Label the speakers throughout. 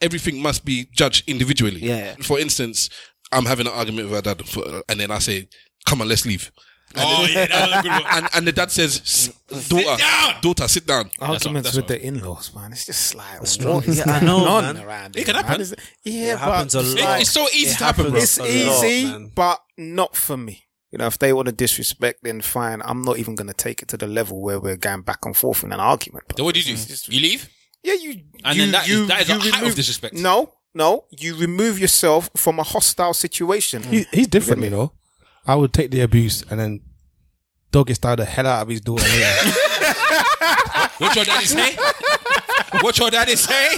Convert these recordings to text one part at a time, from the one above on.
Speaker 1: everything must be judged individually.
Speaker 2: Yeah.
Speaker 1: For instance, I'm having an argument with her dad, for, and then I say, "Come on, let's leave."
Speaker 3: Oh, yeah, that was a good one.
Speaker 1: And and the dad says, "S- "Daughter,
Speaker 3: down."
Speaker 1: daughter, sit down."
Speaker 4: Arguments
Speaker 3: that's
Speaker 4: with the in-laws, man. It's just like
Speaker 5: strong-
Speaker 4: what is
Speaker 5: Yeah, I
Speaker 4: going
Speaker 5: know,
Speaker 4: on
Speaker 5: man.
Speaker 4: around
Speaker 3: It
Speaker 4: here,
Speaker 3: can
Speaker 4: man?
Speaker 3: happen.
Speaker 4: It's-
Speaker 5: It
Speaker 4: Yeah, but
Speaker 5: happens a
Speaker 4: it's
Speaker 5: lot.
Speaker 4: like-
Speaker 3: It's so easy
Speaker 5: It
Speaker 3: to happen, bro.
Speaker 5: happens.
Speaker 4: It's
Speaker 5: a lot,
Speaker 4: easy,
Speaker 5: man.
Speaker 4: but not for me. You know, if they want to disrespect, then fine. I'm not even going to take it to the level where we're going back and forth in an argument.
Speaker 3: Then what do you do? You leave?
Speaker 4: Yeah, you.
Speaker 3: And
Speaker 4: you,
Speaker 3: then that is-
Speaker 4: you,
Speaker 3: that is
Speaker 4: you
Speaker 3: a height of
Speaker 4: remove-
Speaker 3: disrespect.
Speaker 4: No, no, you remove yourself from a hostile situation.
Speaker 5: Mm.
Speaker 4: You,
Speaker 6: He, he's different, you know. I would take the abuse and then doggy style the hell out of his daughter. later.
Speaker 3: What your daddy say? what your daddy say?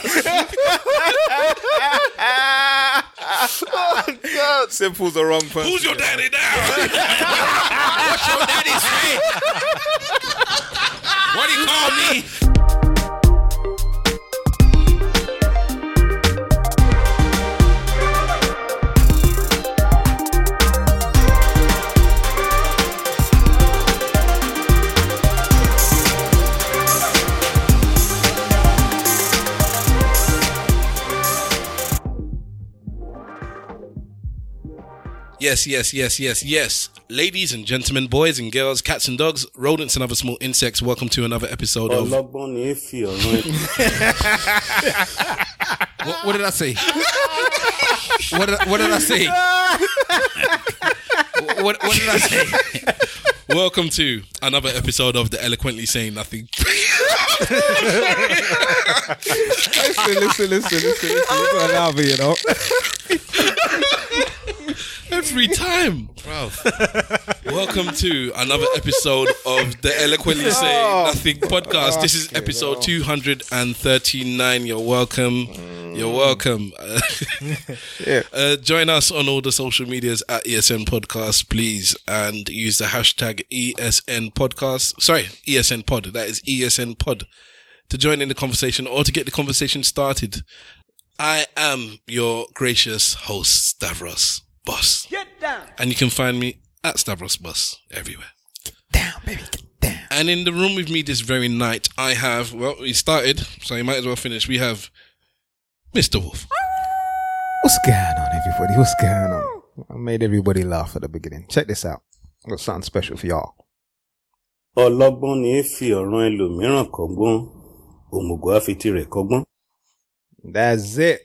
Speaker 4: Simple's the wrong person.
Speaker 3: Who's your daddy now? What's your daddy say? What do you call me?
Speaker 1: Yes, yes, yes, yes, yes. Ladies and gentlemen, boys and girls, cats and dogs, rodents and other small insects, welcome to another episode
Speaker 3: Oh,
Speaker 1: of.
Speaker 7: Ọlọ́gbọ́n ni efi ọ̀run ẹ̀.
Speaker 1: What, what did I say? what, did I, what did I say? what, what did I say? welcome to another episode of the Eloquently Saying Nothing.
Speaker 6: listen, listen, listen, listen, listen. It's not allowed me, you know.
Speaker 1: Every time. Welcome to another episode of the Eloquently Say Nothing podcast. This is episode 239. You're welcome. You're welcome. uh, join us on all the social medias at ESN Podcast, please, and use the hashtag ESN Podcast. Sorry, ESN Pod. That is ESN Pod to join in the conversation or to get the conversation started. I am your gracious host, Stavros Boss. Get down. And you can find me at Stavros Boss everywhere. Get down, baby, get down. And in the room with me this very night, I have, well, we started, so you might as well finish. We have Mr. Wolf.
Speaker 6: What's going on, everybody? What's going on? I made everybody laugh at the beginning. Check this out. I got something special for y'all.
Speaker 7: Ọlọ́gbọ́n ni efi ọ̀run ẹlòmíràn kọ́gbọ́n. Òmùgọ̀ á fi tirẹ̀ kọ́gbọ́n.
Speaker 6: That's it.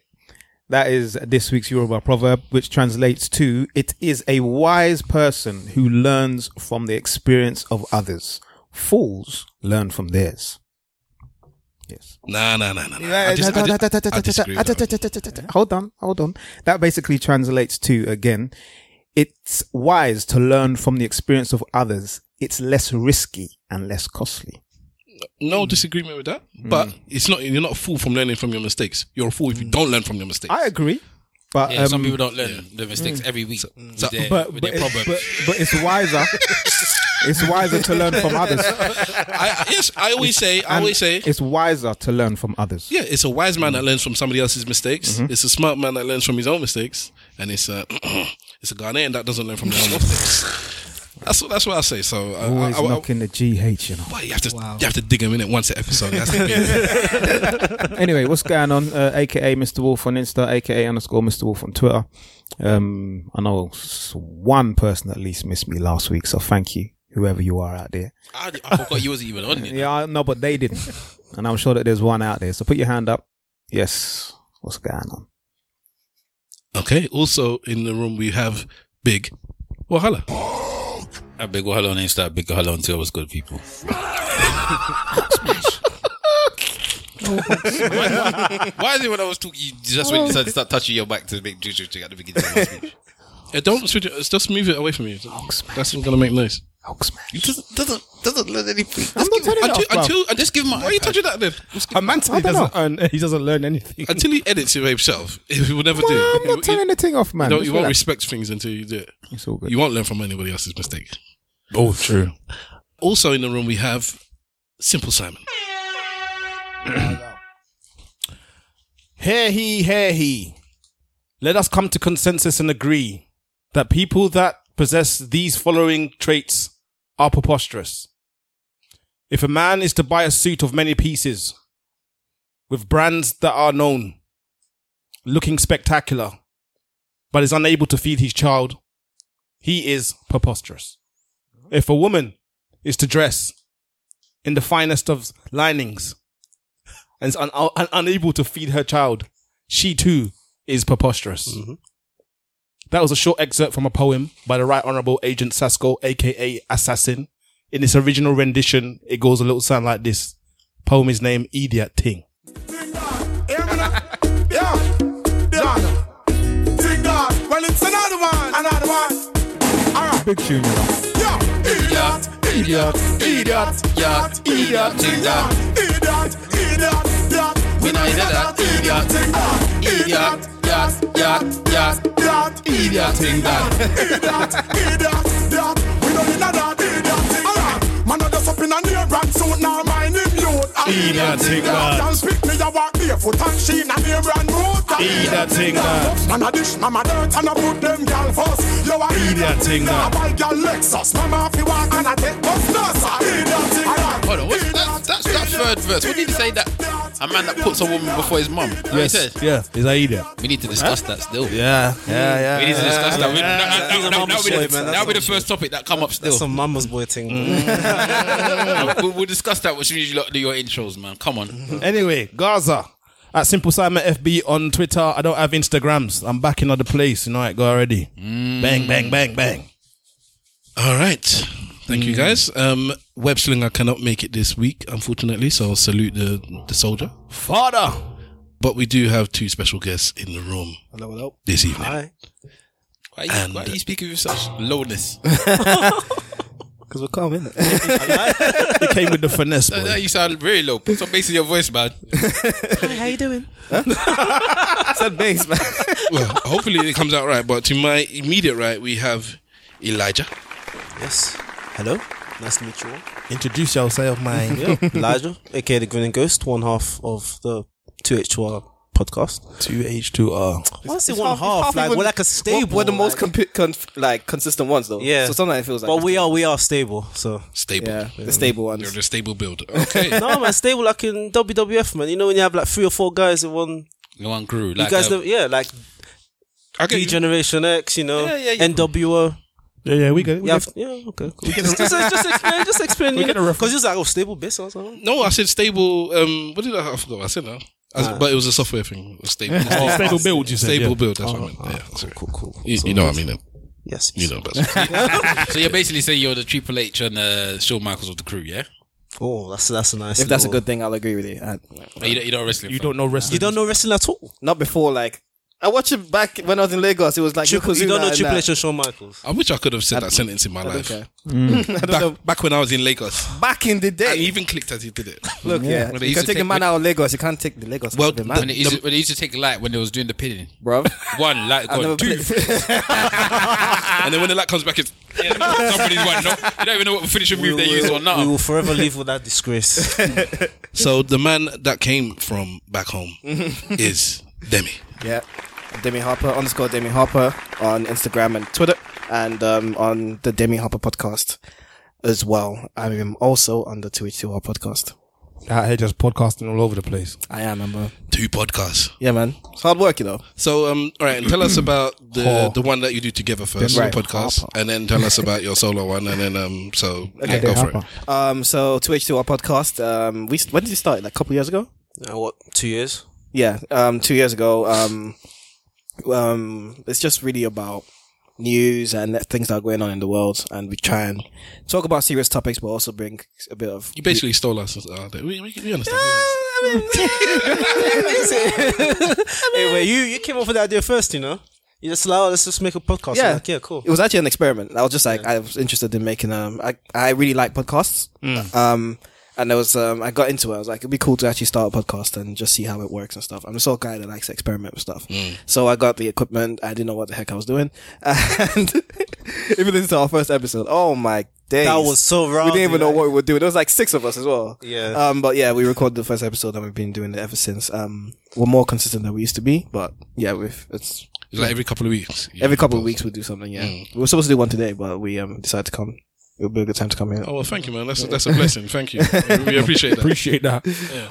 Speaker 6: That is this week's Yoruba proverb, which translates to It is a wise person who learns from the experience of others. Fools learn from theirs. Yes.
Speaker 1: Nah, nah, nah, nah. nah. I just- I just- I disagree with that.
Speaker 6: Hold on, hold on. That basically translates to again, it's wise to learn from the experience of others. It's less risky and less costly. Hmm.
Speaker 1: No disagreement with that. But it's not, you're not a fool from learning from your mistakes. You're a fool if you don't learn from your mistakes.
Speaker 6: Hmm. I agree, but
Speaker 3: Yeah, some
Speaker 6: um, Hmm.
Speaker 3: people don't learn the mistakes every week. with
Speaker 1: so-
Speaker 3: their,
Speaker 6: but
Speaker 3: with
Speaker 6: but,
Speaker 3: their
Speaker 6: it's,
Speaker 3: proverb.
Speaker 6: but but it's wiser. it's wiser to learn from others.
Speaker 1: I, I- yes, I always say, I
Speaker 6: And
Speaker 1: always say,
Speaker 6: it's wiser to learn from others.
Speaker 1: Yeah, it's a wise man
Speaker 6: Mm.
Speaker 1: that learns from somebody else's mistakes.
Speaker 6: Mm-hmm.
Speaker 1: It's a smart man that learns from his own mistakes, and it's a it's a Ghanaian that doesn't learn from their own mistakes. That's what that's what I say. So I, I,
Speaker 6: Always
Speaker 1: I- I-
Speaker 6: knocking the GH, you know.
Speaker 1: but you have to you have to dig him in it once an episode. It has to be-
Speaker 6: anyway, what's going on? Uh, AKA Mr. Wolf on Insta, AKA underscore Mr. Wolf on Twitter. Um, I know s- one person at least missed me last week, so thank you, whoever you are out there.
Speaker 3: I, I forgot you wasn't even on it.
Speaker 6: Yeah, I- no, but they didn't, and I'm sure that there's one out there. So put your hand up. Yes, what's going on?
Speaker 1: okay. Also in the room we have Big Wahala.
Speaker 3: A big hello on Insta, a big hello on Twitter. What's good, people? why, why is it when I was talking, you just when you decided to start touching your back to make juju at the beginning of my speech?
Speaker 1: Yeah, don't switch it. Just move it away from you. That's not gonna make noise.
Speaker 3: It doesn't, doesn't, doesn't learn anything.
Speaker 6: I'm not turning it
Speaker 1: Until,
Speaker 6: off, bruv.
Speaker 1: until just give him. Why are you touching that then?
Speaker 6: A man today doesn't
Speaker 4: he doesn't learn anything.
Speaker 1: Until he edits it himself, he will never do.
Speaker 6: Nah, I'm
Speaker 1: You-
Speaker 6: not turning the thing off,
Speaker 1: you,
Speaker 6: man.
Speaker 1: don't-
Speaker 6: Just
Speaker 1: you won't
Speaker 6: relax.
Speaker 1: respect things until you do it.
Speaker 6: it's all good.
Speaker 1: You won't learn from anybody else's mistake.
Speaker 4: Oh, true.
Speaker 1: Also in the room we have Simple Simon.
Speaker 4: Hear he, hear he. Let us come to consensus and agree that people that possess these following traits are preposterous. If a man is to buy a suit of many pieces with brands that are known, looking spectacular, but is unable to feed his child, he is preposterous. If a woman is to dress in the finest of linings and is un- un- unable to feed her child, she too is preposterous. That was a short excerpt from a poem by the Right Honourable Agent Sasko, aka Assassin. In its original rendition, it goes a little sound like this. Poem is named Idiot Ting.
Speaker 2: Ding dong. Yeah, man. Yeah. Ding dong. Well, it's another one. Another one. All right.
Speaker 6: Big tune, you know.
Speaker 2: Yeah. Idiot. Idiot. Idiot. Yeah. Idiot. Ding dong. Idiot. Idiot. Yeah. We know you're that. Idiot. Ding dong. Idiot. Yeah. Yeah. Yeah. Yeah. Idiot. Ding dong. Idiot. Idiot. Yeah. We know you're that. Idiot. Ding dong. Man, I just up in a near brand suit. Now mind him youth. Idiot. Ding dong. Don't speak me. I walk barefoot and she in a near brand boot. Idiot. Ding dong. Man, I dish mama dirt and I put them gal first. You a idiot. Ding dong. I buy gal Lexus. Mama, if you walk and I take bus, no, sir. Idiot. Ding dong.
Speaker 3: Hold on, what's that, that's that third verse. What did he say that a man that puts a woman before his mum? That's what he said?
Speaker 4: Yeah, is that idiot? Mm.
Speaker 3: We need to discuss that still.
Speaker 4: Yeah, yeah, yeah.
Speaker 3: We need to discuss that. We- that-
Speaker 5: He's a
Speaker 3: that- that-
Speaker 5: mama's
Speaker 3: That'll be
Speaker 5: boy,
Speaker 3: the-
Speaker 5: man. That's
Speaker 3: that'll be the
Speaker 5: what-
Speaker 3: first topic that come up
Speaker 5: That's
Speaker 3: still.
Speaker 5: some mama's boy thing.
Speaker 3: we'll, we'll discuss that as soon as you lot do your intros, man. Come on.
Speaker 4: Anyway, Gaza at Simple Simon FB on Twitter. I don't have Instagrams. I'm back in other place. You know, I go already.
Speaker 3: Mm.
Speaker 4: Bang, bang, bang, bang.
Speaker 1: All right. Thank
Speaker 3: Hmm.
Speaker 1: you guys. Um, Web Slinger cannot make it this week, unfortunately, so I'll salute the, the soldier.
Speaker 4: Father.
Speaker 1: But we do have two special guests in the room
Speaker 5: Hello, hello.
Speaker 1: this evening.
Speaker 5: Hi.
Speaker 3: Why are you, why are you speaking with such lowness?
Speaker 5: Because we're calm, innit?
Speaker 4: He came with the finesse.
Speaker 3: Now
Speaker 4: Boy.
Speaker 3: you sound very low. Put some bass in your voice, man.
Speaker 8: How you doing?
Speaker 5: That's a base, man.
Speaker 1: Well, hopefully it comes out right. But to my immediate right, we have Elijah.
Speaker 5: Yes. Hello. Nice to meet you all.
Speaker 4: Introduce yourself, man.
Speaker 5: Elijah, aka the Grinning Ghost, one half of the 2H2R podcast.
Speaker 4: Two H two R.
Speaker 5: Why is it
Speaker 8: it's half- it's half
Speaker 5: Like
Speaker 8: even-
Speaker 5: we're like a stable.
Speaker 9: We're the most
Speaker 5: like-
Speaker 9: compi- conf- like consistent ones though.
Speaker 5: Yeah.
Speaker 9: So sometimes it feels like.
Speaker 5: But we are we are stable. So
Speaker 1: Stable.
Speaker 9: yeah, the stable
Speaker 1: You're
Speaker 9: ones.
Speaker 1: the stable build. Okay.
Speaker 5: no man, stable like in WWF man. You know when you have like three or four guys in one.
Speaker 3: No one grew.
Speaker 5: You
Speaker 3: Like,
Speaker 5: guys,
Speaker 3: uh,
Speaker 5: never, yeah, like
Speaker 1: I get
Speaker 5: D
Speaker 1: you.
Speaker 5: Generation X. You know,
Speaker 9: Yeah, yeah, yeah.
Speaker 5: NWO.
Speaker 4: Yeah, yeah, we go.
Speaker 5: You have, yeah, okay. Cool. Just, just, just explain, just explain.
Speaker 4: We get a reference.
Speaker 5: Because you're like, oh, stable bits. I was like, oh.
Speaker 1: No, I said stable. Um, what did I? I forgot. what I said now. I said- but it was a software thing. It was Stable, Oh,
Speaker 4: stable build, you said.
Speaker 1: stable
Speaker 4: yeah.
Speaker 1: build. That's what I meant. Yeah, sorry.
Speaker 5: cool, cool.
Speaker 1: You,
Speaker 5: So-
Speaker 1: you know what I mean? then.
Speaker 5: Yes.
Speaker 1: You know. But
Speaker 3: so you're basically saying you're the Triple H and uh, Shawn Michaels of the crew, yeah?
Speaker 5: Oh, that's that's a nice.
Speaker 9: If that's a
Speaker 5: little-
Speaker 9: good thing, I'll agree with you. Uh, I-
Speaker 3: But You don't, you don't wrestle.
Speaker 4: You don't know wrestling.
Speaker 5: You don't know wrestling at all.
Speaker 9: not before, like I watched it back when I was in Lagos. It was like
Speaker 5: Triple, you don't
Speaker 9: Yokozuna
Speaker 5: know
Speaker 9: and uh,
Speaker 5: Triple
Speaker 9: that.
Speaker 5: H and Shawn Michaels.
Speaker 1: I wish I could have said that sentence in my
Speaker 9: I don't
Speaker 1: life.
Speaker 9: care. I don't know.
Speaker 1: Back, back when I was in Lagos,
Speaker 9: Back in the
Speaker 1: I
Speaker 9: day,
Speaker 1: even clicked as he did it.
Speaker 9: look, yeah,
Speaker 3: When they
Speaker 9: you
Speaker 3: used
Speaker 9: can
Speaker 3: to
Speaker 9: take a
Speaker 3: take-
Speaker 9: man out of Lagos. You can't take the Lagos.
Speaker 1: Well,
Speaker 9: out of the
Speaker 3: When
Speaker 9: man,
Speaker 3: it, used to, when it used to take light when they was doing the pinning.
Speaker 9: bro.
Speaker 3: One light
Speaker 9: I never
Speaker 3: gone. Two. and then when the light comes back, it's somebody's one. No, you don't even know what finishing move they use
Speaker 5: We
Speaker 3: or not.
Speaker 5: will forever live with that disgrace.
Speaker 1: So the man that came from back home is Demi.
Speaker 9: Yeah. Demi Harper underscore Demi Harper on Instagram and Twitter and um, on the Demi Harper podcast as well. I am also on the 2H2R podcast.
Speaker 4: Out here just podcasting all over the place.
Speaker 9: I am, I'm a,
Speaker 1: Two podcasts.
Speaker 9: yeah, man. It's hard work, you know.
Speaker 1: So um, all right, and tell us about the
Speaker 4: Whore.
Speaker 1: the one that you do together first,
Speaker 9: Demi
Speaker 1: the podcast,
Speaker 9: Harper.
Speaker 1: and then tell us about your solo one, and then um, so yeah, go for it.
Speaker 9: Um, so 2H2R podcast, um, we, when did you start? Like a couple years ago?
Speaker 5: Uh, what? Two years?
Speaker 9: yeah, um, two years ago, um, um, it's just really about news and the things that are going on in the world, and we try and talk about serious topics, but also bring a bit of.
Speaker 1: You basically stole us. Uh, we, we, we understand.
Speaker 5: Hey, wait, you you came up with the idea first, you know? You just like, oh, let's just make a podcast. I'm like, yeah, cool.
Speaker 9: It was actually an experiment. I was just like, I was interested in making. Um, I I really like podcasts.
Speaker 5: Mm.
Speaker 9: Um, and there was um, I got into it. I was like, it'd be cool to actually start a podcast and just see how it works and stuff. I'm the sort of guy that likes to experiment with stuff.
Speaker 5: Mm.
Speaker 9: So I got the equipment. I didn't know what the heck I was doing. And if you listen to our first episode, oh my days,
Speaker 5: That was so wrong.
Speaker 9: we didn't even know what we were doing. There was like six of us as well.
Speaker 5: Yeah.
Speaker 9: Um, but yeah, we recorded the first episode and we've been doing it ever since. Um, we're more consistent than we used to be, but yeah, we've it's
Speaker 1: It's like every couple of weeks. you
Speaker 9: every couple
Speaker 1: post.
Speaker 9: of weeks we do something. Yeah, we were supposed to do one today, but we um decided to come. It would be a good time to come here.
Speaker 1: Oh well, thank you, man. That's a, that's a blessing. Thank you. We appreciate that.
Speaker 4: Appreciate that.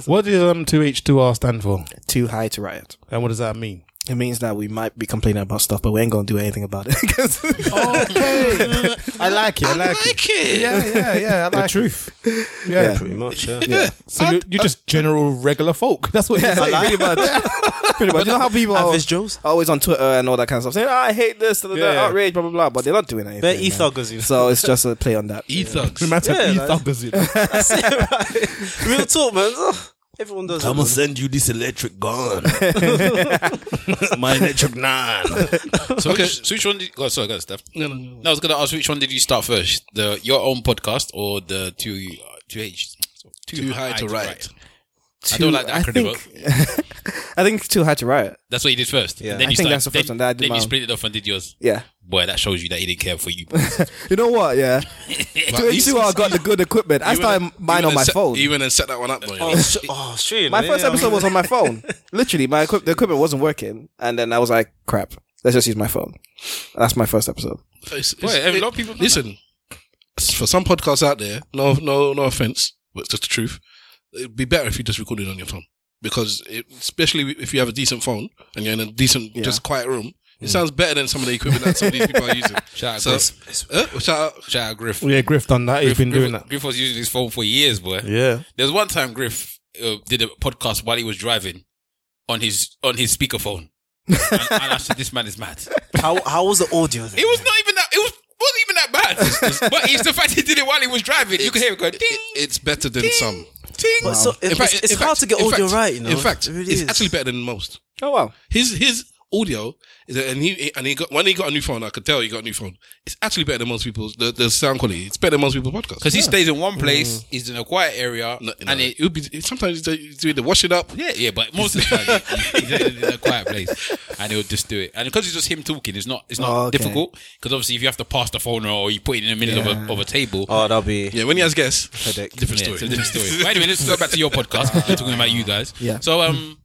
Speaker 4: What does um two H two R stand for,
Speaker 9: Too high to riot.
Speaker 4: and what does that mean?
Speaker 9: It means that we might be complaining about stuff, but we ain't gonna do anything about it. 'Cause-
Speaker 6: Okay. I like it. I like, it. Yeah, yeah, yeah. I like the truth. Yeah.
Speaker 5: Pretty much, yeah.
Speaker 4: So you, you're just general regular folk. That's what you're saying.
Speaker 6: Pretty much. Pretty much. You know how people
Speaker 9: Oh.
Speaker 6: are.
Speaker 5: Average Joes.
Speaker 9: Always on Twitter and all that kind of stuff, saying, oh, "I hate this," da, da, da,
Speaker 4: Yeah.
Speaker 9: outrage, blah blah blah. But they're not doing anything.
Speaker 5: They're
Speaker 9: man.
Speaker 5: e-thuggers, you know.
Speaker 9: So it's just a play on that.
Speaker 1: E thugs.
Speaker 4: No matter
Speaker 5: Yeah,
Speaker 4: yeah,
Speaker 5: like-
Speaker 4: thuggers, you know.
Speaker 5: That's it, right? Real talk, man. Ugh. Everyone does it.
Speaker 2: send you this electric gun. My electric nine.
Speaker 3: So, which, so which one? Did, oh, sorry, guys. Steph. No, no, no, I was gonna ask which one did you start first? The your own podcast or the two two H
Speaker 1: Too, high, to write.
Speaker 3: I don't like that
Speaker 9: I
Speaker 3: acronym.
Speaker 9: think, I think it's too hard to write.
Speaker 3: That's what you did first. Yeah,
Speaker 9: I think that's the first
Speaker 3: then,
Speaker 9: one that I did
Speaker 3: Then
Speaker 9: my
Speaker 3: you
Speaker 9: own.
Speaker 3: split it off and did yours.
Speaker 9: Yeah.
Speaker 3: Boy, that shows you that he didn't care for you.
Speaker 9: You know what? Yeah. to ensure I got the good equipment, I started mine on my phone.
Speaker 1: You went and set that one up, though. you know?
Speaker 5: Oh, it's tr- oh, it's true.
Speaker 9: my
Speaker 5: man.
Speaker 9: first
Speaker 5: Yeah, I
Speaker 9: episode was on my phone. Literally, my equip- the equipment wasn't working, and then I was like, "Crap, let's just use my phone." That's my first episode.
Speaker 1: It's- it's-
Speaker 3: Boy, a lot of people. Listen,
Speaker 1: Listen, for some podcasts out there, no, no, no offense, but it's just the truth. It'd be better if you just recorded on your phone because, it, especially if you have a decent phone and you're in a decent, just quiet room,
Speaker 4: Mm.
Speaker 1: it sounds better than some of the equipment that some of these people are using.
Speaker 3: shout out,
Speaker 1: So,
Speaker 3: Griff.
Speaker 1: uh, shout out.
Speaker 3: Shout out, Griff.
Speaker 4: yeah, Griff done that. He's been
Speaker 3: Griff,
Speaker 4: doing that.
Speaker 3: Griff was using his phone for years, boy.
Speaker 6: Yeah.
Speaker 3: There's one time Griff uh, did a podcast while he was driving on his on his speakerphone, and, and I said, "This man is mad."
Speaker 5: remember. How, how was the audio then?
Speaker 3: It was not even that. It was wasn't even that bad. but it's the fact he did it while he was driving. you could hear it go ding,
Speaker 1: It- it's better than
Speaker 3: ding,
Speaker 1: some.
Speaker 3: ding.
Speaker 5: But so,
Speaker 1: In
Speaker 5: it's,
Speaker 1: fact-
Speaker 5: it's
Speaker 1: in
Speaker 5: hard
Speaker 1: fact-
Speaker 5: to get
Speaker 1: in
Speaker 5: audio
Speaker 1: fact-
Speaker 5: right, you know.
Speaker 1: In fact,
Speaker 5: It really
Speaker 1: it's
Speaker 5: is.
Speaker 1: actually better than most.
Speaker 9: Oh wow!
Speaker 1: His his audio is and he and he got when he got a new phone, I could tell he got a new phone. It's actually better than most people's the, the sound quality. It's better than most people's podcasts.
Speaker 3: because he stays in one place, he's in a quiet area,
Speaker 1: No, no.
Speaker 3: and it,
Speaker 1: it would be sometimes he's doing the washing up.
Speaker 3: yeah, yeah. But most of the time, he- he's in a quiet place, and he'll just do it. And because it's just him talking, it's not it's not
Speaker 9: Oh, okay.
Speaker 3: difficult. Because obviously, if you have to pass the phone or you put it in the middle of, a, of a table,
Speaker 5: Oh, that'll be
Speaker 1: Yeah, when he has guests,
Speaker 5: headache.
Speaker 1: different story.
Speaker 3: Yeah, it's a different story. But anyway, let's go back to your podcast. We're talking about you guys.
Speaker 9: Yeah.
Speaker 3: So, um,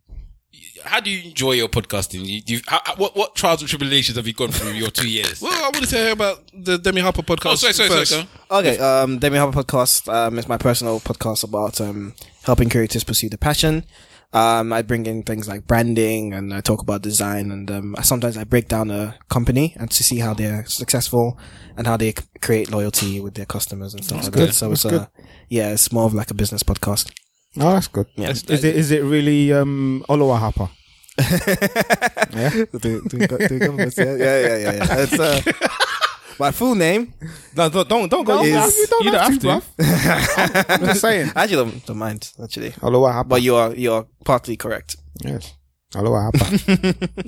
Speaker 3: how do you enjoy your podcasting? You, you, how, how- what, what trials and tribulations have you gone through your two years?
Speaker 1: Well, I wanted to hear about the Demi Harper podcast.
Speaker 3: oh, sorry, sorry, sorry.
Speaker 1: first.
Speaker 3: sorry.
Speaker 9: Okay, um, Demi Harbour podcast. Um, it's my personal podcast about um helping creators pursue their passion. Um, I bring in things like branding and I talk about design and um, I- sometimes I break down a company and to see how they're successful and how they c- create loyalty with their customers and stuff like that. So it's a yeah, it's more of like a business podcast.
Speaker 6: Oh, that's good. Is, is it is it really um Oloa Harper?
Speaker 9: yeah, yeah, yeah, yeah. yeah. It's, uh, my full name
Speaker 4: No, don't don't, don't go.
Speaker 9: Is-
Speaker 4: you don't, have, to.
Speaker 6: I'm just saying.
Speaker 9: I actually don't, don't mind actually,
Speaker 6: Aloha Harper.
Speaker 9: but you are you are partly correct.
Speaker 6: yes. Aloha Harper.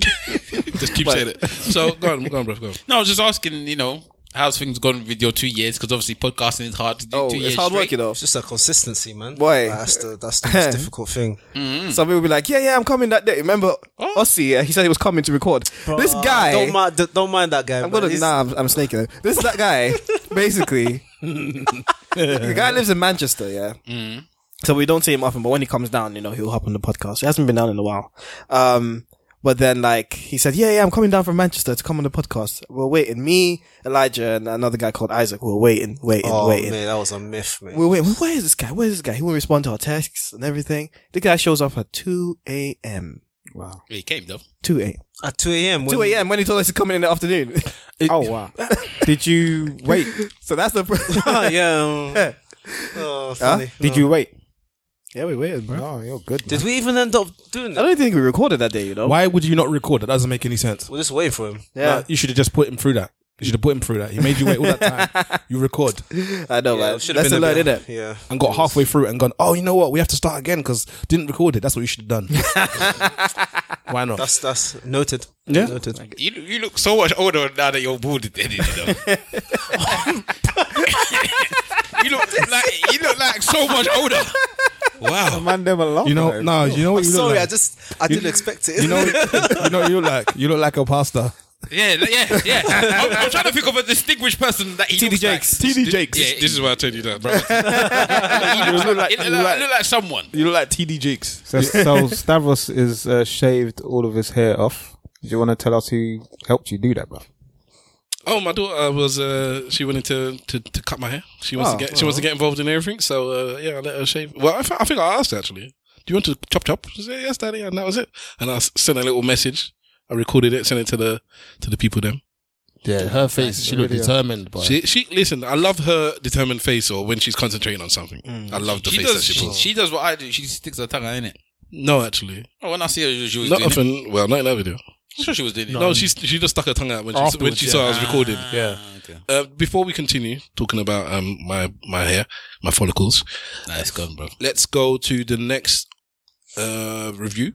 Speaker 1: Just keep saying it. So go on, go on, bro. Go on.
Speaker 3: No, I was just asking, you know, how's things gone with your two years? Because obviously, podcasting is hard to do
Speaker 9: Oh,
Speaker 3: two years.
Speaker 9: it's hard work,
Speaker 3: straight.
Speaker 9: you know.
Speaker 5: It's just a consistency, man.
Speaker 9: Why?
Speaker 5: That's the that's the most difficult thing.
Speaker 9: Some people be like, yeah, yeah, I'm coming that day. Remember, Ossie, yeah, he said he was coming to record. this guy,
Speaker 5: don't mind d- don't mind that guy.
Speaker 9: Eh? I'm
Speaker 5: man.
Speaker 9: gonna,
Speaker 5: He's-
Speaker 9: nah, I'm, I'm snaking him. This that guy, basically, the guy lives in Manchester, yeah. So we don't see him often, but when he comes down, you know, he'll hop on the podcast. He hasn't been down in a while. Um, but then like he said, yeah, yeah, I'm coming down from Manchester to come on the podcast. We're waiting. Me, Elijah, and another guy called Isaac. We're waiting, waiting,
Speaker 5: Oh
Speaker 9: waiting.
Speaker 5: man, that was a myth, man.
Speaker 9: We're waiting. Where is this guy? Where is this guy? He won't respond to our texts and everything. The guy shows up at 2 a.m.
Speaker 6: wow.
Speaker 3: He came though.
Speaker 9: 2 a.m.
Speaker 5: At two a.m. when-
Speaker 9: 2 a.m. when he told us to come in in the afternoon.
Speaker 6: Oh wow. Did you wait?
Speaker 9: so that's the. Pro-
Speaker 5: Ah, yeah. um,
Speaker 9: Yeah.
Speaker 5: oh, funny.
Speaker 6: Did you wait?
Speaker 9: yeah, we waited, bro.
Speaker 6: Oh, you're good.
Speaker 5: Did we even end up doing
Speaker 9: I
Speaker 5: that?
Speaker 9: don't think we recorded that day, you know.
Speaker 4: Why would you not record? That doesn't make any sense.
Speaker 5: We're just waiting for him.
Speaker 9: Yeah,
Speaker 4: No, you should have just put him through that. You should have put him through that. He made you wait all that time. You record
Speaker 9: I know,
Speaker 5: Yeah,
Speaker 9: man.
Speaker 5: it
Speaker 9: That's
Speaker 5: should've
Speaker 9: a
Speaker 5: been
Speaker 9: learn,
Speaker 5: bit-
Speaker 9: innit?
Speaker 5: Yeah.
Speaker 4: and got halfway through and gone. Oh, you know what? We have to start again because didn't record it. That's what you should have done. Why not?
Speaker 5: That's that's noted.
Speaker 4: Yeah.
Speaker 5: Noted.
Speaker 3: You, you look so much older now that you're bald than you know. you look like you look like so much older.
Speaker 6: The man them alone.
Speaker 4: you know, no. You know what you look
Speaker 5: Sorry,
Speaker 4: like.
Speaker 5: I just I didn't expect it.
Speaker 4: you know, you know, what you look like you look like a pastor.
Speaker 3: Yeah, yeah, yeah. I'm, I'm trying to think of a distinguished person that he
Speaker 4: TD
Speaker 3: looks like.
Speaker 4: Jakes. TD Jakes.
Speaker 3: Yeah,
Speaker 1: This is why I told you that, bro.
Speaker 3: he looks
Speaker 4: look like-
Speaker 3: like, he look
Speaker 4: you
Speaker 3: like,
Speaker 4: look like-
Speaker 3: look like someone.
Speaker 4: You look like TD Jakes.
Speaker 6: So, so Stavros is uh, shaved all of his hair off. Do you want to tell us who helped you do that, bro?
Speaker 1: Oh, my daughter was uh, she wanted to, to, to cut my hair. She
Speaker 3: Oh,
Speaker 1: wants to get she wants to get involved in everything. So uh, yeah, I let her shave. Well, I, th- I think I asked actually. Do you want to chop chop? She said yes, daddy, and that was it. And I s- sent a little message, I recorded it, sent it to the to the people. Then
Speaker 10: Yeah, her face. She looked determined, but
Speaker 1: she she listen. I love her determined face or when she's concentrating on something. I love the
Speaker 3: Mm. She
Speaker 1: face
Speaker 3: does.
Speaker 1: that she
Speaker 3: She,
Speaker 1: puts.
Speaker 3: she does what I do. She sticks her tongue out in it.
Speaker 1: no, actually,
Speaker 3: Oh, when I see her, she was
Speaker 1: not
Speaker 3: doing it.
Speaker 1: often. Well, not in that video.
Speaker 3: I'm sure she was doing it.
Speaker 1: No, she she just stuck her tongue out when she, when
Speaker 10: Afterwards,
Speaker 1: she
Speaker 10: yeah. Ah,
Speaker 1: saw I was recording.
Speaker 10: Yeah.
Speaker 1: Uh, before we continue talking about um my my hair, my follicles,
Speaker 3: Nice gun, bro.
Speaker 1: let's go to the next uh, review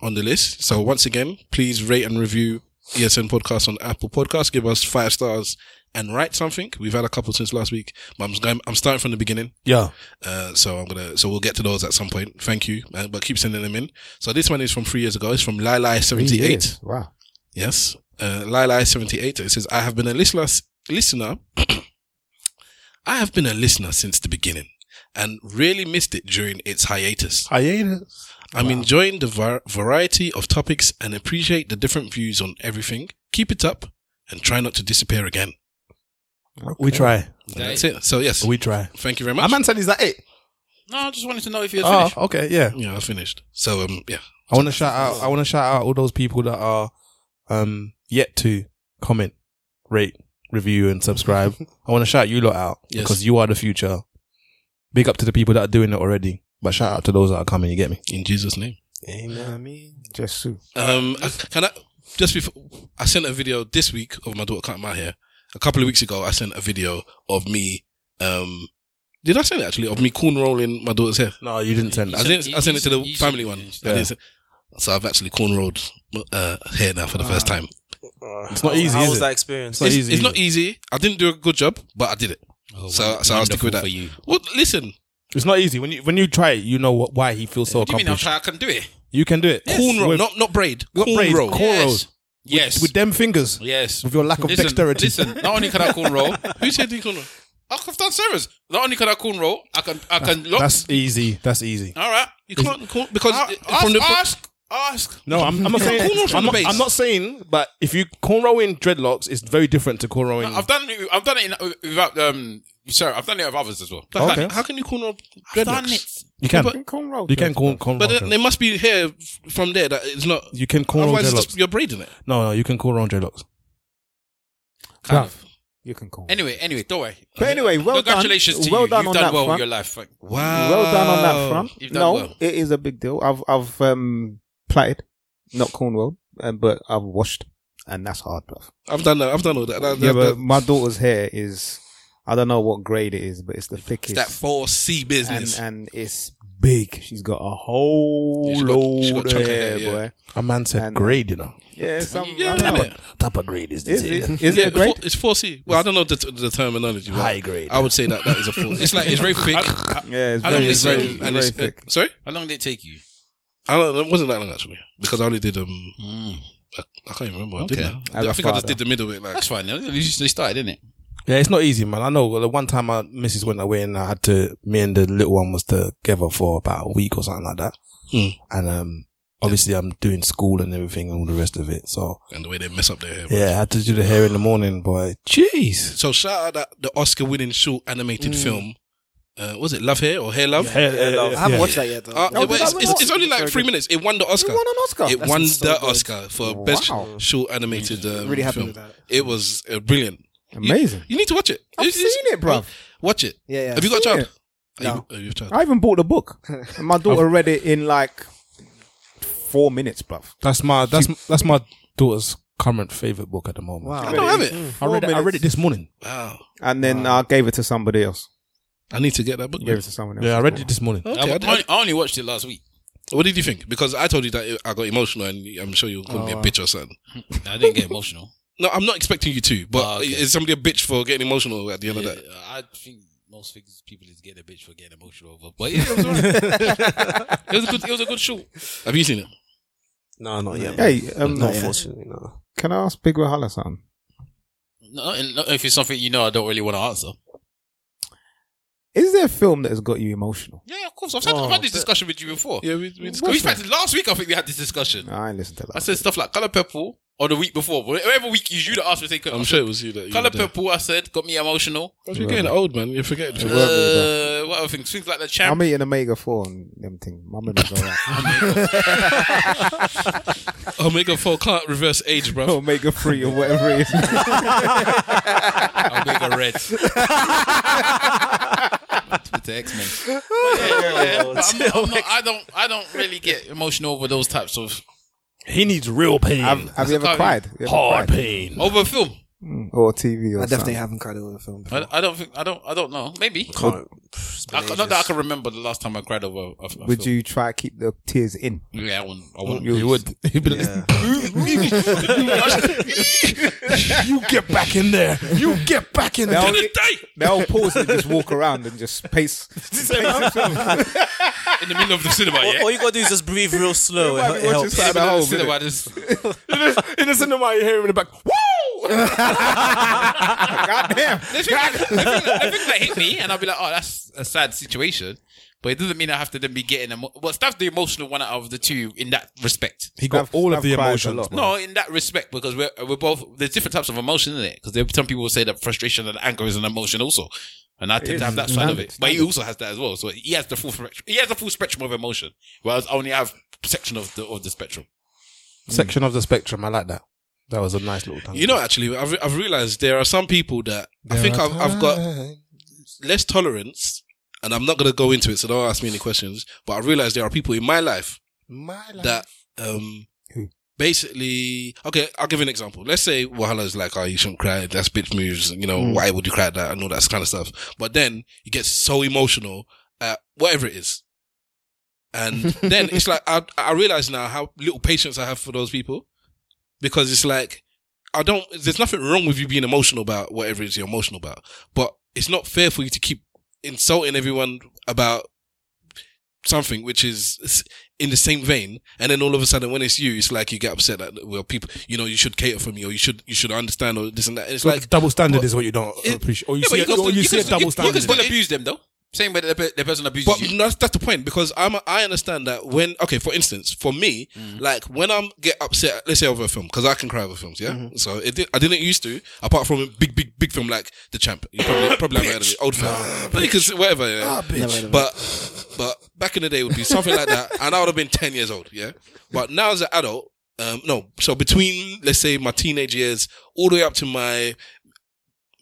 Speaker 1: on the list. So once again, please rate and review ESN Podcast on Apple Podcasts. Give us five stars and write something. We've had a couple since last week. But I'm, going- I'm starting from the beginning.
Speaker 4: Yeah.
Speaker 1: Uh, so I'm gonna. So we'll get to those at some point. Thank you, uh, but keep sending them in. So this one is from three years ago. It's from Lila seventy eight.
Speaker 6: Wow.
Speaker 1: Yes. Uh, Lila seventy eight. It says, "I have been a listener. Listener. I have been a listener since the beginning, and really missed it during its hiatus.
Speaker 10: hiatus.
Speaker 1: I'm enjoying the var- variety of topics and appreciate the different views on everything. Keep it up, and try not to disappear again.
Speaker 4: We try.
Speaker 1: And that's it. So yes,
Speaker 4: We try.
Speaker 1: thank you very
Speaker 4: My
Speaker 1: much.
Speaker 4: man said, "Is that it?"
Speaker 3: No, I just wanted to know if you're
Speaker 4: Oh,
Speaker 3: finished.
Speaker 4: okay, yeah.
Speaker 1: yeah, I finished. So um, yeah.
Speaker 4: I want to shout out. I want to shout out all those people that are um yet to comment, rate, review, and subscribe. I want to shout you lot out
Speaker 1: Yes.
Speaker 4: because you are the future. Big up to the people that are doing it already, but shout out to those that are coming. You get me?
Speaker 1: In Jesus' name.
Speaker 6: Just so.
Speaker 1: Um, I- can I just before I sent a video this week of my daughter cutting my hair. A couple of weeks ago, I sent a video of me. Um, did I send it actually of me corn rolling my daughter's hair?
Speaker 4: No, you didn't send
Speaker 1: I sent, I sent it to the family one. I didn't send- so I've actually corn rolled uh, hair now for the
Speaker 3: Ah,
Speaker 1: first time.
Speaker 4: It's not easy,
Speaker 5: How
Speaker 4: is
Speaker 5: was
Speaker 4: it?
Speaker 5: that experience?
Speaker 4: not
Speaker 1: it's,
Speaker 4: easy,
Speaker 1: it's
Speaker 4: is
Speaker 1: not
Speaker 4: it?
Speaker 1: easy. I didn't do a good job, but I did it. so so I'll stick with that.
Speaker 3: Oh, wonderful for you.
Speaker 1: Well, listen,
Speaker 4: It's not easy. When you when you try it, you know what, why he feels so
Speaker 3: What do you mean? I'm
Speaker 4: accomplished.
Speaker 3: trying. I can do it.
Speaker 4: you can do it.
Speaker 1: corn roll,
Speaker 4: With-
Speaker 1: not not braid,
Speaker 4: not
Speaker 1: corn
Speaker 4: braids,
Speaker 1: roll.
Speaker 4: cornrows.
Speaker 3: Yes.
Speaker 4: with them fingers.
Speaker 3: yes.
Speaker 4: With your lack of
Speaker 3: Listen,
Speaker 4: dexterity.
Speaker 3: Listen. Not only can I corn roll,
Speaker 1: Who said you corn roll?
Speaker 3: I've done service. Not only can I corn roll, I can. I can. Look.
Speaker 4: That's easy. That's easy.
Speaker 3: All right.
Speaker 1: You can't corn because
Speaker 3: I-
Speaker 1: it-
Speaker 3: ask,
Speaker 1: from the
Speaker 3: ask. Ask.
Speaker 4: No, I'm, I'm not saying.
Speaker 1: Cornrows from
Speaker 4: I'm
Speaker 1: the
Speaker 4: not,
Speaker 1: base.
Speaker 4: I'm not saying. But if you cornrowing dreadlocks, it's very different to cornrowing.
Speaker 3: I've done it. I've done it in, without. Um. Sorry. I've done it with others as well.
Speaker 1: Like,
Speaker 4: Okay.
Speaker 1: how, how can you corn roll dreadlocks?
Speaker 4: you can.
Speaker 1: but-
Speaker 4: You can corn cornrow.
Speaker 1: But
Speaker 4: dreadlocks.
Speaker 1: there must be hair f- from there that it's not.
Speaker 4: You can cornrow
Speaker 1: Otherwise, it's
Speaker 4: dreadlocks.
Speaker 1: just, you're braiding it.
Speaker 4: No, no, you can cornrow dreadlocks.
Speaker 3: Kind of.
Speaker 6: You can call.
Speaker 3: Anyway. Anyway. Don't worry.
Speaker 6: But anyway, well done.
Speaker 3: Congratulations to
Speaker 6: Well
Speaker 3: you.
Speaker 6: done
Speaker 3: You've
Speaker 6: on
Speaker 3: done
Speaker 6: that
Speaker 3: well with
Speaker 6: front.
Speaker 3: your life. Thank-
Speaker 1: Wow.
Speaker 6: Well done on that front.
Speaker 3: You've done
Speaker 6: No,
Speaker 3: well.
Speaker 6: it is a big deal. I've I've um plaited, not cornwall, um, but I've washed, and that's hard, bruv.
Speaker 1: I've done that. I've done all that. that,
Speaker 6: Yeah,
Speaker 1: that,
Speaker 6: but my daughter's hair is I don't know what grade it is, but it's the thickest.
Speaker 1: that four C
Speaker 6: and,
Speaker 1: business.
Speaker 6: and it's big. She's got a whole
Speaker 1: Yeah, she's got- she's
Speaker 6: load
Speaker 1: got
Speaker 6: of
Speaker 1: chunk of
Speaker 6: hair,
Speaker 1: hair, yeah.
Speaker 6: boy.
Speaker 4: A man said
Speaker 6: And-
Speaker 4: grade, you know.
Speaker 6: Yeah, some,
Speaker 1: yeah,
Speaker 6: I don't know.
Speaker 1: innit?
Speaker 10: Top of grade is this.
Speaker 6: Is it?
Speaker 10: here.
Speaker 6: Is
Speaker 1: Yeah,
Speaker 6: it a grade?
Speaker 1: It's four C. Well, I don't know the, the terminology. but
Speaker 10: High grade.
Speaker 1: I would say that that is a four. It's like it's very thick.
Speaker 6: Yeah, it's
Speaker 3: I don't
Speaker 6: very, it's
Speaker 3: think
Speaker 6: very,
Speaker 3: so.
Speaker 1: and
Speaker 6: very
Speaker 1: it's, uh,
Speaker 6: thick.
Speaker 1: sorry,
Speaker 3: How long did it take you?
Speaker 1: I don't, it wasn't that long actually because I only did um. I, I can't even remember. I did
Speaker 3: Mm. Okay.
Speaker 1: now.
Speaker 6: As
Speaker 1: I
Speaker 6: a
Speaker 1: think I just
Speaker 6: father.
Speaker 1: did the middle bit. Like
Speaker 3: That's fine. At least They started, didn't it?
Speaker 4: Yeah, it's not easy, man. I know. Well, the one time my missus went away and I had to, me and the little one was together for about a week or something like that.
Speaker 1: Hmm.
Speaker 4: And um, obviously I'm doing school and everything and all the rest of it. So
Speaker 1: and the way they mess up their hair.
Speaker 4: yeah, I had to do the hair in the morning, boy. Jeez.
Speaker 1: So shout out that the Oscar-winning short animated
Speaker 6: Mm.
Speaker 1: film. Uh, was it Love Hair or Hair Love?
Speaker 4: Hair, hair,
Speaker 9: I haven't
Speaker 4: yeah.
Speaker 9: watched that yet. Though.
Speaker 1: Uh,
Speaker 6: Oh,
Speaker 1: but
Speaker 6: did
Speaker 1: it's,
Speaker 6: that win
Speaker 1: it's,
Speaker 6: Oscar?
Speaker 1: it's only like
Speaker 9: Very
Speaker 1: three
Speaker 9: good.
Speaker 1: minutes. It won the
Speaker 6: It
Speaker 1: Oscar.
Speaker 6: won an Oscar.
Speaker 1: It
Speaker 6: Oh, That's
Speaker 1: won the
Speaker 6: so good.
Speaker 1: Oscar for best
Speaker 6: Wow.
Speaker 1: short animated um,
Speaker 9: Really happy
Speaker 1: film.
Speaker 9: with that.
Speaker 1: It was uh, brilliant.
Speaker 6: Amazing.
Speaker 1: You need to watch it.
Speaker 6: I've
Speaker 1: It's- it's-
Speaker 6: seen it, bruv.
Speaker 1: Watch it.
Speaker 9: Yeah, yeah.
Speaker 1: Have you got a
Speaker 6: Seen
Speaker 1: child? Are
Speaker 9: it. No.
Speaker 1: you, are you a child?
Speaker 6: I even bought the book. And My daughter read it in like four minutes, bruv.
Speaker 4: That's my, that's, that's my daughter's current favorite book at the moment.
Speaker 9: Wow.
Speaker 1: I don't have it.
Speaker 4: I read, it, I read it this morning.
Speaker 1: Wow.
Speaker 6: And then I gave it to somebody else.
Speaker 1: I need to get that book.
Speaker 6: Gave it to someone else.
Speaker 4: Yeah, I read it this morning.
Speaker 1: Okay,
Speaker 3: I,
Speaker 1: I-
Speaker 3: only, I only watched it last week.
Speaker 1: I- what did you think? Because I told you that I got emotional, and I'm sure you called me a bitch or something.
Speaker 3: I didn't get emotional.
Speaker 1: No, I'm not expecting you to. But
Speaker 3: Oh, okay.
Speaker 1: is somebody a bitch for getting emotional at the end of that?
Speaker 3: Yeah, I think most things people is getting a bitch for getting emotional over. But yeah, it was alright. it was a good. It was a good show.
Speaker 1: Have you seen it?
Speaker 5: No, not yet. man.
Speaker 6: Hey, um,
Speaker 5: No, unfortunately, no.
Speaker 6: can I ask Big Wahala something?
Speaker 3: No, and not if it's something you know, I don't really want to answer.
Speaker 6: Is there a film that has got you emotional?
Speaker 3: Yeah, of course. I've,
Speaker 4: Oh,
Speaker 3: said, I've had this discussion with you before.
Speaker 1: Yeah, we, we
Speaker 3: we had it last week. I think we had this discussion.
Speaker 6: I ain't listened to
Speaker 3: I
Speaker 6: that.
Speaker 3: said stuff like color purple or the week before, whatever week you should ask me. Think
Speaker 1: I'm sure it was you that you
Speaker 3: Color
Speaker 1: did.
Speaker 3: purple, I said, got me emotional.
Speaker 1: You're getting old, man. You're forgetting.
Speaker 6: It were me,
Speaker 3: Uh, what other things? Things like the champ.
Speaker 6: I'm eating omega four and them thing. My memory's alright.
Speaker 1: Omega four can't reverse age, bro.
Speaker 6: Omega three or whatever it is.
Speaker 1: Omega
Speaker 3: red. with the X Men. I don't. I don't really get emotional over those types of
Speaker 4: He needs real pain.
Speaker 6: Have, have you ever cried? You ever
Speaker 4: Hard
Speaker 6: cried?
Speaker 4: pain.
Speaker 3: over a film.
Speaker 6: Or TV or
Speaker 9: I definitely
Speaker 6: something.
Speaker 9: haven't cried over a film.
Speaker 3: I, I don't think. I don't. I don't know. Maybe.
Speaker 6: Can't-
Speaker 3: I, ca- not that I can remember the last time I cried over. A, a film.
Speaker 6: Would you try to keep the tears in?
Speaker 3: Yeah, I wouldn't. I wouldn't.
Speaker 6: You You would.
Speaker 10: He'd be
Speaker 4: you get back in there. You get back in
Speaker 6: They'll,
Speaker 4: there.
Speaker 6: they'll pause and just walk around and just pace.
Speaker 3: in the middle of the cinema.
Speaker 5: All,
Speaker 3: Yeah.
Speaker 5: all you gotta do is just breathe real slow.
Speaker 6: might be
Speaker 5: It, it
Speaker 6: watching
Speaker 5: helps.
Speaker 6: Side of Home,
Speaker 3: Cinema,
Speaker 6: innit?
Speaker 3: just-
Speaker 4: Oh, In the- in the cinema, you hear him in the back. Woo!
Speaker 6: Goddamn.
Speaker 3: I think, I think that hit me, and I'll be like, "Oh, that's a sad situation," but it doesn't mean I have to then be getting. Emo- well, that's the emotional one out of the two in that respect.
Speaker 4: He got
Speaker 6: I've-
Speaker 4: all of
Speaker 6: I've
Speaker 4: the
Speaker 6: cried a
Speaker 4: emotions.
Speaker 6: lot,
Speaker 4: man.
Speaker 3: No, in that respect, because we're we're both there's different types of emotion in it. Because there some people will say that frustration and anger is an emotion also, and I tend
Speaker 6: is.
Speaker 3: to have that side of
Speaker 6: Standard,
Speaker 3: it. But he also has that as well. So he has the full spectrum. He has the full spectrum of emotion, whereas I only have section of the of the spectrum.
Speaker 4: Section of the spectrum. I like that. That was a nice little time.
Speaker 1: You know, actually, I've I've realized there are some people that I think I've, I've got less tolerance, and I'm not gonna go into it, so don't ask me any questions. But I realized there are people in my life that um basically okay i'll give you an example let's say wahala's like oh you shouldn't cry that's bitch moves and, you know why would you cry at that and all that kind of stuff but then you get so emotional at whatever it is and then it's like I, I realize now how little patience i have for those people because it's like i don't there's nothing wrong with you being emotional about whatever it is you're emotional about but it's not fair for you to keep insulting everyone about something which is in the same vein and then all of a sudden when it's you it's like you get upset that well people you know you should cater for me or you should you should understand or this and that it's like
Speaker 4: like double standard is what you don't appreciate, or you
Speaker 3: Yeah, but
Speaker 4: see,
Speaker 3: can
Speaker 4: it, or
Speaker 3: still-
Speaker 4: you see
Speaker 3: can
Speaker 4: a
Speaker 3: still-
Speaker 4: double
Speaker 3: You
Speaker 4: standard.
Speaker 3: can still abuse them though. Same way that the, pe- the person abuses
Speaker 1: but
Speaker 3: you.
Speaker 1: that's, that's the point because I'm I understand that when okay for instance for me
Speaker 3: Mm.
Speaker 1: like when I'm get upset let's say over a film because I can cry over films yeah
Speaker 3: Mm-hmm.
Speaker 1: so it did, I didn't used to apart from a big big big film like The Champ you probably probably haven't heard of it old film
Speaker 3: Ah,
Speaker 1: but because whatever yeah but but back in the day it would be something like that and I would have been ten years old yeah but now as an adult um no so between let's say my teenage years all the way up to my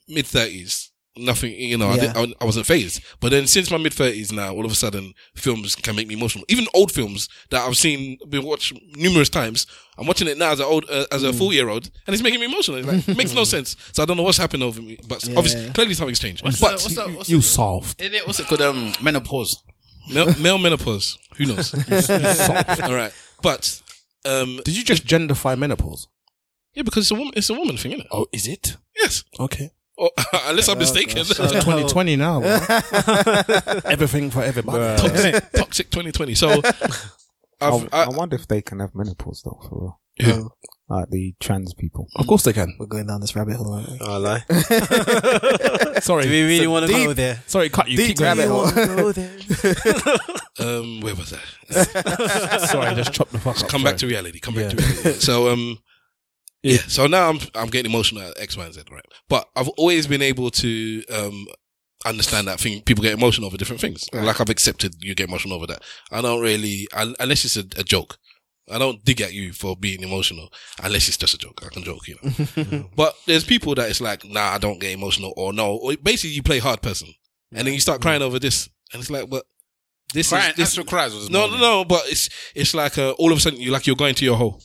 Speaker 1: mid thirties, nothing. You know,
Speaker 9: Yeah.
Speaker 1: I, did, I, I wasn't phased. But then since my mid thirties now, all of a sudden, films can make me emotional. Even old films that I've seen, been watched numerous times. I'm watching it now as a old, uh, as a four year old, and it's making me emotional. It's like, it makes no sense. So I don't know what's happened over me, but obviously, clearly something's changed.
Speaker 3: What's
Speaker 1: but
Speaker 3: the- what's the- what's
Speaker 4: You solved.
Speaker 3: Isn't it- what's it called? Um, menopause.
Speaker 1: male, male menopause, who knows? All right, but um,
Speaker 4: Did you just genderfy menopause?
Speaker 1: yeah, because it's a woman, it's a woman thing, isn't it?
Speaker 4: Oh, is it?
Speaker 1: Yes,
Speaker 4: Okay.
Speaker 1: or, unless I'm mistaken.
Speaker 4: It's 2020 now. man. Everything for everybody.
Speaker 1: toxic, toxic 2020. So.
Speaker 6: I,
Speaker 1: I've, I,
Speaker 6: Oh, I wonder if they can have menopause though, for
Speaker 1: Yeah.
Speaker 6: real. Like the trans people.
Speaker 4: Of course they can.
Speaker 9: We're going down this rabbit hole, aren't we?
Speaker 5: I lie.
Speaker 4: Sorry.
Speaker 5: Do we really want to
Speaker 6: deep-
Speaker 5: go there?
Speaker 4: Sorry, cut you. Keep going.
Speaker 5: Go there.
Speaker 1: um, where was I?
Speaker 4: Sorry, just chop the fuck up.
Speaker 1: come back to reality. Come back to reality. So um, yeah. So now I'm I'm getting emotional at X, Y, and Z, right? But I've always been able to um understand that thing. People get emotional over different things. Like I've accepted you get emotional over that. I don't really un- unless it's a, a joke. I don't dig at you for being emotional unless it's just a joke. I can joke, you know. but there's people that it's like, nah, I don't get emotional, or no, or basically you play hard person, and then you start crying over this, and it's like, but this
Speaker 3: Crying,
Speaker 1: is this,
Speaker 3: actual cries was
Speaker 1: no, no,
Speaker 3: morning.
Speaker 1: no. But it's it's like uh, all of a sudden you like you're going to your hole.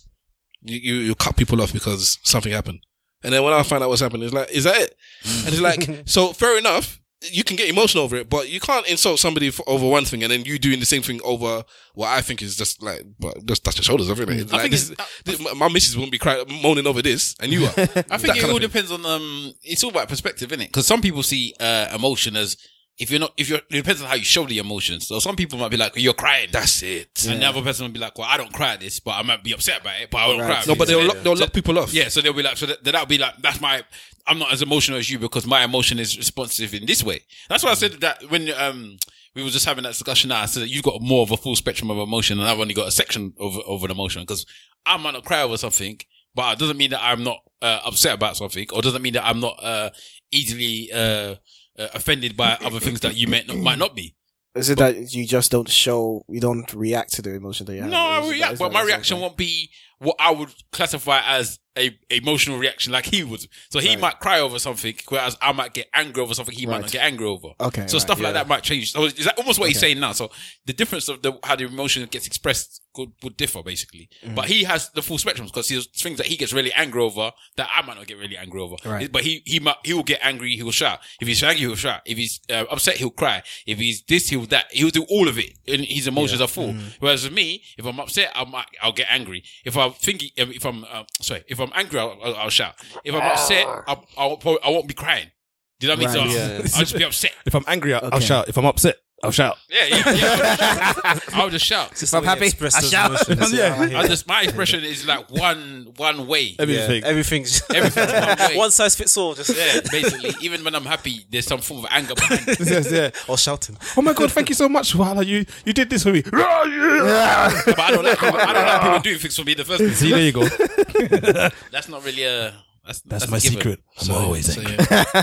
Speaker 1: You, you you cut people off because something happened, and then when I find out what's happened, it's like is that it? and it's like so fair enough. You can get emotional over it, but you can't insult somebody for, over one thing and then you doing the same thing over what I think is just like but just touch your shoulders. I think, like,
Speaker 3: I think
Speaker 1: this,
Speaker 3: it's- uh,
Speaker 1: this- my- my missus won't be crying moaning over this, and you are.
Speaker 3: I think it all depends on um. It's all about perspective, isn't it? Because some people see uh emotion as if you're not if you're it depends on how you show the emotion. So some people might be like you're crying,
Speaker 1: That's it.
Speaker 3: and the other person will be like, well, I don't cry at this, but I might be upset about it, but I don't cry. at
Speaker 1: No,
Speaker 3: this.
Speaker 1: but they'll
Speaker 3: Yeah.
Speaker 1: lock, they'll lock people off.
Speaker 3: Yeah, so they'll be like, so that, that'll be like, that's my, I'm not as emotional as you because my emotion is responsive in this way. That's why I said that when, um, we were just having that discussion now, I said that you've got more of a full spectrum of emotion and I've only got a section of, of an emotion because I might not cry over something, but it doesn't mean that I'm not uh, upset about something, or doesn't mean that I'm not uh, easily uh, uh, offended by other things that you might not, might not be.
Speaker 9: Is it that you just don't show, you don't react to the emotion that you have?
Speaker 3: No, I react, but my reaction won't be what I would classify as a emotional reaction, like he would. So he might cry over something, whereas I might get angry over something he might not get angry over.
Speaker 9: Okay,
Speaker 3: so
Speaker 9: right,
Speaker 3: stuff
Speaker 9: yeah.
Speaker 3: like that might change. So is that almost what he's saying now? So the difference of the how the emotion gets expressed could, would differ basically.
Speaker 9: Mhm.
Speaker 3: But he has the full spectrum because there's things that he gets really angry over that I might not get really angry over.
Speaker 9: Right.
Speaker 3: But he he might he will get angry, he will shout. If he's angry, he'll shout. If he's uh, upset, he'll cry. If he's this, he'll that. He'll do all of it, and his emotions are full.
Speaker 9: Mm-hmm.
Speaker 3: Whereas with me, if I'm upset, I might I'll get angry. If I'm thinking, um, if I'm uh, sorry, if I'm angry, I'll, I'll, I'll shout. If I'm upset, I, I won't probably, I won't be crying. Do you know what I mean?
Speaker 4: Right,
Speaker 3: So
Speaker 4: yeah, yeah.
Speaker 3: I'll just be upset.
Speaker 4: If I'm angry, I'll, I'll
Speaker 3: Okay.
Speaker 4: shout. If I'm upset, I'll shout.
Speaker 3: Yeah, yeah, yeah. I'll just shout.
Speaker 4: Just the I'm way you happy, express I those shout. emotions. Yeah.
Speaker 3: I just my expression is like one one way.
Speaker 5: Everything. Yeah, everything's-
Speaker 3: everything's one way.
Speaker 5: One size fits all, just-
Speaker 3: yeah. Basically, even when I'm happy, there's some form of anger behind. it.
Speaker 5: Or shouting.
Speaker 4: Oh my god! Thank you so much, Wala. You you did this for me.
Speaker 3: but I don't like people, I don't like people doing things for me in the first place.
Speaker 4: See, there you go.
Speaker 3: That's not really a. That's,
Speaker 4: That's
Speaker 3: a
Speaker 4: my
Speaker 3: given.
Speaker 4: secret. I'm always angry.
Speaker 3: yeah.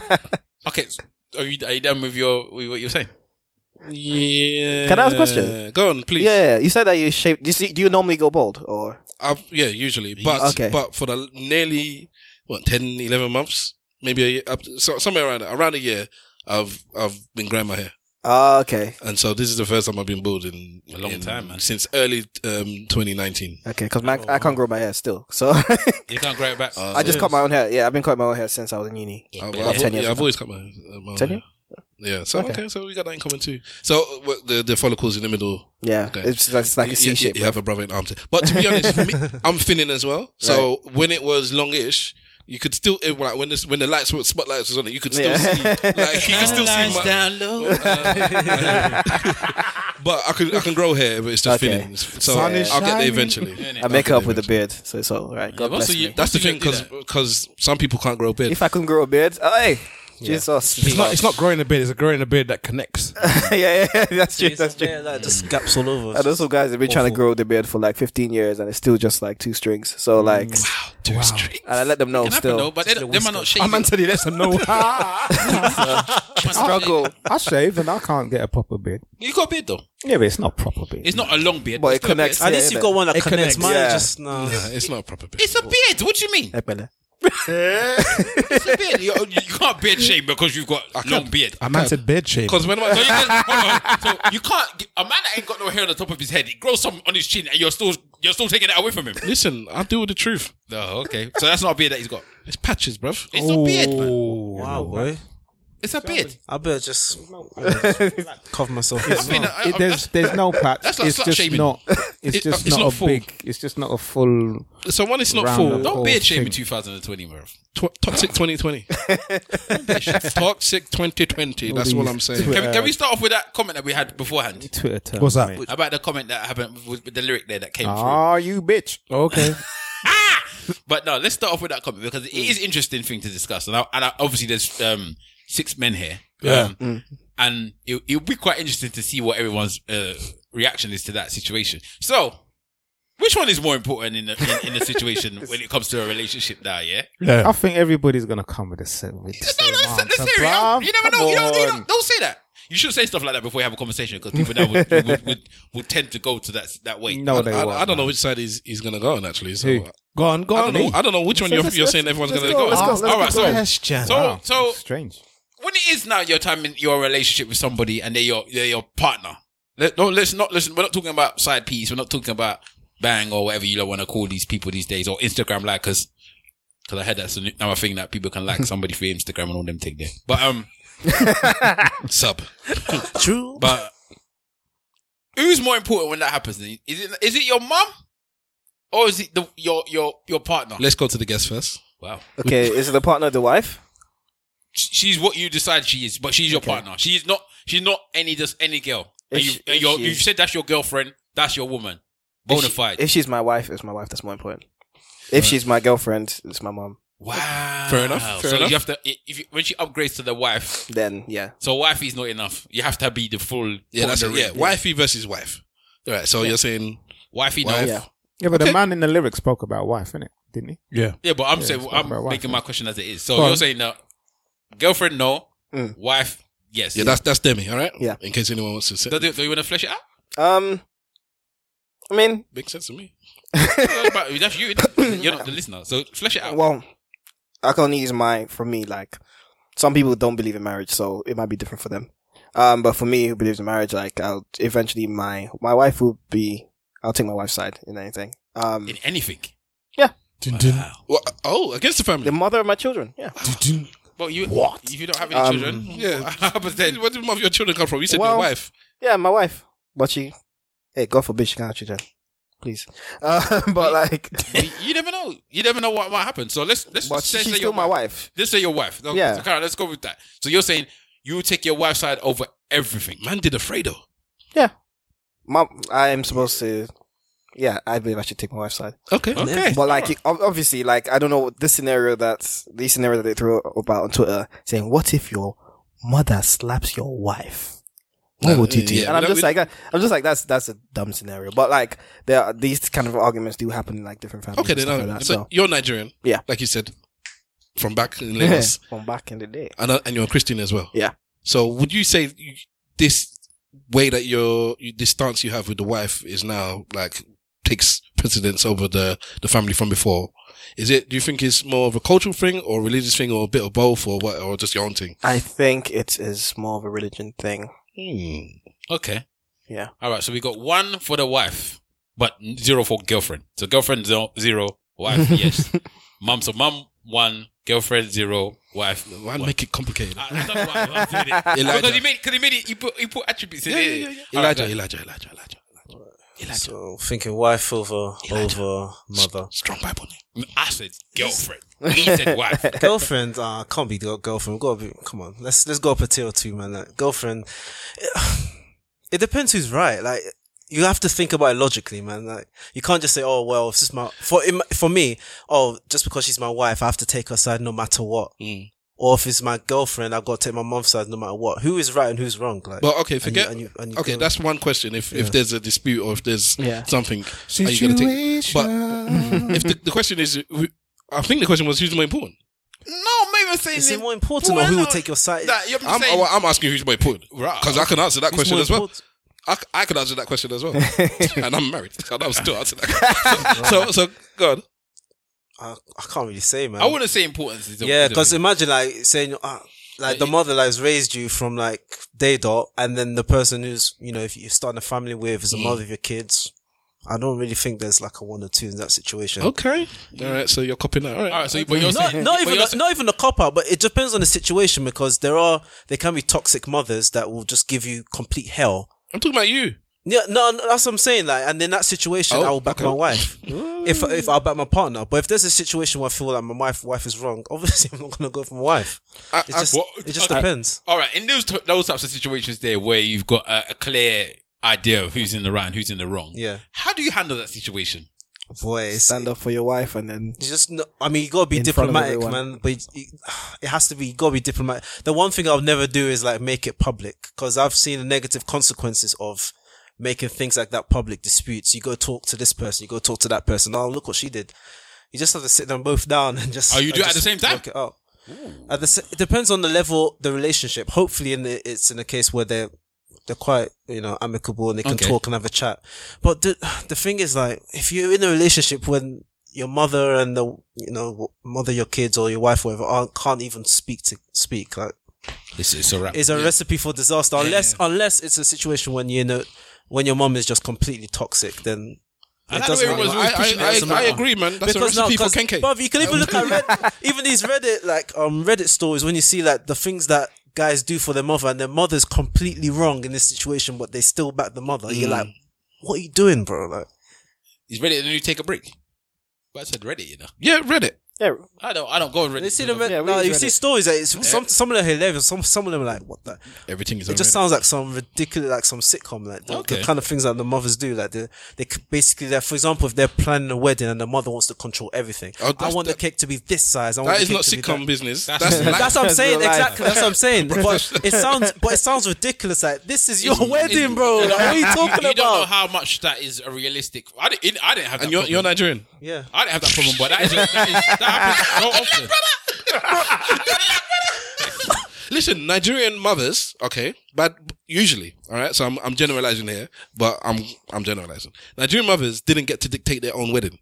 Speaker 3: okay, so are you are you done with your with what you're saying? Yeah.
Speaker 9: Can I ask a question?
Speaker 1: Go on, please.
Speaker 9: Yeah, you said that you shape. Do you, see- do you normally go bald or?
Speaker 1: I've, yeah, usually, but
Speaker 9: Okay.
Speaker 1: but for the nearly what 10, 11 months, maybe a year, up to, so, somewhere around around a year, I've I've been growing my hair,
Speaker 9: Ah, okay.
Speaker 1: and so this is the first time I've been bald in a long
Speaker 3: time, man.
Speaker 1: since early um, twenty nineteen.
Speaker 9: Okay, because I can't grow my hair still, so
Speaker 3: You can't grow it back.
Speaker 9: I just cut my own hair. Yeah, I've been cutting my own hair since I was in uni.
Speaker 1: I've,
Speaker 9: About
Speaker 1: I've-
Speaker 9: 10 years
Speaker 1: yeah, I've
Speaker 9: ago.
Speaker 1: always cut my, uh, my own
Speaker 9: Ten
Speaker 1: hair.
Speaker 9: years?
Speaker 1: Yeah, so
Speaker 9: Okay.
Speaker 1: okay. so we got that in common too. So uh, what- the the follicles in the middle.
Speaker 9: Yeah, it's- that's like a
Speaker 1: You-
Speaker 9: C
Speaker 1: you-
Speaker 9: shape,
Speaker 1: You
Speaker 9: bro.
Speaker 1: have a brother in arms. But to be honest, for me, I'm thinning as well. So when it was longish. You could still it- like when this when the lights were spotlights was on it. You could still
Speaker 2: Yeah.
Speaker 1: see like you could still see
Speaker 2: Lights
Speaker 1: my,
Speaker 2: down low.
Speaker 1: but I can I can grow hair, but it's just
Speaker 9: Okay.
Speaker 1: thinning. So
Speaker 9: Sun is
Speaker 1: I'll get there
Speaker 9: shining.
Speaker 1: eventually.
Speaker 9: I make up with a beard, so it's all right. God bless me.
Speaker 1: That's the thing because some people can't grow a beard.
Speaker 9: If I couldn't grow a beard, oh, hey, Jesus.
Speaker 4: It's not, it's not growing a beard, it's a growing a beard that connects.
Speaker 9: yeah, yeah, that's true. That's true.
Speaker 5: like just gaps all over.
Speaker 9: And also, guys have been trying to grow the beard for like 15 years, and it's still just like two strings. So like,
Speaker 1: two strings.
Speaker 9: And I let them know
Speaker 3: It Mm. can happen
Speaker 9: still.
Speaker 3: though, but they, they might not shave.
Speaker 4: I'm Anthony, let them know.
Speaker 3: Struggle.
Speaker 6: I shave and I can't get a proper beard.
Speaker 3: You got a beard though.
Speaker 6: Yeah, but it's not proper beard.
Speaker 3: It's not a long beard.
Speaker 6: But
Speaker 3: it's
Speaker 6: it
Speaker 3: still a beard.
Speaker 6: connects, At least yeah, you've got one that It connects. connects. Mine Yeah. just-
Speaker 5: no.
Speaker 1: it's not a proper beard.
Speaker 3: It's a beard. What do you mean? It's a beard. You, you can't beard shave because you've got long beard.
Speaker 4: I man said beard shape.
Speaker 1: Because when
Speaker 3: So you, can, hold on. So you can't. get- A man that ain't got no hair on the top of his head, it grows some on his chin, and you're still you're still taking that away from him.
Speaker 1: Listen, I deal with the truth.
Speaker 3: No, Oh, okay. So that's not a beard that he's got.
Speaker 1: It's patches, bruv.
Speaker 3: It's not beard, man.
Speaker 5: Wow, boy.
Speaker 3: It's a beard.
Speaker 5: I better just cover myself.
Speaker 3: It's been a- I-
Speaker 6: It- there's there's no patch.
Speaker 3: That's like
Speaker 6: it's
Speaker 3: slut
Speaker 6: just
Speaker 3: shaming.
Speaker 6: not.
Speaker 3: It-
Speaker 6: It's just
Speaker 3: it's
Speaker 6: not, a
Speaker 3: not full.
Speaker 6: big. It's just not a full.
Speaker 1: So one, it's not
Speaker 6: round
Speaker 1: full.
Speaker 6: of
Speaker 3: Don't
Speaker 6: whole
Speaker 3: beard shave
Speaker 6: thing.
Speaker 3: in 2020, bro.
Speaker 1: Tw- toxic 2020. toxic 2020. That's what I'm saying.
Speaker 3: Can we, can we start off with that comment that we had beforehand?
Speaker 6: Twitter term,
Speaker 4: What's that? mate.
Speaker 3: About the comment that happened with with the lyric there that came through.
Speaker 6: Ah, you bitch.
Speaker 4: Okay.
Speaker 3: But no, let's start off with that comment because it is interesting thing to discuss. And, I, and I, obviously, there's um, six men here.
Speaker 4: Yeah.
Speaker 3: Um, And it, it'll be quite interesting to see what everyone's uh, reaction is to that situation. So, which one is more important in the, in, in the situation when it comes to a relationship now, yeah?
Speaker 6: I think everybody's gonna come with a set. With the same
Speaker 3: That's
Speaker 6: answer,
Speaker 3: it, you know?
Speaker 6: bruv.
Speaker 3: You never
Speaker 6: Come
Speaker 3: know. You don't, you
Speaker 6: on.
Speaker 3: don't, don't say that. You should say stuff like that before you have a conversation because people now would, would, would, would tend to go to that that way.
Speaker 6: No,
Speaker 1: I,
Speaker 6: they
Speaker 1: I-
Speaker 6: won't.
Speaker 1: I don't know which side he's, he's gonna go on actually. So
Speaker 6: Who?
Speaker 4: Go on, go
Speaker 1: I
Speaker 4: on.
Speaker 1: don't know. I don't know which one
Speaker 6: So
Speaker 1: you're,
Speaker 6: let's-
Speaker 1: you're
Speaker 6: let's-
Speaker 1: saying everyone's
Speaker 6: let's
Speaker 1: gonna
Speaker 6: go,
Speaker 1: go.
Speaker 6: let's go, let's
Speaker 1: All right,
Speaker 6: go.
Speaker 1: so
Speaker 4: Question.
Speaker 3: So,
Speaker 6: Wow.
Speaker 3: so
Speaker 6: Strange.
Speaker 3: when it is now your time in your relationship with somebody and they're your they're your partner. Let, no, let's not listen. We're not talking about side piece. We're not talking about bang or whatever you don't want to call these people these days or Instagram likers. Because I heard that's another thing that people can like somebody through Instagram and all them thing there. But um, sub.
Speaker 5: True.
Speaker 3: But who's more important when that happens? Then? Is it is it your mum or is it the, your your your partner?
Speaker 1: let's go to the guest first.
Speaker 3: Wow,
Speaker 9: Okay, is the partner the wife?
Speaker 3: she's what you decide she is, but she's your partner. She's not. She's not any just any girl. And
Speaker 9: If
Speaker 3: you,
Speaker 9: she-
Speaker 3: and
Speaker 9: if
Speaker 3: you're,
Speaker 9: she
Speaker 3: you've
Speaker 9: is-
Speaker 3: said that's your girlfriend. That's your woman. Bona fide.
Speaker 9: If she's my wife, it's my wife. That's more important. If she's my girlfriend, it's my mom.
Speaker 3: wow.
Speaker 1: Fair enough, fair
Speaker 3: Ah, so
Speaker 1: enough.
Speaker 3: you have to if you, when she upgrades to the wife.
Speaker 9: Then yeah,
Speaker 3: So wife is not enough. You have to be the full.
Speaker 1: Yeah, that's
Speaker 3: the
Speaker 1: it. Yeah, wifey versus wife. All right, so you're saying
Speaker 3: Wifey, no.
Speaker 1: wife.
Speaker 9: Yeah.
Speaker 6: Yeah, but the man in the lyric spoke about wife, innit? didn't he?
Speaker 3: Yeah, but I'm
Speaker 6: Yeah,
Speaker 3: saying
Speaker 6: spoke
Speaker 3: I'm
Speaker 6: about wife,
Speaker 3: making
Speaker 6: yeah.
Speaker 3: my question as it is. So
Speaker 6: Go
Speaker 3: you're
Speaker 6: on.
Speaker 3: saying no, girlfriend no, wife yes.
Speaker 1: Yeah, that's that's Demi, all right?
Speaker 9: Yeah.
Speaker 1: In case anyone wants to say
Speaker 3: Do, do, do you want to flesh it out?
Speaker 9: Um, I mean,
Speaker 1: makes sense to me.
Speaker 3: But that's you. You're not the listener, so flesh it out.
Speaker 9: Uh, well, I can only use my for me. Like some people don't believe in marriage, so it might be different for them. Um, but for me, who believes in marriage, like I'll eventually my my wife will be. I'll take my wife's side in anything. Um,
Speaker 3: in anything.
Speaker 9: Yeah.
Speaker 1: Well, oh, against the family.
Speaker 9: The mother of my children. Yeah.
Speaker 3: Well, you
Speaker 9: What?
Speaker 3: if you don't have any
Speaker 9: Um,
Speaker 3: children?
Speaker 1: Yeah.
Speaker 3: but then
Speaker 1: where did one of your children come from? You said
Speaker 9: Well,
Speaker 1: your wife.
Speaker 9: Yeah, my wife. But she, hey, God forbid she can't have children. Please. Uh, but like,
Speaker 3: You, you never know. You never know what might happen. So let's let's
Speaker 9: But
Speaker 3: say,
Speaker 9: she's
Speaker 3: say
Speaker 9: still
Speaker 3: your
Speaker 9: my wife.
Speaker 3: Let's say your wife. No,
Speaker 9: Yeah.
Speaker 3: So, Karen, let's go with that. So you're saying you will take your wife's side over everything.
Speaker 1: Man did Fredo.
Speaker 9: yeah. Mom, I am supposed to. Yeah, I believe I should take my wife's side.
Speaker 1: Okay.
Speaker 3: Okay.
Speaker 9: But like, ob- obviously, like I don't know this scenario that's the scenario that they threw about on Twitter saying, "What if your mother slaps your wife? What
Speaker 1: No,
Speaker 9: would you do?"
Speaker 1: yeah,
Speaker 9: and I'm
Speaker 1: we don't-
Speaker 9: just
Speaker 1: we-
Speaker 9: like, I- I'm just like, that's that's a dumb scenario. But like, there are, these kind of arguments do happen in like different families.
Speaker 1: Okay,
Speaker 9: and
Speaker 1: then
Speaker 9: stuff
Speaker 1: uh,
Speaker 9: like that,
Speaker 1: but
Speaker 9: so
Speaker 1: you're Nigerian.
Speaker 9: Yeah.
Speaker 1: Like you said, from back in Lagos,
Speaker 9: from back in the day,
Speaker 1: and uh, and you're a Christian as well.
Speaker 9: Yeah.
Speaker 1: So would you say you- this way that your you- this stance you have with the wife is now like takes precedence over the the family from before? Is it? Do you think it's more of a cultural thing or a religious thing or a bit of both or what or just your own thing?
Speaker 9: I think it is more of a religion thing.
Speaker 3: Okay.
Speaker 9: Yeah.
Speaker 3: All right. So we got one for the wife, but zero for girlfriend. So girlfriend zo- zero, wife yes. Mum. So mum one, girlfriend zero, wife.
Speaker 1: Why
Speaker 3: one.
Speaker 1: make it complicated?
Speaker 3: I, I don't know why Ah, I'm doing it.
Speaker 1: Elijah.
Speaker 3: Because he made, because he made it, he put, he put attributes in
Speaker 1: Yeah,
Speaker 3: it.
Speaker 1: yeah, yeah, yeah.
Speaker 3: All right,
Speaker 1: Elijah,
Speaker 3: go.
Speaker 1: Elijah, Elijah, Elijah,
Speaker 5: So thinking wife over over mother.
Speaker 1: Strong Bible name.
Speaker 3: "Mm, I said girlfriend. He said wife.
Speaker 5: girlfriend, uh, can't be the girlfriend. Got to be. Come on, let's let's go up a tier or two, man. Like, girlfriend, it depends who's right. Like you have to think about it logically, man. Like you can't just say, oh well, if this is my for in- for me, oh just because she's my wife, I have to take her side no matter what. Or if it's my girlfriend, I have got to take my mom's side no matter what. Who is right and who's wrong? Like,
Speaker 1: Well, okay,
Speaker 5: and you-
Speaker 1: forget.
Speaker 5: and you- and you
Speaker 1: okay,
Speaker 5: go-
Speaker 1: that's one question. If
Speaker 5: Yeah.
Speaker 1: if there's a dispute or if there's
Speaker 9: Yeah.
Speaker 1: something, are you going to take? But if the, the question is, who- I think the question was who's more important.
Speaker 3: No, maybe I'm saying
Speaker 5: Is it
Speaker 3: it-
Speaker 5: more important or
Speaker 3: Well,
Speaker 5: who will
Speaker 3: no,
Speaker 5: take your side?
Speaker 3: That, you're
Speaker 1: I'm,
Speaker 3: saying,
Speaker 1: well, I'm asking who's more important
Speaker 3: Right.
Speaker 1: because I can answer that
Speaker 5: Who's
Speaker 1: question
Speaker 5: more
Speaker 1: as well.
Speaker 5: important?
Speaker 1: I, c- I can answer that question as well, and I'm married, so I'm still answering that. Question. so, so, so God,
Speaker 5: I, I can't really say, man.
Speaker 3: I wouldn't say importance. Is a-
Speaker 5: Yeah,
Speaker 3: is a-
Speaker 5: because imagine like saying, uh, like the mother like has raised you from like day dot, and then the person who's you know if you're starting a family with is the mother of your kids. I don't really think there's like a one or two in that situation.
Speaker 1: okay, all right. So you're copying that, all right?
Speaker 3: All right, so you- but you're
Speaker 5: Not,
Speaker 3: saying,
Speaker 5: not
Speaker 3: but
Speaker 5: even
Speaker 3: you're
Speaker 5: not even a cop out, but it depends on the situation because there are there can be toxic mothers that will just give you complete hell.
Speaker 1: I'm talking about you.
Speaker 5: Yeah, no, no, that's what I'm saying. Like, and in that situation,
Speaker 1: Oh,
Speaker 5: I will back
Speaker 1: okay.
Speaker 5: my wife. if if I'll back my partner, but if there's a situation where I feel like my wife wife is wrong, obviously I'm not gonna go for my wife. It just
Speaker 3: what-
Speaker 5: it just
Speaker 3: I-
Speaker 5: depends.
Speaker 3: All right, in those t- those types of situations there where you've got a, a clear idea of who's in the right and who's in the wrong.
Speaker 5: Yeah.
Speaker 3: How do you handle that situation?
Speaker 5: Voice.
Speaker 9: Stand up for your wife, and then
Speaker 5: You just, no, I mean, you gotta be
Speaker 9: In front of
Speaker 5: diplomatic,
Speaker 9: everyone.
Speaker 5: man. But you- it has to be, you gotta be diplomatic. The one thing I'll never do is like make it public because I've seen the negative consequences of making things like that public disputes. You go talk to this person, you go talk to that person. Oh, look what she did. You just have to sit them both down and just.
Speaker 3: Oh, you do
Speaker 5: and
Speaker 3: it at the
Speaker 5: just
Speaker 3: same time?
Speaker 5: work it out. At the, se- it depends on the level, the relationship. Hopefully, in the, it's in a case where they're they're quite you know amicable and they can
Speaker 3: Okay.
Speaker 5: talk and have a chat. But the the thing is, like, if you're in a relationship when your mother and the you know mother of your kids or your wife, whatever, aren't, can't even speak to speak, like,
Speaker 3: It's, it's a wrap.
Speaker 5: is a recipe for disaster. Unless unless it's a situation when you know when your mom is just completely toxic, then.
Speaker 3: I
Speaker 5: It
Speaker 3: like the
Speaker 5: doesn't
Speaker 3: way it was-
Speaker 5: matter.
Speaker 3: was pushing it
Speaker 1: I,
Speaker 3: doesn't
Speaker 1: I, I
Speaker 3: matter.
Speaker 1: agree, man. That's a
Speaker 5: now-
Speaker 1: recipe for
Speaker 5: 'cause,
Speaker 1: Kenke.
Speaker 5: bruv, you can even look at Red, even these Reddit like um Reddit stories when you see like the things that guys do for their mother and their mother's completely wrong in this situation, but they still back the mother. You're
Speaker 3: Mm.
Speaker 5: like, what are you doing, bro? Like,
Speaker 3: He's ready and then you take a break. But I said ready, you know.
Speaker 1: yeah, read it.
Speaker 9: yeah,
Speaker 3: I don't I don't go ready.
Speaker 5: they see them.
Speaker 9: we
Speaker 5: no,
Speaker 9: use
Speaker 5: you see
Speaker 9: Reddit.
Speaker 5: stories that it's, some some of them are hilarious. Some some of them are like, what the.
Speaker 1: Everything is.
Speaker 5: It just sounds like some ridiculous, like some sitcom, like the,
Speaker 3: Okay.
Speaker 5: the kind of things that the mothers do. Like they, they c- basically, like, for example, if they're planning a wedding and the mother wants to control everything,
Speaker 1: Oh,
Speaker 5: I
Speaker 1: that's
Speaker 5: want the,
Speaker 1: the-
Speaker 5: cake to be this size. I
Speaker 1: That
Speaker 5: want the
Speaker 1: is
Speaker 5: cake
Speaker 1: not
Speaker 5: to be that-
Speaker 1: sitcom business. That's,
Speaker 5: That's what I'm saying.
Speaker 9: real life.
Speaker 5: Exactly. That's what I'm saying. But it sounds, but it sounds ridiculous. Like this is your wedding, bro. Like, what are you talking
Speaker 3: You don't know
Speaker 5: about?
Speaker 3: how much that is a realistic. I didn't, I didn't have that.
Speaker 1: and you're,
Speaker 3: problem.
Speaker 1: you're Nigerian.
Speaker 5: Yeah.
Speaker 3: I didn't have that problem, but that, is, that, is, that happens so often.
Speaker 1: Listen, Nigerian mothers, okay, but usually, all right. So I'm, I'm generalizing here, but I'm I'm generalizing. Nigerian mothers didn't get to dictate their own wedding.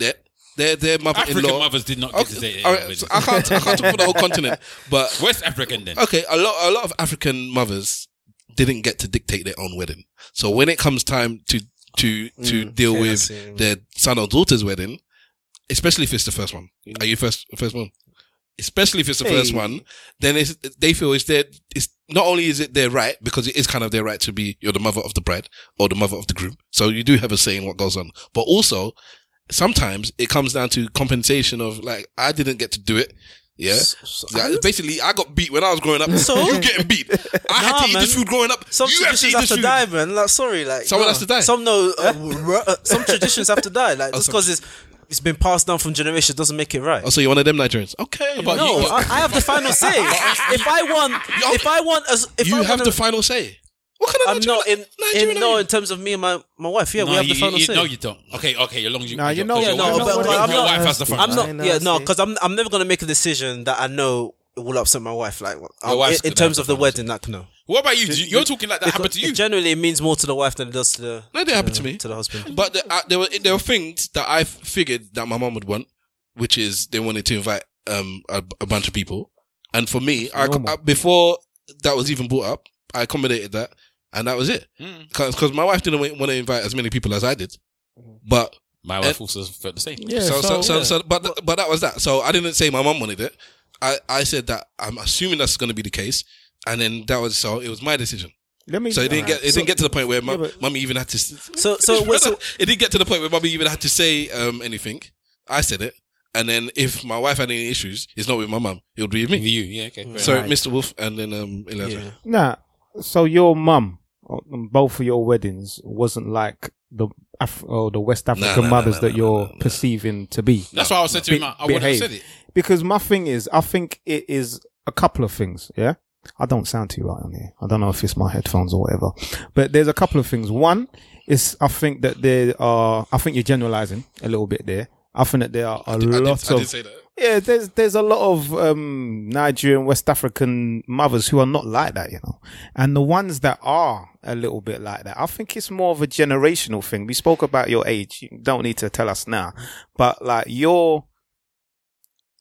Speaker 1: Their their their mother-in-law
Speaker 3: African mothers did not get to dictate their
Speaker 1: all
Speaker 3: own
Speaker 1: right, so I
Speaker 3: wedding.
Speaker 1: can't I can't talk for the whole continent, but
Speaker 3: West African then.
Speaker 1: Okay, a lot a lot of African mothers didn't get to dictate their own wedding. So when it comes time to to to
Speaker 3: Mm,
Speaker 1: deal
Speaker 3: yeah, I see what you mean.
Speaker 1: with their son or daughter's wedding, especially if it's the first one. Are you first first one? Especially if it's the first
Speaker 3: Mm. Hey.
Speaker 1: one, then it's, they feel it's their it's not only is it their right because it is kind of their right to be you're the mother of the bride or the mother of the groom, so you do have a say in what goes on. But also, sometimes it comes down to compensation of like I didn't get to do it. Yeah, Like, basically I got beat when I was growing up.
Speaker 5: So?
Speaker 1: you getting beat. I had
Speaker 5: Nah,
Speaker 1: to eat this
Speaker 5: man.
Speaker 1: food growing up.
Speaker 5: Some
Speaker 1: you have to
Speaker 5: traditions
Speaker 1: eat
Speaker 5: have
Speaker 1: this
Speaker 5: to
Speaker 1: food.
Speaker 5: die, man. Like, sorry, like
Speaker 1: Someone
Speaker 5: nah.
Speaker 1: has to die.
Speaker 5: Some know. Uh, r- uh, some traditions have to die. Like just because it's it's been passed down from generation doesn't make it right.
Speaker 1: Oh, so you're one of them Nigerians? Okay,
Speaker 5: no, I, I have the final say. if I want, if I want, as if
Speaker 1: you
Speaker 5: I
Speaker 1: have
Speaker 5: wanna-
Speaker 1: the final say.
Speaker 5: I'm not in, in no in terms of me and my, my wife. Yeah,
Speaker 3: no,
Speaker 5: we have
Speaker 3: you,
Speaker 5: the final
Speaker 3: you,
Speaker 5: say.
Speaker 3: No, you don't. Okay, okay, as long as you.
Speaker 5: Nah,
Speaker 3: you
Speaker 5: know,
Speaker 3: don't, 'cause
Speaker 5: yeah,
Speaker 3: your
Speaker 5: no,
Speaker 3: wife-
Speaker 5: but, but I'm
Speaker 3: your
Speaker 5: not.
Speaker 3: wife has the final
Speaker 5: I'm
Speaker 3: say.
Speaker 5: not. Yeah, no, because I'm I'm never gonna make a decision that I know it will upset my wife. Like um, in,
Speaker 3: wife's
Speaker 5: in
Speaker 3: gonna
Speaker 5: terms of the wedding, like no.
Speaker 3: What about you? You're talking like that happened to you.
Speaker 5: It generally, it means more to the wife than it does to the.
Speaker 1: No, it didn't happen to
Speaker 5: the-
Speaker 1: me.
Speaker 5: To the husband.
Speaker 1: But the, uh, there were there were things that I figured that my mum would want, which is they wanted to invite um a, a bunch of people, and for me, I,
Speaker 6: Normal.
Speaker 1: I- before that was even brought up, I accommodated that, and that was it.
Speaker 3: Mm.
Speaker 1: Because my wife didn't want to invite as many people as I did, but
Speaker 3: My wife also felt the same.
Speaker 1: Mm-hmm. yeah, so, so, so, so- but but that was that. So I didn't say my mum wanted it. I, I said that I'm assuming that's going to be the case, and then that was so it was my decision.
Speaker 6: Let me-
Speaker 1: so it didn't
Speaker 6: Alright.
Speaker 1: get it
Speaker 6: So-
Speaker 1: didn't get to the point where mum,
Speaker 6: Yeah, but-
Speaker 1: mummy even had to. s-
Speaker 5: So so wait, so
Speaker 1: it didn't get to the point where mummy even had to say um, anything. I said it, and then if my wife had any issues, it's not with my mum; it would be with me.
Speaker 3: you, yeah, okay. fair
Speaker 1: So
Speaker 3: enough.
Speaker 1: Mr. Wolf, and then um, Elijah.
Speaker 6: Nah. So your mum, on both of your weddings, wasn't like the Af- or the West African
Speaker 3: nah,
Speaker 6: mothers that you're perceiving to be.
Speaker 3: That's why I said to him, I I wouldn't have
Speaker 6: behave.
Speaker 3: said it.
Speaker 6: Because my thing is, I think it is a couple of things. Yeah. I don't sound too right on here. I don't know if it's my headphones or whatever, but there's a couple of things. One is I think that there are, I think you're generalizing a little bit there. I think that there are a lot
Speaker 1: I
Speaker 6: of,
Speaker 1: did say that.
Speaker 6: yeah, there's there's a lot of um, Nigerian West African mothers who are not like that, you know, and the ones that are a little bit like that, I think it's more of a generational thing. We spoke about your age; you don't need to tell us now, but like your,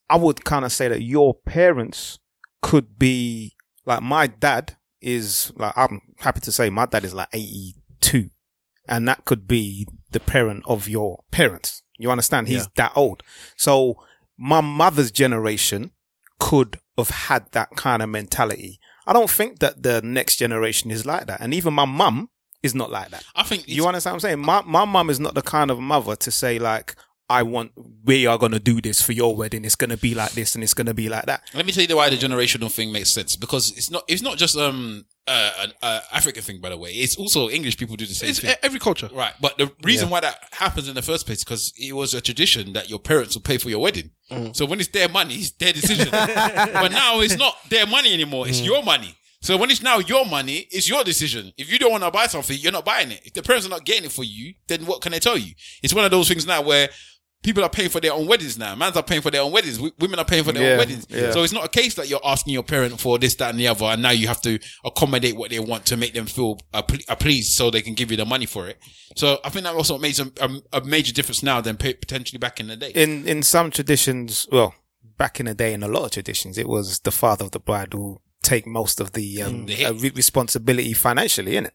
Speaker 6: I would kind of say that your parents could be like my dad is like I'm happy to say my dad is like 82, and that could be the parent of your parents. You understand? He's
Speaker 11: Yeah.
Speaker 6: that old. So my mother's generation could have had that kind of mentality. I don't think that the next generation is like that. And even my mum is not like that.
Speaker 3: I think
Speaker 6: you understand what I'm saying? My my mum is not the kind of mother to say like, I want we are gonna do this for your wedding. It's gonna be like this and it's gonna be like that.
Speaker 3: Let me tell you why the generational thing makes sense because it's not it's not just um uh, an uh, African thing by the way it's also English people do the same
Speaker 1: It's
Speaker 3: thing
Speaker 1: e- every culture
Speaker 3: right but the reason why that happens in the first place because it was a tradition that your parents would pay for your wedding
Speaker 1: Mm.
Speaker 3: so when it's their money it's their decision but now it's not their money anymore
Speaker 1: Mm.
Speaker 3: it's your money so when it's now your money it's your decision if you don't want to buy something you're not buying it if the parents are not getting it for you then what can they tell you it's one of those things now where People are paying for their own weddings now. Mans are paying for their own weddings. W- women are paying for their
Speaker 1: Yeah,
Speaker 3: own weddings.
Speaker 1: yeah.
Speaker 3: So it's not a case that you're asking your parent for this, that, and the other, and now you have to accommodate what they want to make them feel uh, ple- uh, pleased, so they can give you the money for it. So I think that also makes a, a, a major difference now than p- potentially back in the day.
Speaker 6: In in some traditions, well, back in the day, in a lot of traditions, it was the father of the bride who take most of the, um,
Speaker 3: Mm, the hit.
Speaker 6: uh, re- responsibility financially, innit?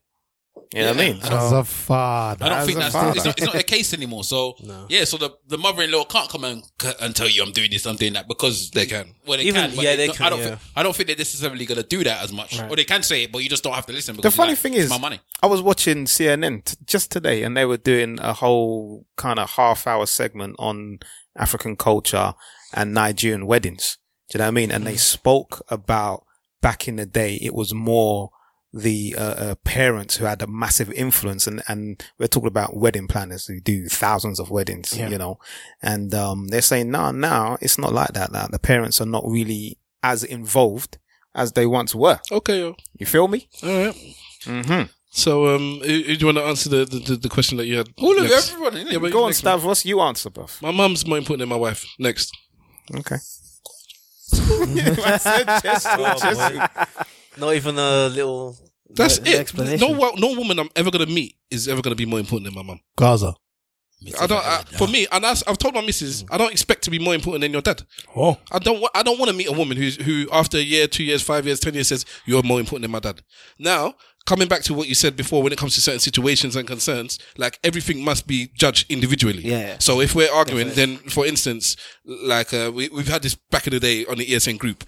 Speaker 6: You know what I mean?
Speaker 10: As a father.
Speaker 3: I don't think
Speaker 6: as
Speaker 3: that's
Speaker 6: a
Speaker 3: it's
Speaker 6: father.
Speaker 3: not, it's not the case anymore. So yeah, so the, the mother-in-law can't come and c- and tell you I'm doing this, I'm doing that because they
Speaker 1: can.
Speaker 3: Well, they
Speaker 5: Even-
Speaker 3: can. but
Speaker 5: yeah, they
Speaker 3: don't-
Speaker 5: can,
Speaker 3: I don't.
Speaker 5: yeah.
Speaker 3: Think, I don't think they're necessarily going to do that as much, or they can say it, but you just don't have to listen.
Speaker 6: The
Speaker 3: Because
Speaker 6: funny
Speaker 3: like,
Speaker 6: thing
Speaker 3: it's
Speaker 6: is,
Speaker 3: my money.
Speaker 6: I was watching CNN t- just today, and they were doing a whole kind of half-hour segment on African culture and Nigerian weddings. Do you know what I mean? And they spoke about back in the day, it was more the uh, uh, parents who had a massive influence, and and we're talking about wedding planners who do thousands of weddings,
Speaker 11: Yeah.
Speaker 6: you know, and um, they're saying, no, now it's not like that. Now the parents are not really as involved as they once were.
Speaker 1: Okay, yo.
Speaker 6: You feel me?
Speaker 1: all right.
Speaker 6: Mm-hmm.
Speaker 1: So, um, who, who do you want to answer the, the, the, the question that you had?
Speaker 3: All of
Speaker 1: next?
Speaker 3: everyone, innit?
Speaker 1: Yeah, but
Speaker 6: Go on,
Speaker 1: next
Speaker 6: Stavros. You answer, bruv.
Speaker 1: one. My mum's more important than my wife. Next.
Speaker 6: Okay.
Speaker 5: Oh, Not even a little.
Speaker 1: That's
Speaker 5: an
Speaker 1: it.
Speaker 5: explanation.
Speaker 1: No, wo- no woman I'm ever gonna meet is ever gonna be more important than my mum.
Speaker 10: Gaza.
Speaker 1: I don't. I, for me, and I, have told my missus, I don't expect to be more important than your dad.
Speaker 10: Oh.
Speaker 1: I don't. wa- I don't want to meet a woman who's who after a year, two years, five years, ten years says you're more important than my dad. Now, coming back to what you said before, when it comes to certain situations and concerns, like everything must be judged individually.
Speaker 9: Yeah.
Speaker 1: So if we're arguing, then for instance, like uh, we, we've had this back in the day on the ESN group.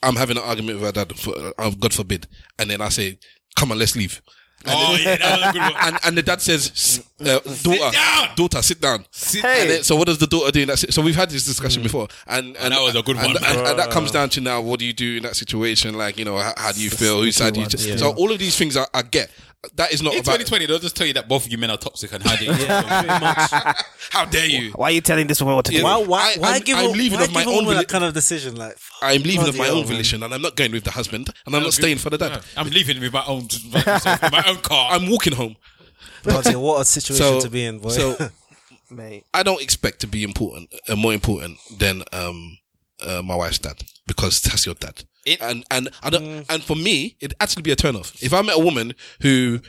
Speaker 1: I'm having an argument with my dad, for, uh, God forbid, and then I say, "Come on, let's leave." And
Speaker 3: Oh,
Speaker 1: then-
Speaker 3: yeah, that was a good one.
Speaker 1: and, and the dad says, "S- uh, daughter,
Speaker 3: down!"
Speaker 1: daughter, sit down.
Speaker 6: Hey.
Speaker 1: And then- so what does the daughter do in that? si- So we've had this discussion before, and, and
Speaker 3: Hmm. that was a good
Speaker 1: and-
Speaker 3: one,
Speaker 1: And,
Speaker 3: man.
Speaker 1: and that comes down to now, what do you do in that situation? Like, you know, how, how do you feel? Whose side do you? t- So all of these things I, I get. That is not
Speaker 3: In
Speaker 1: about.
Speaker 3: 2020, they'll just tell you that both of you men are toxic and hiding.
Speaker 1: How dare you?
Speaker 9: Why are you telling this woman what to do?
Speaker 1: Yeah.
Speaker 5: Why, why,
Speaker 1: I-
Speaker 5: why
Speaker 1: I'm-
Speaker 5: give
Speaker 1: I'm
Speaker 5: a,
Speaker 1: leaving
Speaker 5: why
Speaker 1: of my
Speaker 5: give a
Speaker 1: own
Speaker 5: woman
Speaker 1: veli-
Speaker 5: that kind of decision? Like, fuck.
Speaker 1: I'm leaving of
Speaker 5: Bloody
Speaker 1: my
Speaker 5: hell,
Speaker 1: own
Speaker 5: man.
Speaker 1: volition, and I'm not going with the husband, and I'm not staying for the dad.
Speaker 3: I'm leaving with my own, my own car.
Speaker 1: I'm walking home.
Speaker 5: Bloody hell, what a situation
Speaker 1: So
Speaker 5: to be in, boy.
Speaker 1: so
Speaker 9: Mate.
Speaker 1: I don't expect to be important, uh, more important than um uh, my wife's dad because that's your dad. and and I don't,
Speaker 5: Mm.
Speaker 1: and for me, it'd actually be a turn off if I met a woman who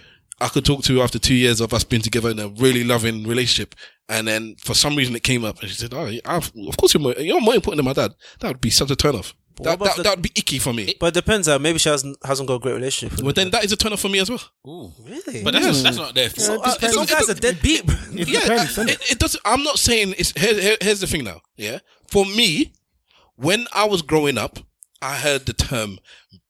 Speaker 1: I could talk to after two years of us being together in a really loving relationship, and then for some reason it came up and she said, "Oh, i of course you're more, you're more important than my dad." That would be such a turn off. That
Speaker 5: about
Speaker 1: that,
Speaker 5: the-
Speaker 1: that would be icky for me.
Speaker 5: but it depends. Uh, maybe she hasn't, hasn't got a great relationship. With
Speaker 1: But then that is a turn off for me as well.
Speaker 5: really?
Speaker 3: But that's, that's not their fault.
Speaker 5: uh, some guys are deadbeat. bro.
Speaker 1: yeah, it, it doesn't. I'm not saying it's. Here, here- here's the thing now. Yeah, for me, when I was growing up, I heard the term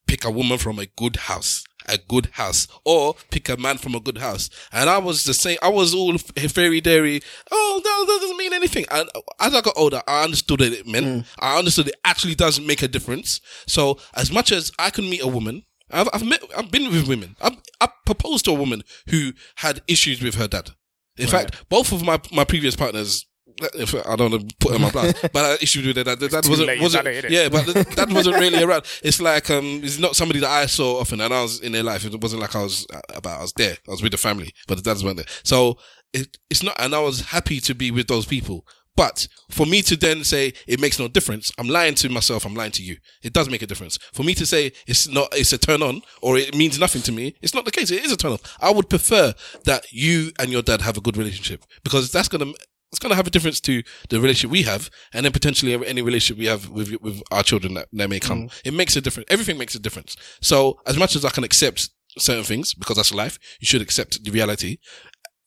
Speaker 1: "pick a woman from a good house." A good house, or pick a man from a good house, and I was the same. I was all f- fairy dairy. Oh, no, that doesn't mean anything. And as I got older, I understood what it meant. I understood it actually does make a difference. So, as much as I can meet a woman, I've, I've met, I've been with women. I, I proposed to a woman who had issues with her dad. In fact, both of my, my previous partners, if I don't want to put them on blast, but I had issues with their dad. Their dad wasn't,
Speaker 6: late,
Speaker 1: wasn't
Speaker 6: that ain't it.
Speaker 1: yeah, but the- that wasn't really around. It's like um, it's not somebody that I saw often, and I was in their life. It wasn't like I was uh, about. I was there. I was with the family, but the dads weren't there. So it, it's not, and I was happy to be with those people. But for me to then say it makes no difference, I'm lying to myself. I'm lying to you. It does make a difference. For me to say it's not, it's a turn on or it means nothing to me. It's not the case. It is a turn off. I would prefer that you and your dad have a good relationship because that's gonna it's going to have a difference to the relationship we have, and then potentially any relationship we have with with our children that, that may come. It makes a difference. Everything makes a difference. So as much as I can accept certain things because that's life, you should accept the reality.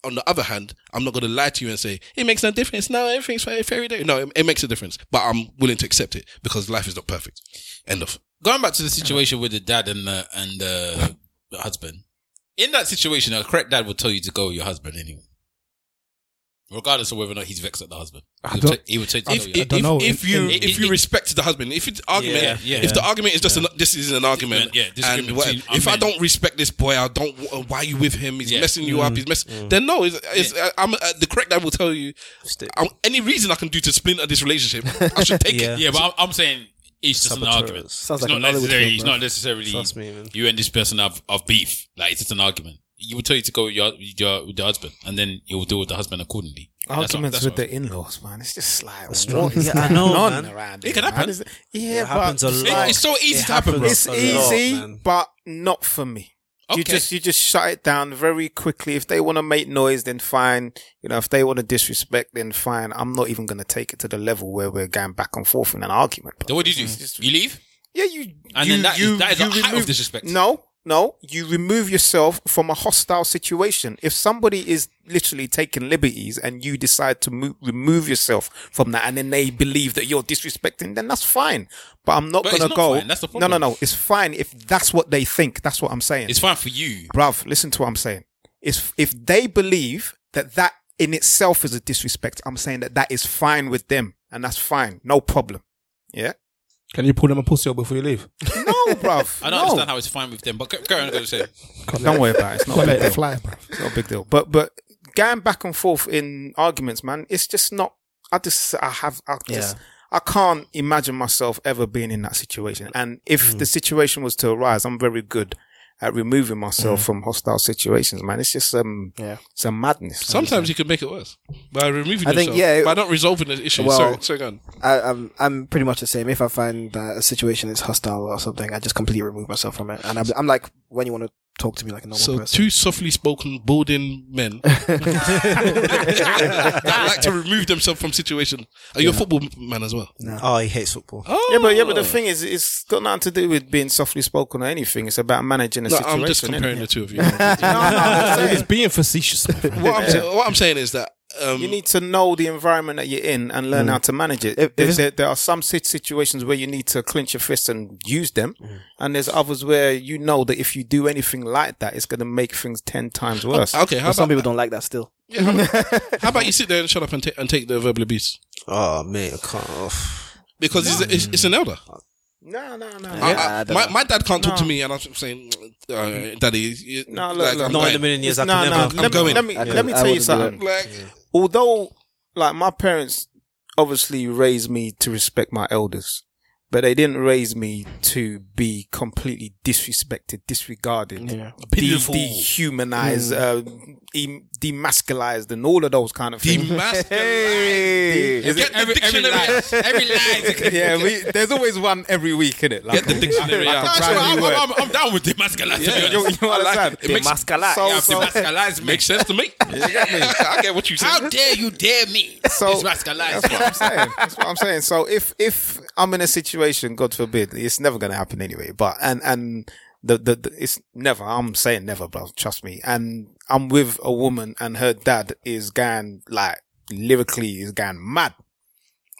Speaker 1: On the other hand, I'm not going to lie to you and say it makes no difference. No, everything's fair, fairy day. No, it, it makes a difference, but I'm willing to accept it because life is not perfect. End of.
Speaker 3: going back to the situation with the dad and the and the, the husband. In that situation, a correct dad would tell you to go with your husband anyway, regardless of whether or not he's vexed at the husband. He would,
Speaker 10: don't-
Speaker 3: t- he would tell you
Speaker 1: If,
Speaker 3: to go.
Speaker 1: if,
Speaker 3: with your
Speaker 10: know.
Speaker 1: if you
Speaker 3: It-
Speaker 1: if
Speaker 3: it-
Speaker 1: you
Speaker 3: it-
Speaker 1: respect the husband, if it's argument,
Speaker 3: Yeah, yeah.
Speaker 1: if the argument is just an, this is an argument,
Speaker 3: Yeah, yeah, disagreement
Speaker 1: and whatever,
Speaker 3: between
Speaker 1: if I
Speaker 3: men.
Speaker 1: don't respect this boy, I don't. w- Why are you with him? He's
Speaker 3: Yeah. Mm.
Speaker 1: messing you up. He's mess. Then no, it's, it's, I'm uh, the correct dad will tell you. um, any reason I can do to splinter this relationship, I should take
Speaker 5: Yeah.
Speaker 1: it.
Speaker 3: Yeah, but I'm, I'm saying it's just an
Speaker 5: Saboteurs.
Speaker 3: argument.
Speaker 9: Sounds
Speaker 3: it's
Speaker 9: like a
Speaker 3: not
Speaker 9: Nollywood
Speaker 3: necessarily.
Speaker 9: film,
Speaker 3: it's
Speaker 9: bruv.
Speaker 3: not necessarily
Speaker 5: Trust me, man.
Speaker 3: you and this person have, have beef. Like it's just an argument. He would tell you to go with your, with your with the husband, and then you will deal with the husband accordingly. That's what-
Speaker 6: Arguments
Speaker 3: that's
Speaker 6: with
Speaker 3: what-
Speaker 6: the in-laws, man. It's just like
Speaker 5: strong-
Speaker 6: what is
Speaker 5: Yeah, I
Speaker 6: going
Speaker 5: know,
Speaker 6: on
Speaker 5: man.
Speaker 6: around
Speaker 3: It
Speaker 6: here,
Speaker 3: can
Speaker 6: man?
Speaker 3: happen.
Speaker 6: It's- Yeah,
Speaker 5: It happens
Speaker 6: but
Speaker 5: a
Speaker 3: It-
Speaker 5: lot.
Speaker 3: it's so easy
Speaker 5: It
Speaker 3: to happen, bro.
Speaker 5: happens.
Speaker 6: It's
Speaker 5: a lot,
Speaker 6: easy,
Speaker 5: man.
Speaker 6: but not for me. You
Speaker 3: Okay.
Speaker 6: just you just shut it down very quickly. If they want to make noise, then fine. You know, if they want to disrespect, then fine. I'm not even going to take it to the level where we're going back and forth in an argument.
Speaker 3: Then what do you do? you leave?
Speaker 6: Yeah, you.
Speaker 3: And
Speaker 6: you,
Speaker 3: then that is-
Speaker 6: you,
Speaker 3: that is
Speaker 6: you
Speaker 3: a height of
Speaker 6: remove-
Speaker 3: disrespect.
Speaker 6: No, no, you remove yourself from a hostile situation. If somebody is literally taking liberties and you decide to mo- remove yourself from that, and then they believe that you're disrespecting, then that's fine. But I'm not
Speaker 3: But it's
Speaker 6: gonna
Speaker 3: not
Speaker 6: go.
Speaker 3: fine. That's the
Speaker 6: No,
Speaker 3: problem.
Speaker 6: no, no. It's fine if that's what they think. That's what I'm saying.
Speaker 3: It's fine for you.
Speaker 6: Bruv, listen to what I'm saying. If if they believe that that in itself is a disrespect, I'm saying that that is fine with them, and that's fine, no problem. Yeah.
Speaker 4: Can you pull them a pussy up before you leave?
Speaker 6: No, bruv.
Speaker 3: I don't
Speaker 6: no.
Speaker 3: understand how it's fine with them, but go- go on. Go on, say.
Speaker 6: Don't worry about it. It's not a big deal.
Speaker 10: fly, bro.
Speaker 6: It's not a big deal. But but going back and forth in arguments, man, it's just not. I just I have I just I can't imagine myself ever being in that situation. And if the situation was to arise, I'm very good at removing myself
Speaker 1: Mhm.
Speaker 6: from hostile situations, man. It's just um,
Speaker 9: yeah.
Speaker 6: some madness.
Speaker 1: Sometimes you can make it worse by removing
Speaker 9: I think,
Speaker 1: yourself,
Speaker 9: yeah, it-
Speaker 1: by not resolving the issue.
Speaker 9: Well,
Speaker 1: sorry, sorry, go on.
Speaker 9: I, I'm I'm pretty much the same. If I find that a situation is hostile or something, I just completely remove myself from it. And I'm, I'm like, when you want to talk to me like a normal
Speaker 1: So
Speaker 9: person.
Speaker 1: two softly spoken, balding men that like to remove themselves from situation. Are you a football man as well?
Speaker 5: Oh, he hates football.
Speaker 1: Oh.
Speaker 6: Yeah, but yeah, but the thing is, it's got nothing to do with being softly spoken or anything. It's about managing a
Speaker 1: No,
Speaker 6: situation.
Speaker 1: I'm just
Speaker 6: innit?
Speaker 1: comparing the two of you.
Speaker 4: It's being facetious. my friend.
Speaker 1: What I'm, saying, what I'm saying is that um,
Speaker 6: you need to know the environment that you're in and learn
Speaker 4: Mm.
Speaker 6: how to manage it.
Speaker 4: If- if
Speaker 6: there,
Speaker 4: it's-
Speaker 6: there, there are some sit- situations where you need to clench your fist and use them, and there's others where you know that if you do anything like that, it's going to make things ten times worse.
Speaker 1: oh, okay, how
Speaker 9: But some
Speaker 1: about-
Speaker 9: people don't like that still.
Speaker 1: Yeah, how, about, how about you sit there and shut up and, ta- and take the verbal abuse?
Speaker 5: Oh man, I can't.
Speaker 1: Because it's, it's, it's an elder.
Speaker 6: No, no, no.
Speaker 1: I- I-
Speaker 5: I don't
Speaker 1: my,
Speaker 5: know.
Speaker 1: my dad can't talk to
Speaker 6: No.
Speaker 1: me, and I'm saying, uh, Daddy, you-
Speaker 6: No, look,
Speaker 1: like,
Speaker 6: look,
Speaker 1: I'm
Speaker 5: Not in
Speaker 1: going.
Speaker 5: a million years. I
Speaker 6: No,
Speaker 5: could
Speaker 6: no,
Speaker 5: never.
Speaker 1: I'm
Speaker 6: let me,
Speaker 1: going.
Speaker 6: let me,
Speaker 9: I
Speaker 6: let
Speaker 9: could-
Speaker 6: me
Speaker 9: I
Speaker 6: tell you
Speaker 9: wouldn't do
Speaker 6: something.
Speaker 9: that.
Speaker 1: Like,
Speaker 6: although like my parents obviously raised me to respect my elders but they didn't raise me to be completely disrespected disregarded
Speaker 9: Yeah.
Speaker 6: de-
Speaker 1: Pitiful.
Speaker 6: dehumanized uh, em- demasculized and all of those kind of things
Speaker 1: Demasculized.
Speaker 6: Hey.
Speaker 1: Get the dictionary out. Every line.
Speaker 6: yeah we, there's always one every week in it like
Speaker 1: Get the dictionary
Speaker 6: like a
Speaker 1: out.
Speaker 6: brand
Speaker 1: I'm,
Speaker 6: new
Speaker 1: I'm-
Speaker 6: word.
Speaker 1: I'm- I'm down with demasculate. to be honest.
Speaker 6: you, you understand
Speaker 1: It makes-
Speaker 5: Demasculate.
Speaker 6: so,
Speaker 1: Yeah,
Speaker 6: Oh, so-
Speaker 1: demasculate makes sense to me. I get what you said.
Speaker 3: How dare you dare me?
Speaker 6: So-
Speaker 3: It's rascalized.
Speaker 6: That's what I'm saying. That's what I'm saying. So if if I'm in a situation, God forbid, it's never going to happen anyway. But and and the, the the it's never. I'm saying never, bro. Trust me. And I'm with a woman, and her dad is going like lyrically is going mad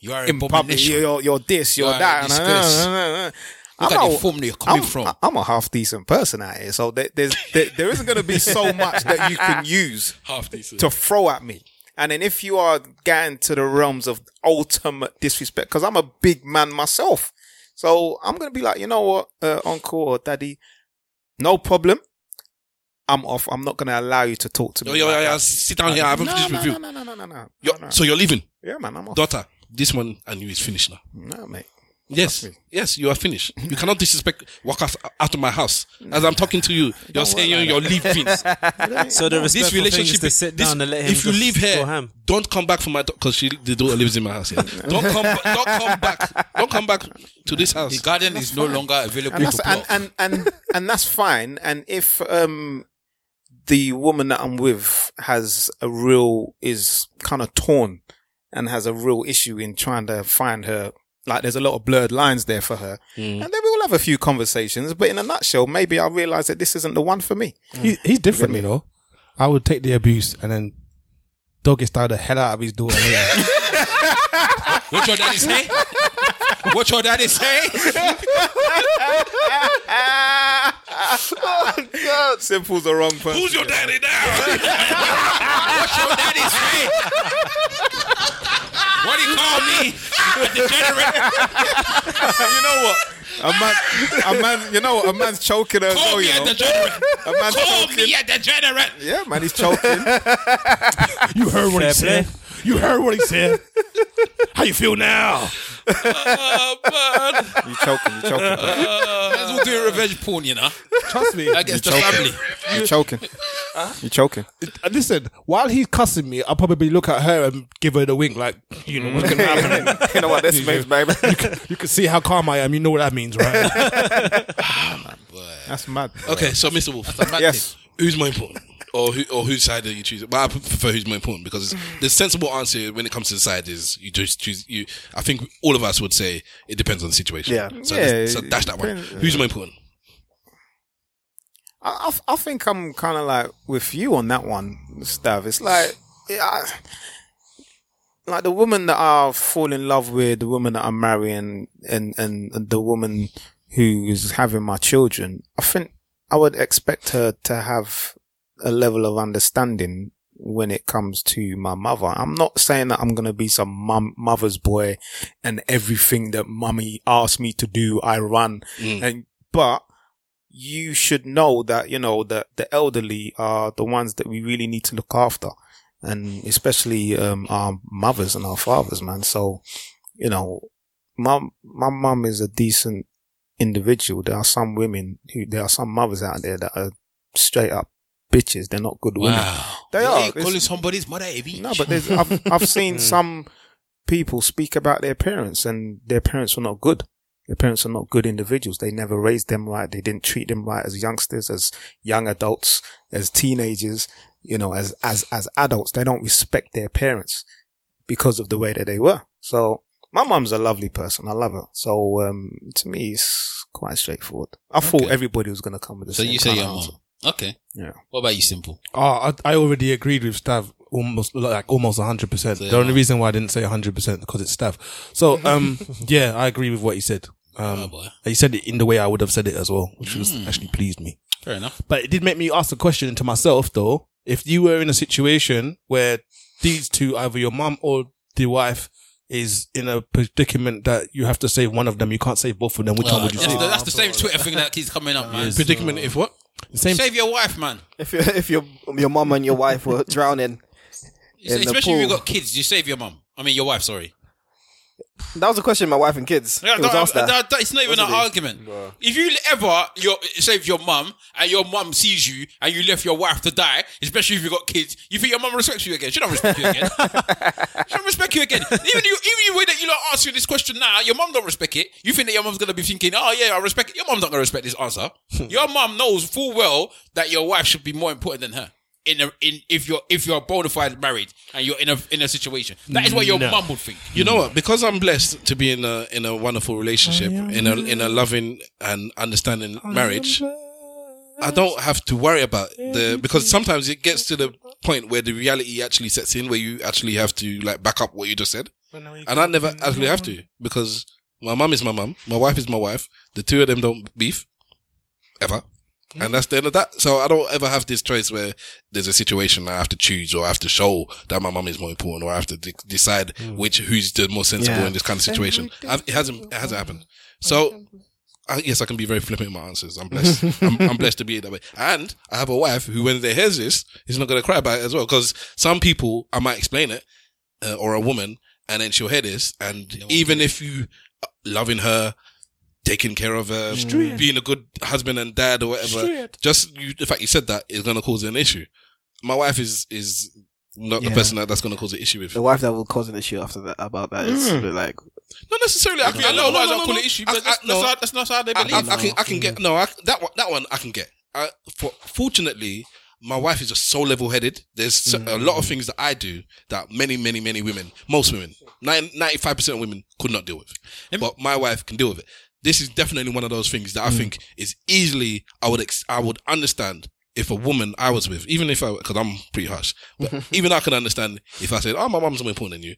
Speaker 3: You are
Speaker 6: in public.
Speaker 3: abomination.
Speaker 6: You're you're this, you're
Speaker 3: You're
Speaker 6: that.
Speaker 3: a
Speaker 6: and-
Speaker 3: disgrace. Look
Speaker 6: I'm
Speaker 3: at the
Speaker 6: a-
Speaker 3: form that you're coming
Speaker 6: I'm,
Speaker 3: from.
Speaker 6: I'm a half decent person out here, so there, there's there, there isn't going to be so much that you can use
Speaker 1: Half decent.
Speaker 6: to throw at me. And then if you are getting to the realms of ultimate disrespect, because I'm a big man myself, so I'm gonna be like, you know what, uh, uncle or daddy, no problem. I'm off. I'm not gonna allow you to talk to me.
Speaker 1: Yo, yo,
Speaker 6: like
Speaker 1: yo, yo,
Speaker 6: that.
Speaker 1: sit down here. I haven't
Speaker 6: no,
Speaker 1: finished
Speaker 6: no,
Speaker 1: with you.
Speaker 6: No, no, no, no, no.
Speaker 1: You're-
Speaker 6: no.
Speaker 1: So you're leaving,
Speaker 6: yeah, man, I'm off.
Speaker 1: daughter. This one I knew is finished now.
Speaker 6: no, mate.
Speaker 1: Yes, yes, you are finished. You cannot disrespect walk out, out of my house as I'm talking to you. You're saying you're, you're leaving.
Speaker 5: So the respectful
Speaker 1: this relationship
Speaker 5: thing is to sit
Speaker 1: this-
Speaker 5: down and let him.
Speaker 1: if you
Speaker 5: just
Speaker 1: leave
Speaker 5: go
Speaker 1: here,
Speaker 5: ham.
Speaker 1: don't come back from my because she the daughter lives in my house. Yeah. don't come, ba- don't come back, don't come back to this house.
Speaker 3: The garden is no longer available
Speaker 6: and that's
Speaker 3: to
Speaker 6: and,
Speaker 3: plot.
Speaker 6: and and and that's fine. And if um the woman that I'm with has a real is kind of torn and has a real issue in trying to find her like there's a lot of blurred lines there for her. And then we will have a few conversations, but in a nutshell, maybe I'll realise that this isn't the one for me.
Speaker 4: He, he's different, you know. I would take the abuse and then doggy style the hell out of his daughter. later.
Speaker 3: What your daddy say? What your daddy say?
Speaker 6: Simple's the wrong person.
Speaker 1: Who's your daddy now?
Speaker 3: What your daddy say? What he call me? A degenerate?
Speaker 6: you know what? A man, a man, you know what? A man's choking her. as
Speaker 3: Call
Speaker 6: well,
Speaker 3: me
Speaker 6: you
Speaker 3: a
Speaker 6: know?
Speaker 3: degenerate?
Speaker 6: A man's
Speaker 3: Call
Speaker 6: choking.
Speaker 3: me a degenerate?
Speaker 6: Yeah, man, he's choking.
Speaker 4: you heard what
Speaker 5: Fair
Speaker 4: he said. You heard what he said. How you feel now?
Speaker 3: Oh, man.
Speaker 6: You choking, you choking, bro.
Speaker 3: That's all doing revenge porn, you know?
Speaker 4: Trust me.
Speaker 3: Against the family.
Speaker 6: you choking. you choking.
Speaker 4: Uh, Listen, while he's cussing me, I'll probably look at her and give her the wink, like, you know what's
Speaker 6: Mm.
Speaker 4: gonna happen.
Speaker 6: You know what this means, baby.
Speaker 4: you can see how calm I am, you know what that means, right?
Speaker 6: That's mad.
Speaker 1: Okay, so Mr. Wolf,
Speaker 6: Yes.
Speaker 1: who's more important, or who or whose side are you choosing? But I prefer who's more important because it's, the sensible answer when it comes to the side is you just choose. You, I think all of us would say it depends on the situation.
Speaker 9: Yeah.
Speaker 1: So,
Speaker 6: Yeah,
Speaker 1: let's- so
Speaker 6: it
Speaker 1: dash that one.
Speaker 6: depends.
Speaker 1: Who's more important?
Speaker 6: I, I, I think I'm kind of like with you on that one, Stav. It's like, yeah, I- like the woman that I fall in love with, the woman that I'm marrying, and, and, and the woman who is having my children. I think I would expect her to have a level of understanding when it comes to my mother. I'm not saying that I'm going to be some mum, mother's boy and everything that mummy asked me to do, I run. And, but you should know that, you know, that the elderly are the ones that we really need to look after. And especially, um, our mothers and our fathers, man. So, you know, my, my mum is a decent individual. There are some women who there are some mothers out there that are straight up bitches. They're not good women. They
Speaker 3: Yeah,
Speaker 6: are.
Speaker 3: you
Speaker 6: It's- Hmm.
Speaker 3: calling somebody's mother a bitch.
Speaker 6: No, but there's, I've, I've seen some people speak about their parents and their parents were not good. Their parents are not good individuals. They never raised them right. They didn't treat them right as youngsters, as young adults, as teenagers, you know, as, as, as adults. They don't respect their parents because of the way that they were. So my mum's a lovely person. I love her. So, um, to me, it's quite straightforward. I thought
Speaker 3: Okay.
Speaker 6: everybody was going to come with the
Speaker 3: So
Speaker 6: same
Speaker 3: you say
Speaker 6: kinda
Speaker 3: your mom.
Speaker 6: answer.
Speaker 3: Okay.
Speaker 6: Yeah.
Speaker 3: What about you, Simple?
Speaker 4: Oh, I, I already agreed with Stav almost like almost hundred percent. The
Speaker 3: yeah.
Speaker 4: only reason why I didn't say hundred percent because it's Stav. So um, yeah, I agree with what he said. Um,
Speaker 3: Oh,
Speaker 4: he said it in the way I would have said it as well, which
Speaker 3: Mm.
Speaker 4: was actually pleased me.
Speaker 3: Fair enough.
Speaker 4: But it did make me ask the question to myself though: if you were in a situation where these two, either your mum or the wife, is in a predicament that you have to save one of them, you can't save both of them. Which one
Speaker 3: Uh,
Speaker 4: would you
Speaker 3: that's,
Speaker 4: save?
Speaker 3: the, that's the same Twitter thing that keeps coming up, man.
Speaker 1: Predicament if what?
Speaker 4: Same-
Speaker 3: Save your wife, man.
Speaker 9: If your if your your mom and your wife were drowning in the
Speaker 3: Especially
Speaker 9: pool,
Speaker 3: if you've got kids, you save your mum. I mean, your wife. Sorry.
Speaker 9: that was a question. My wife and kids.
Speaker 3: Yeah,
Speaker 9: it was
Speaker 3: that-
Speaker 9: asked that.
Speaker 3: that- that- it's not even an argument. If you ever your, save your mum and your mum sees you and you left your wife to die, especially if you got kids, you think your mum respects you again? She don't respect you again. she don't respect you again. Even you, even the way that you like ask you this question now, your mum don't respect it. You think that your mum's gonna be thinking, oh yeah, I respect it. Your mum's not gonna respect this answer. your mum knows full well that your wife should be more important than her. In a, in if you're if you're bona fide married and you're in a in a situation, that is what your
Speaker 1: No.
Speaker 3: mum would think.
Speaker 1: You know what? Because I'm blessed to be in a in a wonderful relationship, in a in a loving and understanding marriage. I don't have to worry about the because sometimes it gets to the point where the reality actually sets in, where you actually have to like back up what you just said. And I never actually have to because my mum is my mum, my wife is my wife. The two of them don't beef ever. And that's the end of that. So I don't ever have this choice where there's a situation I have to choose or I have to show that my mum is more important or I have to de- decide which who's the more sensible
Speaker 9: Yeah.
Speaker 1: in this kind of situation. I've, it hasn't it hasn't happened. So I, yes, I can be very flippant in my answers. I'm blessed. I'm, I'm blessed to be that way. And I have a wife who, when they hears this, is not going to cry about it as well. Because some people, I might explain it, uh, or a woman, and then she'll hear this, and even if you uh, loving her, taking care of her, being a good husband and dad or whatever, just you, the fact you said that is going to cause an issue. My wife is is not
Speaker 9: Yeah.
Speaker 1: the person that that's going to cause an issue with.
Speaker 9: the wife that will cause an issue after that about that is a bit like
Speaker 1: Not necessarily. I, can,
Speaker 3: I
Speaker 1: no,
Speaker 3: know why
Speaker 1: no,
Speaker 3: I
Speaker 1: no,
Speaker 3: don't call
Speaker 1: no.
Speaker 3: it issue,
Speaker 1: I-
Speaker 3: but
Speaker 1: I-
Speaker 3: that's,
Speaker 1: no.
Speaker 3: that's, how, that's not how they
Speaker 1: I,
Speaker 3: believe.
Speaker 1: I, I can I can get no I, that one that one I can get. I, for, fortunately, my wife is just so level headed. There's so- a lot
Speaker 3: Mm.
Speaker 1: of things that I do that many many many women, most women, ninety five percent of women could not deal with, but my wife can deal with it. This is definitely one of those things
Speaker 3: Mm.
Speaker 1: that I think is easily I would ex- I would understand if a woman I was with, even if I because I'm pretty harsh, but even I can understand if I said, "Oh, my mom's more important than you."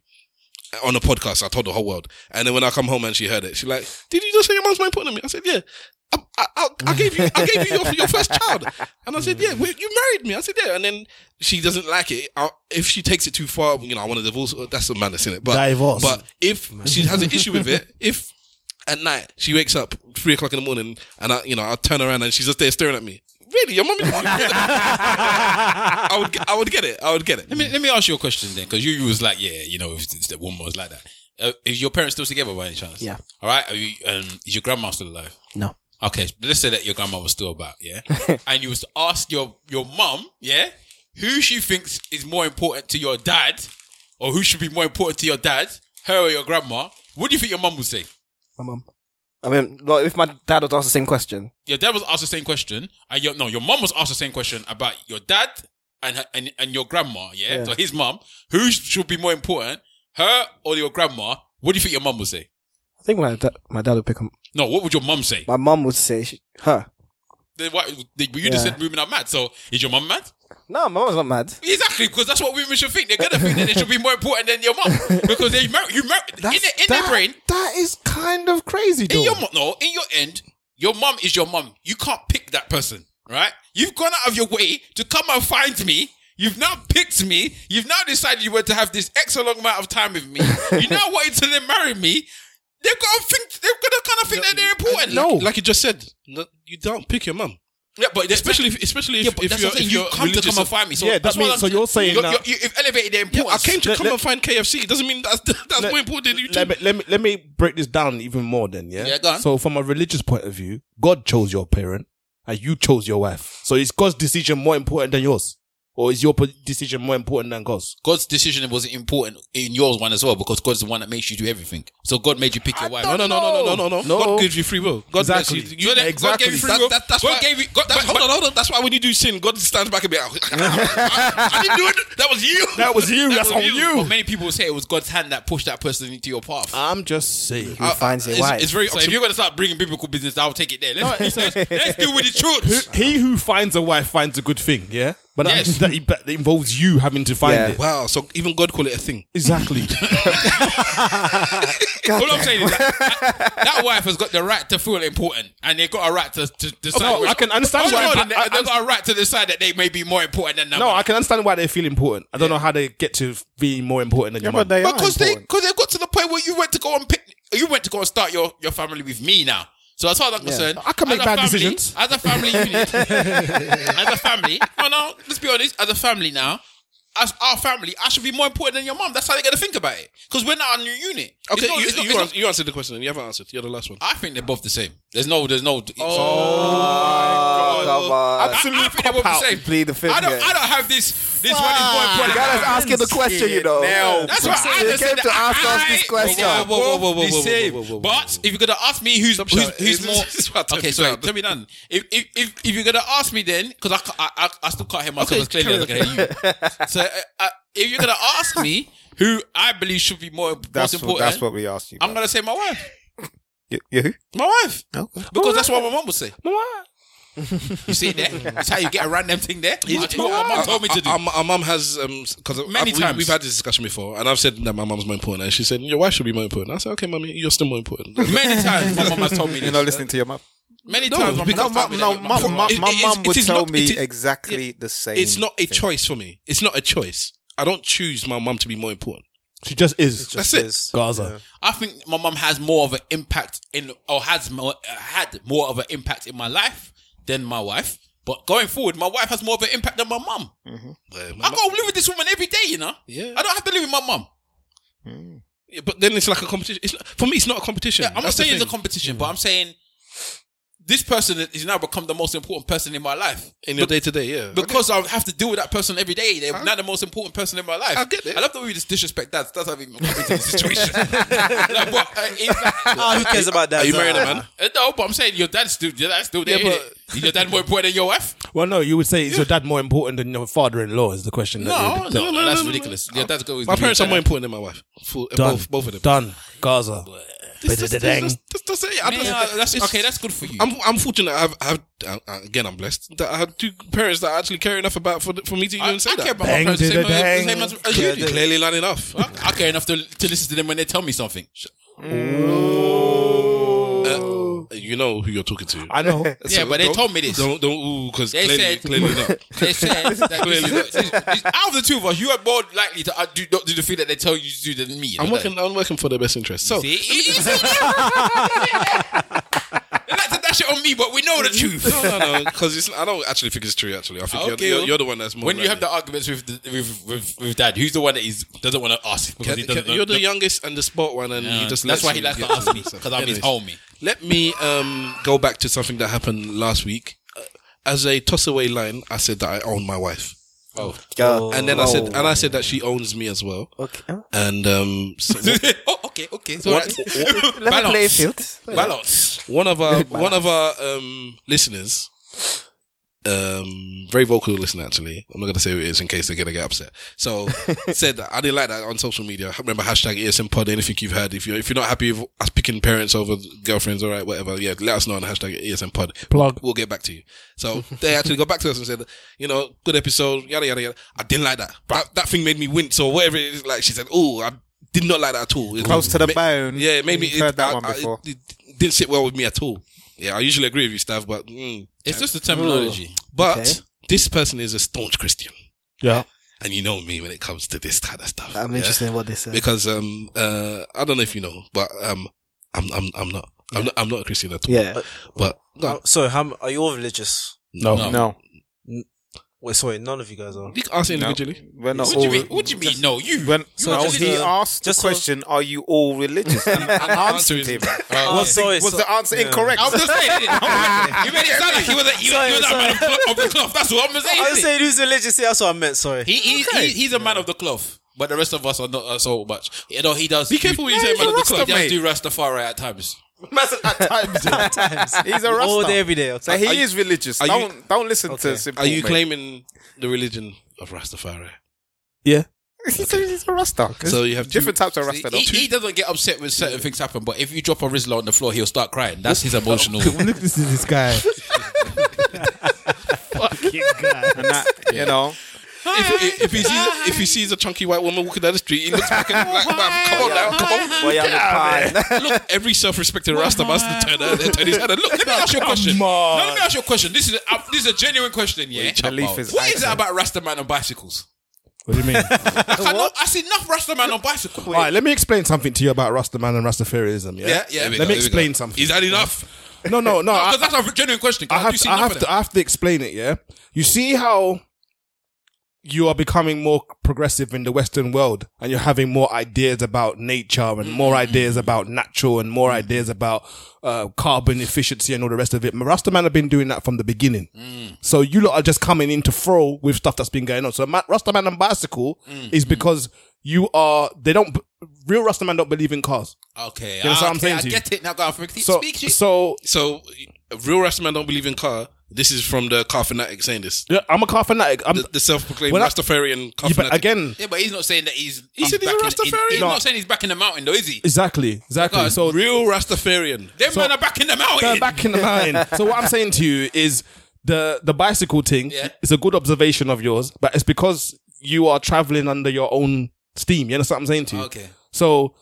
Speaker 1: on a podcast. I told the whole world. And then when I come home and she heard it, she like, did you just say your mom's mind putting on me? I said, yeah. I, I, I, I gave you, I gave you your, your first child, and I said, "Yeah, well, you married me." I said, "Yeah," and then she doesn't like it. I, if she takes it too far, you know, I want to divorce. her. That's a madness in it. But
Speaker 10: Divorce.
Speaker 1: but if she has an issue with it, if at night she wakes up three o'clock in the morning, and I, you know, I turn around and she's just there staring at me. Really, your mom? Is I would, get- I would get it. I would get it.
Speaker 3: Let me let me ask you a question then, because you, you was like, yeah, you know, if it's- the woman was like that, uh, is your parents still together by any chance?
Speaker 9: Yeah.
Speaker 3: All right. Are you, um, is your grandma still alive?
Speaker 9: no.
Speaker 3: Okay. so Let's say that your grandma was still about, yeah, and you was to ask your your mum, yeah, who she thinks is more important to your dad, or who should be more important to your dad, her or your grandma. What do you think your mum would say?
Speaker 9: My mom. I mean, like, if my dad was asked the same question,
Speaker 3: Your dad was asked the same question, and your no, your mum was asked the same question about your dad and her, and and your grandma. Yeah?
Speaker 9: Yeah.
Speaker 3: so his mum, who sh- should be more important, her or your grandma? What do you think your mum would say?
Speaker 9: I think my dad, my dad would pick him.
Speaker 3: No, what would your mum say?
Speaker 9: My mom would say she, her.
Speaker 3: Then why- then you just
Speaker 9: Yeah.
Speaker 3: said women are mad. So is your mum mad?
Speaker 9: No, my mom's not mad.
Speaker 3: Exactly, because that's what women should think. They're gonna think that they should be more important than your mum because they mar- you mar- in, their, in their brain.
Speaker 10: that is kind of crazy,
Speaker 3: In
Speaker 10: though.
Speaker 3: your mum, no, in your end, your mum is your mum. You can't pick that person, right? You've gone out of your way to come and find me. You've now picked me. You've now decided you were to have this extra long amount of time with me. you now wanted to then marry me.
Speaker 1: uh,
Speaker 3: They've got to think. They've got to kind of think that they're important.
Speaker 1: like you just said, no, you don't pick your mum. Yeah, but especially if, especially if,
Speaker 3: Yeah, but
Speaker 1: if
Speaker 3: that's
Speaker 1: you're
Speaker 3: what I'm saying.
Speaker 1: if
Speaker 3: You
Speaker 1: you're
Speaker 3: come to
Speaker 1: religious
Speaker 3: come and
Speaker 1: of-
Speaker 3: find me. So Yeah, that that's what means- I'm- so you're saying you're- now- you're- you've elevated their importance.
Speaker 1: Yeah, I came to
Speaker 4: Let-
Speaker 1: come
Speaker 4: let-
Speaker 1: and find KFC. Doesn't mean that's that's more important than you.
Speaker 4: Let me, let me let me break this down even more. Then yeah.
Speaker 1: Yeah, go on.
Speaker 4: So from a religious point of view, God chose your parent and you chose your wife. So is God's decision more important than yours, or is your po- decision more important than God's?
Speaker 3: God's decision was important in yours one as well because God's the one that makes you do everything. So God made you pick your wife.
Speaker 1: No, no, no, no, no, no, no, no. God gives you free will. God
Speaker 3: Exactly.
Speaker 1: bless you. you
Speaker 3: Yeah,
Speaker 1: God gave
Speaker 3: exactly.
Speaker 1: you free
Speaker 3: That-
Speaker 1: will.
Speaker 3: that- that's
Speaker 1: God
Speaker 3: why-
Speaker 1: gave you. God,
Speaker 3: that's-
Speaker 1: hold on, hold on. That's why when you do sin, God stands back and be like, I, I didn't do it. That was you.
Speaker 4: That was you. That's on you.
Speaker 3: But many people say it was God's hand that pushed that person into your path.
Speaker 4: I'm just saying.
Speaker 1: Uh,
Speaker 3: I-
Speaker 9: finds
Speaker 3: it's, it's very. So if you're gonna start bringing biblical business, I'll take it there. Let's, let's, let's deal with the truth.
Speaker 4: Who- he who finds a wife finds a good thing. Yeah, but that,
Speaker 1: Yes.
Speaker 4: that, that involves you having to find
Speaker 1: Yeah.
Speaker 4: it.
Speaker 1: Wow. Ah, So even God call it a thing.
Speaker 4: Exactly.
Speaker 3: All I'm saying is that, that that wife has got the right to feel important, and they've got a right to, to decide.
Speaker 4: no,
Speaker 3: which-
Speaker 4: Oh, I can understand
Speaker 3: Hold
Speaker 4: why-
Speaker 3: on, they,
Speaker 4: I- I-
Speaker 3: have got a right to decide that they may be more important than that.
Speaker 4: no, I can understand why they feel important. I don't know how they get to be more important than your mum.
Speaker 3: because they because they got to the point where you went to go and pick, you went to go and start your, your family with me now. So as far as I'm concerned,
Speaker 4: I can
Speaker 3: as
Speaker 4: make
Speaker 3: a
Speaker 4: bad
Speaker 3: family-
Speaker 4: decisions.
Speaker 3: as a family unit. as a family, no, no, let's be honest. As a family now, as our family, I should be more important than your mom. That's how they got to think about it because we're not a new unit. It's
Speaker 1: Okay,
Speaker 3: not-
Speaker 1: you,
Speaker 3: it's not-
Speaker 1: you,
Speaker 3: it's
Speaker 1: ans-
Speaker 3: not-
Speaker 1: you answered the question. You haven't answered. You're the last one.
Speaker 3: I think they're both the same. There's no, there's no.
Speaker 9: Uh,
Speaker 1: come on.
Speaker 3: Absolute I, I think they're both the same.
Speaker 11: Plead the fifth
Speaker 3: I don't,
Speaker 11: here.
Speaker 3: I don't have this. This one is more important.
Speaker 11: You gotta ask him the question, you know.
Speaker 3: Now, that's what I
Speaker 11: You
Speaker 3: just said.
Speaker 11: came to
Speaker 3: that
Speaker 11: ask us
Speaker 3: I-
Speaker 11: this question.
Speaker 3: Whoa, whoa, whoa, whoa, whoa,
Speaker 1: The
Speaker 3: whoa,
Speaker 1: same.
Speaker 3: whoa, whoa, whoa, But if you're gonna ask me who's who's,
Speaker 1: shouting.
Speaker 3: who's
Speaker 1: This
Speaker 3: more,
Speaker 1: is- this is what I
Speaker 3: okay,
Speaker 1: turned
Speaker 3: sorry,
Speaker 1: down.
Speaker 3: tell me none. If if if, if you're gonna ask me then, because I, ca- I I I still can't hear myself
Speaker 1: Okay,
Speaker 3: as clearly as I can hear you. So uh, uh, if you're gonna ask me who I believe should be more
Speaker 6: That's
Speaker 3: most
Speaker 6: what-
Speaker 3: important,
Speaker 6: that's what we asked you
Speaker 3: I'm gonna say my wife,
Speaker 6: You, you who?
Speaker 3: my wife,
Speaker 6: Okay.
Speaker 3: because that's what my mom would say.
Speaker 4: My wife.
Speaker 3: You see it there? That's how you get a random thing there. That's what my mum told me to do.
Speaker 1: Our, our, our mum has because
Speaker 3: Many times.
Speaker 1: we've had this discussion before, and I've said that my mum's more important, and she said your wife should be more important. I said, okay, mummy, you're still more important.
Speaker 3: Many times my mum has told me
Speaker 6: You're
Speaker 3: this.
Speaker 6: not listening to your mum.
Speaker 3: Many
Speaker 1: No,
Speaker 3: times my mum
Speaker 6: No,
Speaker 3: has
Speaker 6: my,
Speaker 3: told me
Speaker 6: no,
Speaker 3: that.
Speaker 6: my, my,
Speaker 1: It-
Speaker 6: my
Speaker 1: it is-
Speaker 6: mum
Speaker 1: it
Speaker 6: would
Speaker 1: is
Speaker 6: tell
Speaker 1: not-
Speaker 6: me
Speaker 1: it is-
Speaker 6: exactly the same.
Speaker 1: it's not a choice for me. It's not a choice. I don't choose my mum to be more important.
Speaker 4: She just is.
Speaker 1: That's it.
Speaker 4: Gaza.
Speaker 3: I think my mum has more of an impact in, or has more, uh, had more of an impact in my life than my wife. But going forward, my wife has more of an impact than my mum.
Speaker 1: Uh, my
Speaker 3: I
Speaker 1: mum-
Speaker 3: go live with this woman every day, you know.
Speaker 1: Yeah.
Speaker 3: I don't have to live with my mum.
Speaker 1: Yeah, but then it's like a competition. It's not, for me, it's not a competition.
Speaker 3: Yeah, I'm not
Speaker 1: That's the
Speaker 3: saying it's a
Speaker 1: thing.
Speaker 3: competition, but I'm saying this person is now become the most important person in my life.
Speaker 1: in your day to day. Yeah,
Speaker 3: Because I have to deal with that person every day. They're not the most important person in my life.
Speaker 1: I get it.
Speaker 3: I love the way you just disrespect dads. That's how even come into the situation. Like, but, uh, it's like-
Speaker 5: Ah, who cares about that?
Speaker 1: Are you
Speaker 5: Zah?
Speaker 1: marrying a man?
Speaker 3: Uh, no, but I'm saying your dad's still your dad's still there.
Speaker 1: Yeah,
Speaker 3: innit? Is your dad more important than your wife?
Speaker 4: Well, no, you would say is your dad more important than your father-in-law? Is the question? that
Speaker 3: No,
Speaker 4: you-
Speaker 3: no, that's ridiculous. Your dad's always
Speaker 1: my parents are more
Speaker 3: more.
Speaker 1: important than my wife. Full, uh,
Speaker 4: done,
Speaker 1: both, both of them.
Speaker 4: done. Gaza.
Speaker 1: This- this- this- this- this- this- this- I don't-
Speaker 3: That's
Speaker 1: it's-
Speaker 3: okay. That's good for you.
Speaker 1: I'm, I'm fortunate. I've, I've uh, uh, again, I'm blessed that I have two parents that I actually care enough about for, for me to even
Speaker 3: I,
Speaker 1: say
Speaker 3: I
Speaker 1: that.
Speaker 3: care about
Speaker 4: Bang
Speaker 3: my parents the
Speaker 4: to
Speaker 3: same,
Speaker 4: the
Speaker 3: as- the
Speaker 4: bang.
Speaker 3: same as as you do.
Speaker 1: Clearly, not enough.
Speaker 3: I, I care enough to, to listen to them when they tell me something.
Speaker 1: you know who you're talking to.
Speaker 4: I know.
Speaker 1: So
Speaker 3: yeah, but they
Speaker 1: don't-
Speaker 3: told me this.
Speaker 1: Don't don't because
Speaker 3: They
Speaker 1: clearly,
Speaker 3: said-
Speaker 1: clearly not.
Speaker 3: They said that this is- this- this- out of the two of us, you are more likely to uh, do not do the thing that they tell you to do than me.
Speaker 1: I'm
Speaker 3: don't they?
Speaker 1: working. I'm working for their best interest. So
Speaker 3: See, you see that? They like to dash it on me, but we know the truth.
Speaker 1: no, no, no, because I don't actually think it's true. Actually, I think you're,
Speaker 3: Okay,
Speaker 1: you're,
Speaker 3: well,
Speaker 1: you're the one that's more.
Speaker 3: when you have
Speaker 1: likely.
Speaker 3: the arguments with, the, with with with dad, who's the one that is doesn't want to ask? Because he
Speaker 1: Can-
Speaker 3: doesn't,
Speaker 1: can- you're the youngest and the sport one, and
Speaker 3: Yeah,
Speaker 1: he just lets
Speaker 3: that's why
Speaker 1: you
Speaker 3: he likes to
Speaker 1: get
Speaker 3: ask me
Speaker 1: yourself.
Speaker 3: because I'm his
Speaker 1: Anyways,
Speaker 3: homie.
Speaker 1: Let me um, go back to something that happened last week. Uh, As a toss away line, I said that I own my wife.
Speaker 11: Oh,
Speaker 1: and then I said, and I said that she owns me as well.
Speaker 11: okay.
Speaker 1: And um, so
Speaker 3: oh, okay, okay. So
Speaker 1: one,
Speaker 11: Let's play field.
Speaker 3: balance.
Speaker 1: one of our one of our um, listeners, um, very vocal listener actually. I'm not gonna say who it is in case they're gonna get upset. So said that I didn't like that on social media. Remember hashtag ESM Pod. Anything you've heard, if you are if you're not happy with us picking parents over girlfriends, all right, whatever. Yeah, let us know on hashtag ESM Pod.
Speaker 4: Plug.
Speaker 1: We'll get back to you. So they actually got back to us and said, you know, good episode, yada yada yada. I didn't like that. That, that thing made me wince or whatever it is. Like she said, oh, I did not like that at all. It
Speaker 6: Close to the
Speaker 1: ma-
Speaker 6: bone.
Speaker 1: Yeah, it made me.
Speaker 6: You've heard that
Speaker 1: I-
Speaker 6: one
Speaker 1: I-
Speaker 6: before.
Speaker 1: it didn't sit well with me at all. Yeah, I usually agree with you, Stav, but mm.
Speaker 3: It's just the terminology.
Speaker 1: but
Speaker 9: Okay.
Speaker 1: this person is a staunch Christian,
Speaker 4: Yeah.
Speaker 1: and you know me when it comes to this kind of stuff.
Speaker 9: I'm
Speaker 1: yeah?
Speaker 9: interested in what they said.
Speaker 1: because um uh I don't know if you know, but um I'm I'm I'm not I'm not I'm not a Christian at all.
Speaker 9: Yeah.
Speaker 1: but
Speaker 5: Oh,
Speaker 1: no,
Speaker 5: sorry, how, m- are you all religious?
Speaker 4: No.
Speaker 3: No.
Speaker 6: No.
Speaker 5: Wait, sorry, none of you guys are.
Speaker 1: You can ask individually.
Speaker 6: No. We're not
Speaker 5: What do you
Speaker 6: all-
Speaker 5: mean-
Speaker 3: what do you mean, no? You-
Speaker 6: When,
Speaker 5: So
Speaker 6: no,
Speaker 5: just-
Speaker 6: he
Speaker 5: uh,
Speaker 6: asked the
Speaker 5: just so-
Speaker 6: question, "Are you all religious?" And I answered him.
Speaker 5: Oh,
Speaker 6: was the-
Speaker 5: sorry,
Speaker 6: was
Speaker 5: so-
Speaker 6: the answer
Speaker 5: yeah.
Speaker 6: incorrect?
Speaker 3: I was just saying, innit? you made it sound like he was a, he was, he was a man of, clo- of the cloth. That's what I'm saying.
Speaker 5: I was
Speaker 3: innit?
Speaker 5: saying who's religious. Yeah, that's what I meant. Sorry.
Speaker 3: He, he, he he's a man of the cloth, but the rest of us are not uh, so much. You know, he does.
Speaker 1: Be careful what you say,
Speaker 3: man of the cloth.
Speaker 1: Rasta,
Speaker 3: He
Speaker 1: mate.
Speaker 3: does do Rastafari at times.
Speaker 6: He's a Rasta.
Speaker 5: All day, every day. Okay.
Speaker 6: So he
Speaker 1: Are you-
Speaker 6: is religious.
Speaker 1: are you-
Speaker 6: don't don't listen
Speaker 5: Okay.
Speaker 6: to simple.
Speaker 1: Are you
Speaker 6: mate.
Speaker 1: claiming the religion of Rastafari?
Speaker 6: He says he's a Rasta.
Speaker 1: So you have two-
Speaker 6: different types of Rasta. though.
Speaker 3: He, he doesn't get upset when certain things happen, but if you drop a Rizla on the floor, he'll start crying. That's his emotional.
Speaker 2: Look, this is this guy.
Speaker 6: and that, you know,
Speaker 1: if, if, if he sees if he sees a chunky white woman walking down the street, he looks back and like, "Man, come on now, come on.
Speaker 11: Boy, I'm a pine.
Speaker 1: Look, every self-respecting Rasta must turn, uh, turn his head. And look, let me ask you a question. No, let me ask you a question. This is a, uh, this is a genuine question. Yeah,
Speaker 6: Khalif is
Speaker 1: what is it about Rasta man on bicycles?
Speaker 4: What do you mean?
Speaker 3: I, cannot, I see enough Rasta man on bicycles.
Speaker 4: All right, let me explain something to you about Rastaman and Rastafarianism. Yeah,
Speaker 1: Yeah, yeah. there we go,
Speaker 4: Let me
Speaker 1: there we
Speaker 4: explain
Speaker 1: go.
Speaker 4: something.
Speaker 1: Is that enough?
Speaker 4: No, no, no. I,
Speaker 1: Because that's a genuine question.
Speaker 4: I
Speaker 1: I
Speaker 4: have,
Speaker 1: you
Speaker 4: to,
Speaker 1: see
Speaker 4: I
Speaker 1: enough
Speaker 4: have
Speaker 1: of
Speaker 4: to, I have to explain it. Yeah, you see how you are becoming more progressive in the Western world, and you're having more ideas about nature, and
Speaker 1: Mm,
Speaker 4: more ideas about natural, and more ideas about uh, carbon efficiency, and all the rest of it. Rastaman have been doing that from the beginning,
Speaker 1: Mm.
Speaker 4: so you lot are just coming in to throw with stuff that's been going on. So Ma- Rastaman and bicycle
Speaker 1: Mm,
Speaker 4: is because you are they don't b- real Rastaman don't believe in cars.
Speaker 3: Okay, ah,
Speaker 4: You know what I'm
Speaker 3: okay,
Speaker 4: saying
Speaker 3: I
Speaker 4: to you?
Speaker 3: get it now. Go for it.
Speaker 4: So
Speaker 3: Speak shit.
Speaker 4: so
Speaker 1: So, real Rasta man don't believe in car. This is from the car fanatic saying this.
Speaker 4: yeah, I'm a car fanatic. I'm,
Speaker 1: The, the self-proclaimed
Speaker 4: Well, I-
Speaker 1: Rastafarian car
Speaker 4: yeah, but
Speaker 1: fanatic.
Speaker 4: again,
Speaker 3: Yeah, but he's not saying that he's.
Speaker 1: He said he's
Speaker 3: back
Speaker 1: a
Speaker 3: in- in-
Speaker 1: Rastafarian.
Speaker 3: He's
Speaker 1: No.
Speaker 3: not saying he's back in the mountain, though, is he?
Speaker 4: Exactly, exactly. So
Speaker 1: real Rastafarian.
Speaker 3: Them men are back in the mountain.
Speaker 4: they're back in the mountain. So what I'm saying to you is the the bicycle thing
Speaker 3: Yeah.
Speaker 4: is a good observation of yours, but it's because you are traveling under your own steam. You understand what I'm saying to you?
Speaker 3: Okay.
Speaker 4: So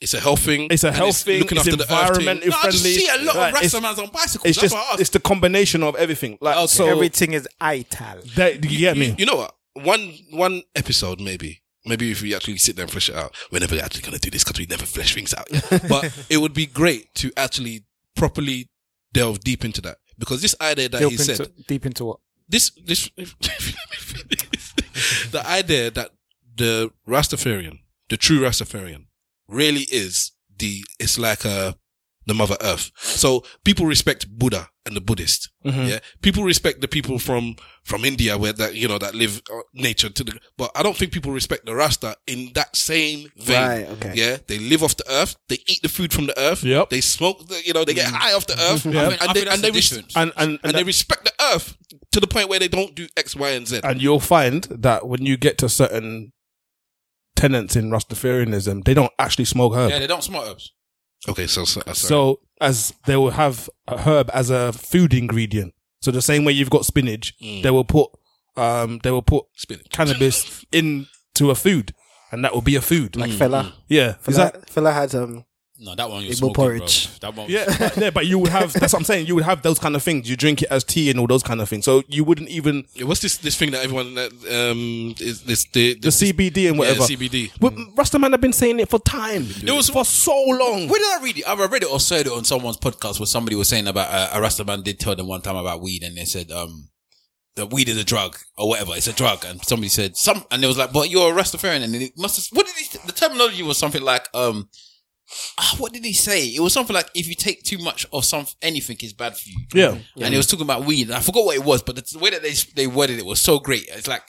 Speaker 1: It's a health thing.
Speaker 4: it's a
Speaker 1: and
Speaker 4: health thing.
Speaker 1: looking
Speaker 4: It's
Speaker 1: after the earth thing.
Speaker 4: environmentally
Speaker 3: No, I
Speaker 4: friendly.
Speaker 3: just see a lot
Speaker 4: Right,
Speaker 3: of
Speaker 4: it's-
Speaker 3: Rasta mans on bicycles.
Speaker 4: It's
Speaker 3: That's
Speaker 4: just
Speaker 3: what I asked.
Speaker 4: it's the combination of everything. Like so,
Speaker 6: everything is ital.
Speaker 4: that, you get me?
Speaker 1: You know what? One one episode maybe. Maybe if we actually sit there and flesh it out, we're never actually going to do this because we never flesh things out. but it would be great to actually properly delve deep into that because this idea that
Speaker 6: Deep
Speaker 1: he said,
Speaker 6: into, deep into what?
Speaker 1: this this the idea that the Rastafarian, the true Rastafarian, really is the it's like uh the Mother Earth. So people respect Buddha and the Buddhist.
Speaker 9: Mm-hmm.
Speaker 1: Yeah, people respect the people from from India where that you know that live uh, nature to the. But I don't think people respect the Rasta in that same vein.
Speaker 9: Right, okay.
Speaker 1: Yeah, they live off the earth. They eat the food from the earth.
Speaker 4: Yep.
Speaker 1: They smoke. The, you know, they get
Speaker 9: Mm.
Speaker 1: high off the earth.
Speaker 3: I
Speaker 1: and,
Speaker 3: think- I
Speaker 1: they,
Speaker 3: think that's
Speaker 1: and they
Speaker 3: the
Speaker 1: res-
Speaker 3: difference.
Speaker 4: And and
Speaker 1: and they respect the earth to the point where they don't do X, Y, and Z.
Speaker 4: and you'll find that when you get to certain tenets in Rastafarianism, they don't actually smoke herb.
Speaker 3: yeah, they don't smoke herbs.
Speaker 1: Okay, so so, uh, sorry.
Speaker 4: So as they will have a herb as a food ingredient. So the same way you've got spinach, they will put um they will put
Speaker 1: Spinach.
Speaker 4: cannabis into a food, and that will be a food. Like
Speaker 9: Mm.
Speaker 11: Like fella.
Speaker 4: yeah, is
Speaker 11: Fella,
Speaker 4: that
Speaker 11: fella had um.
Speaker 3: No, that one you're
Speaker 11: Igbo
Speaker 3: smoking,
Speaker 11: porridge.
Speaker 3: bro. That one.
Speaker 4: yeah but- yeah? But you would have that's what I'm saying. You would have those kind of things. You drink it as tea and all those kind of things. So you wouldn't even
Speaker 1: Yeah, what's this this thing that everyone that um is this the,
Speaker 4: the CBD and whatever.
Speaker 1: CBD.
Speaker 4: But Rastaman have been saying it for time. It was for so long.
Speaker 3: Where did I read it? Either I read it or saw it on someone's podcast where somebody was saying about uh, a Rasta man did tell them one time about weed and they said, um, that weed is a drug or whatever. It's a drug. And somebody said, some, and it was like, but you're a Rastafarian. And it must have, what did he, the terminology was something like, um, ah, what did he say? It was something like, if you take too much of some, anything is bad for you.
Speaker 4: Yeah.
Speaker 3: And it was talking about weed. And I forgot what it was, but the way that they, they worded it was so great. It's like,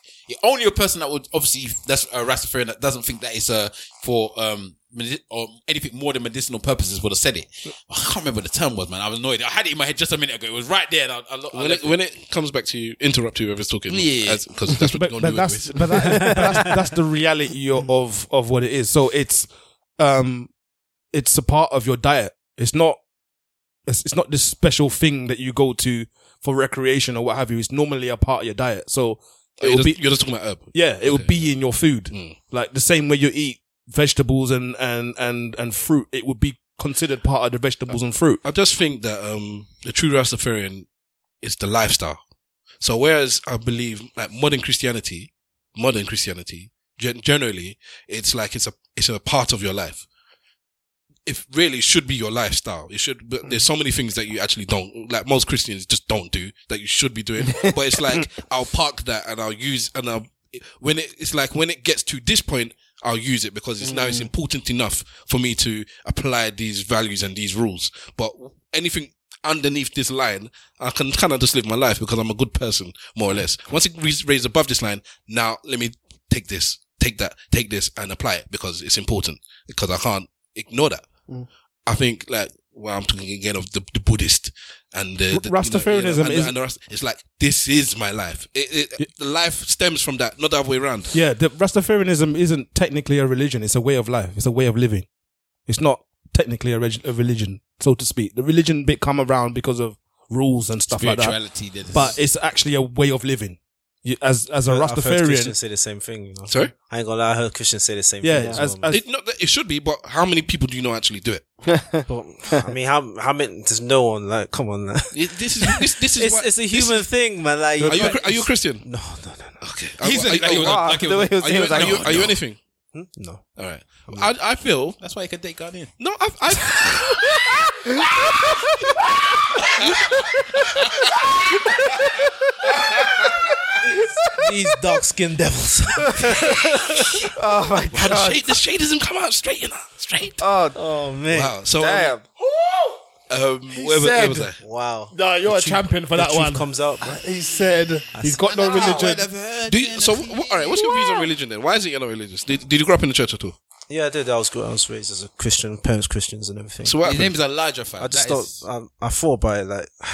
Speaker 3: only a person that would, obviously, that's a Rastafarian that doesn't think that it's, uh, for, um, medi- or anything more than medicinal purposes would have said it. I can't remember the term was, man. I was annoyed. I had it in my head just a minute ago. It was right there. And I, I, lo- I
Speaker 1: When
Speaker 3: left
Speaker 1: it, when it comes back to you, interrupt whoever's talking.
Speaker 3: Yeah.
Speaker 1: because that's what
Speaker 4: but,
Speaker 1: you're going
Speaker 4: but
Speaker 1: to do.
Speaker 4: that's
Speaker 1: anyways.
Speaker 4: but, that, but that's that's the reality o- of of what it is. So it's um it's a part of your diet. It's not it's, it's not this special thing that you go to for recreation or what have you. It's normally a part of your diet. So it
Speaker 1: Oh, You're
Speaker 4: will
Speaker 1: just,
Speaker 4: be
Speaker 1: you're just talking about herb.
Speaker 4: yeah, it will be in your food.
Speaker 1: Mm.
Speaker 4: Like the same way you eat vegetables and and and and fruit, it would be considered part of the
Speaker 1: Uh,
Speaker 4: vegetables and fruit.
Speaker 1: I just think that um the true Rastafarian is the lifestyle. So whereas I believe like modern Christianity, modern Christianity gen- generally, it's like it's a it's a part of your life. if really should be your lifestyle. It should, but there's so many things that you actually don't, like most Christians just don't do that you should be doing. But it's like, I'll park that and I'll use, and I'll, uh, when it, it's like when it gets to this point, I'll use it because it's now it's
Speaker 3: Mm.
Speaker 1: important enough for me to apply these values and these rules. But anything underneath this line, I can kind of just live my life because I'm a good person, more or less. Once it re- raises above this line, now let me take this, take that, take this and apply it because it's important because I can't ignore that.
Speaker 2: Mm.
Speaker 1: I think like, well, I'm talking again of the, the Buddhist and the, the you know, yeah,
Speaker 4: Rastafarianism
Speaker 1: and the-
Speaker 4: is-
Speaker 1: and the Rast- it's like this is my life. It, it, the life stems from that, not the other way around.
Speaker 4: Yeah, the Rastafarianism isn't technically a religion. It's a way of life. It's a way of living. It's not technically a, reg- a religion, so to speak. The religion bit come around because of rules and stuff like
Speaker 3: Spirituality,
Speaker 4: that.
Speaker 3: there's-
Speaker 4: But it's actually a way of living. You, as as a
Speaker 5: I've heard
Speaker 4: Rastafarian,
Speaker 5: Christians say the same thing. You know?
Speaker 1: Sorry?
Speaker 5: I ain't gonna lie. I heard Christians say the same
Speaker 4: Yeah,
Speaker 5: thing. as
Speaker 4: as-
Speaker 5: well, man.
Speaker 1: it, not that it should be, but how many people do you know actually do it?
Speaker 5: I mean, how how many? There's no one. Like, come on. Like.
Speaker 1: It- This is this, this is
Speaker 5: It's,
Speaker 1: what-
Speaker 5: it's a
Speaker 1: this
Speaker 5: human
Speaker 1: is-
Speaker 5: thing, man. Like,
Speaker 1: Are you a, are you a Christian?
Speaker 5: No,
Speaker 1: no, no. Okay.
Speaker 5: He's
Speaker 1: Are-
Speaker 5: like-
Speaker 1: are-
Speaker 5: like he was-
Speaker 1: are-
Speaker 5: like
Speaker 1: are
Speaker 5: he was-
Speaker 1: you-
Speaker 5: the way he was
Speaker 1: Are you
Speaker 5: saying,
Speaker 1: are you
Speaker 5: no.
Speaker 1: anything?
Speaker 5: No.
Speaker 1: All right. I I feel
Speaker 3: That's why you can take God in.
Speaker 1: no. I I
Speaker 5: These dark skinned devils.
Speaker 2: oh my
Speaker 1: Wow, the shade, the shade doesn't come out straight, you know. Straight.
Speaker 2: Oh,
Speaker 5: oh man.
Speaker 1: Wow. So
Speaker 2: Damn.
Speaker 1: Um, um, where, was- where was I?
Speaker 5: Wow.
Speaker 10: No, you're
Speaker 5: The
Speaker 10: a
Speaker 5: truth-
Speaker 10: champion for
Speaker 5: the
Speaker 10: that
Speaker 5: truth
Speaker 10: one.
Speaker 5: comes out. man.
Speaker 10: He said he's got no religion.
Speaker 1: Do you, so, wh- all right. What's your views on religion then? Why is it you're not religious? Did, did you grow up in the church at all?
Speaker 5: Yeah, I did. I was good. I was raised as a Christian, parents Christians and everything.
Speaker 1: So what
Speaker 3: His
Speaker 1: happened?
Speaker 3: name's Elijah, fam.
Speaker 5: I just
Speaker 3: That
Speaker 5: thought
Speaker 3: is-
Speaker 5: um, I thought about it like,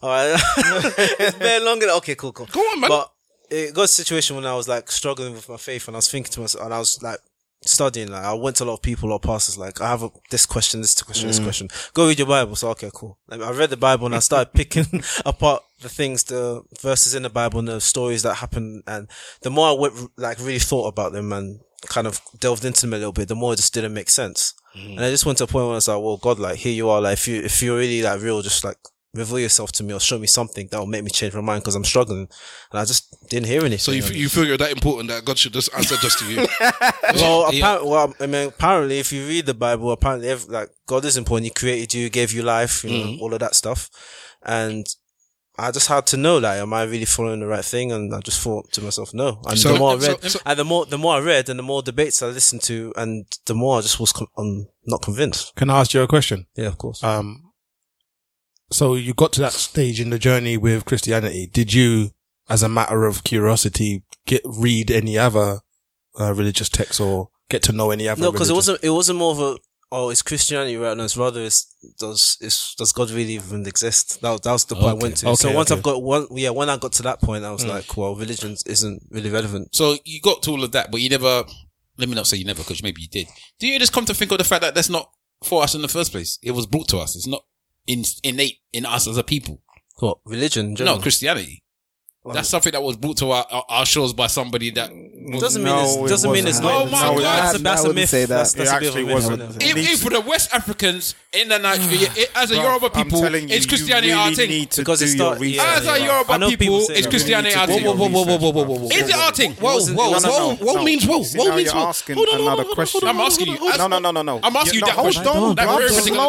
Speaker 5: all right, it's been longer. than- Okay, cool, cool.
Speaker 1: Go on, man.
Speaker 5: But it got a situation when I was like struggling with my faith, and I was thinking to myself, and I was like studying. Like I went to a lot of people, a lot of pastors. Like I have a, this question, this question, this
Speaker 3: Mm.
Speaker 5: question. Go read your Bible. So okay, cool. Like, I read the Bible and I started picking apart the things, the verses in the Bible, and the stories that happened. And the more I went, like really thought about them and kind of delved into them a little bit, the more it just didn't make sense. And I just went to a point where I was like, well, God, like, here you are. Like, if you, if you're really like real, just like reveal yourself to me or show me something that will make me change my mind because I'm struggling. And I just didn't hear anything.
Speaker 1: So you, f- you feel you're that important that God should just answer just to you?
Speaker 5: well, appa- well, I mean, apparently, if you read the Bible, apparently, ev like God is important. He created you, gave you life, you know,
Speaker 1: Mm-hmm.
Speaker 5: all of that stuff. And I just had to know, like, am I really following the right thing? And I just thought to myself, no. And
Speaker 1: So-
Speaker 5: the more I
Speaker 1: so-
Speaker 5: read, and the more the more I read, and the more debates I listened to, and the more I just was con- I'm not convinced.
Speaker 4: Can I ask you a question?
Speaker 5: Yeah, of course.
Speaker 4: Um, so you got to that stage in the journey with Christianity. Did you, as a matter of curiosity, get read any other uh, religious texts or get to know any other?
Speaker 5: No, because it
Speaker 4: religion?
Speaker 5: wasn't. It wasn't more of a. Oh, it's Christianity right now. It's rather it's does it's does God really even exist? That, was- that was the point I went to.
Speaker 4: Okay.
Speaker 5: so
Speaker 4: Okay,
Speaker 5: once
Speaker 4: okay.
Speaker 5: I've got one, yeah, when I got to that point, I was
Speaker 3: Mm.
Speaker 5: like, well, religion isn't really relevant.
Speaker 3: So you got to all of that, but you never. Let me not say you never, because maybe you did. Do you just come to think of the fact that that's not for us in the first place? It was brought to us. It's not in, innate in us as a people.
Speaker 5: What religion? in
Speaker 3: No,
Speaker 5: general?
Speaker 3: Christianity. that's something that was brought to our, our, our shores by somebody that
Speaker 6: Mm,
Speaker 5: It doesn't mean it's, doesn't mean it's not.
Speaker 3: Oh my God.
Speaker 5: That's, a- that's
Speaker 9: I
Speaker 5: a
Speaker 9: wouldn't
Speaker 5: myth.
Speaker 9: say that.
Speaker 5: That's, that's
Speaker 9: It
Speaker 5: a bit of a
Speaker 9: actually
Speaker 5: myth.
Speaker 9: wasn't.
Speaker 5: isn't it?
Speaker 3: Even, even for the West Africans in the Nigeria, as a
Speaker 6: Bruv,
Speaker 3: Yoruba
Speaker 6: I'm
Speaker 3: people,
Speaker 6: telling you,
Speaker 3: it's
Speaker 6: you
Speaker 3: Christianity
Speaker 6: really
Speaker 3: our thing.
Speaker 6: need to
Speaker 5: Because
Speaker 6: do
Speaker 5: it's
Speaker 6: your
Speaker 5: not-
Speaker 6: research,
Speaker 5: yeah,
Speaker 3: as a
Speaker 5: yeah.
Speaker 6: bruv.
Speaker 5: I
Speaker 3: Yoruba
Speaker 5: know
Speaker 3: people,
Speaker 5: people say
Speaker 3: it's
Speaker 5: that.
Speaker 3: Christianity
Speaker 6: You
Speaker 3: our
Speaker 6: need to
Speaker 3: thing.
Speaker 6: do your research, bruv.
Speaker 3: Is it our thing? Whoa,
Speaker 5: wasn't-
Speaker 3: whoa,
Speaker 5: no, no,
Speaker 3: whoa,
Speaker 6: no,
Speaker 3: whoa
Speaker 6: no.
Speaker 3: means whoa.
Speaker 6: See,
Speaker 3: Whoa
Speaker 6: now
Speaker 3: means
Speaker 6: you're
Speaker 3: whoa.
Speaker 6: asking
Speaker 3: Hold on, hold on,
Speaker 6: another
Speaker 3: hold on,
Speaker 6: question.
Speaker 3: hold on. I'm asking you.
Speaker 6: No, no, no, no, no.
Speaker 3: I'm asking you
Speaker 6: No,
Speaker 3: that
Speaker 6: hold
Speaker 3: question.
Speaker 6: on,
Speaker 3: That
Speaker 6: bruv.
Speaker 3: very
Speaker 6: Slow
Speaker 3: particular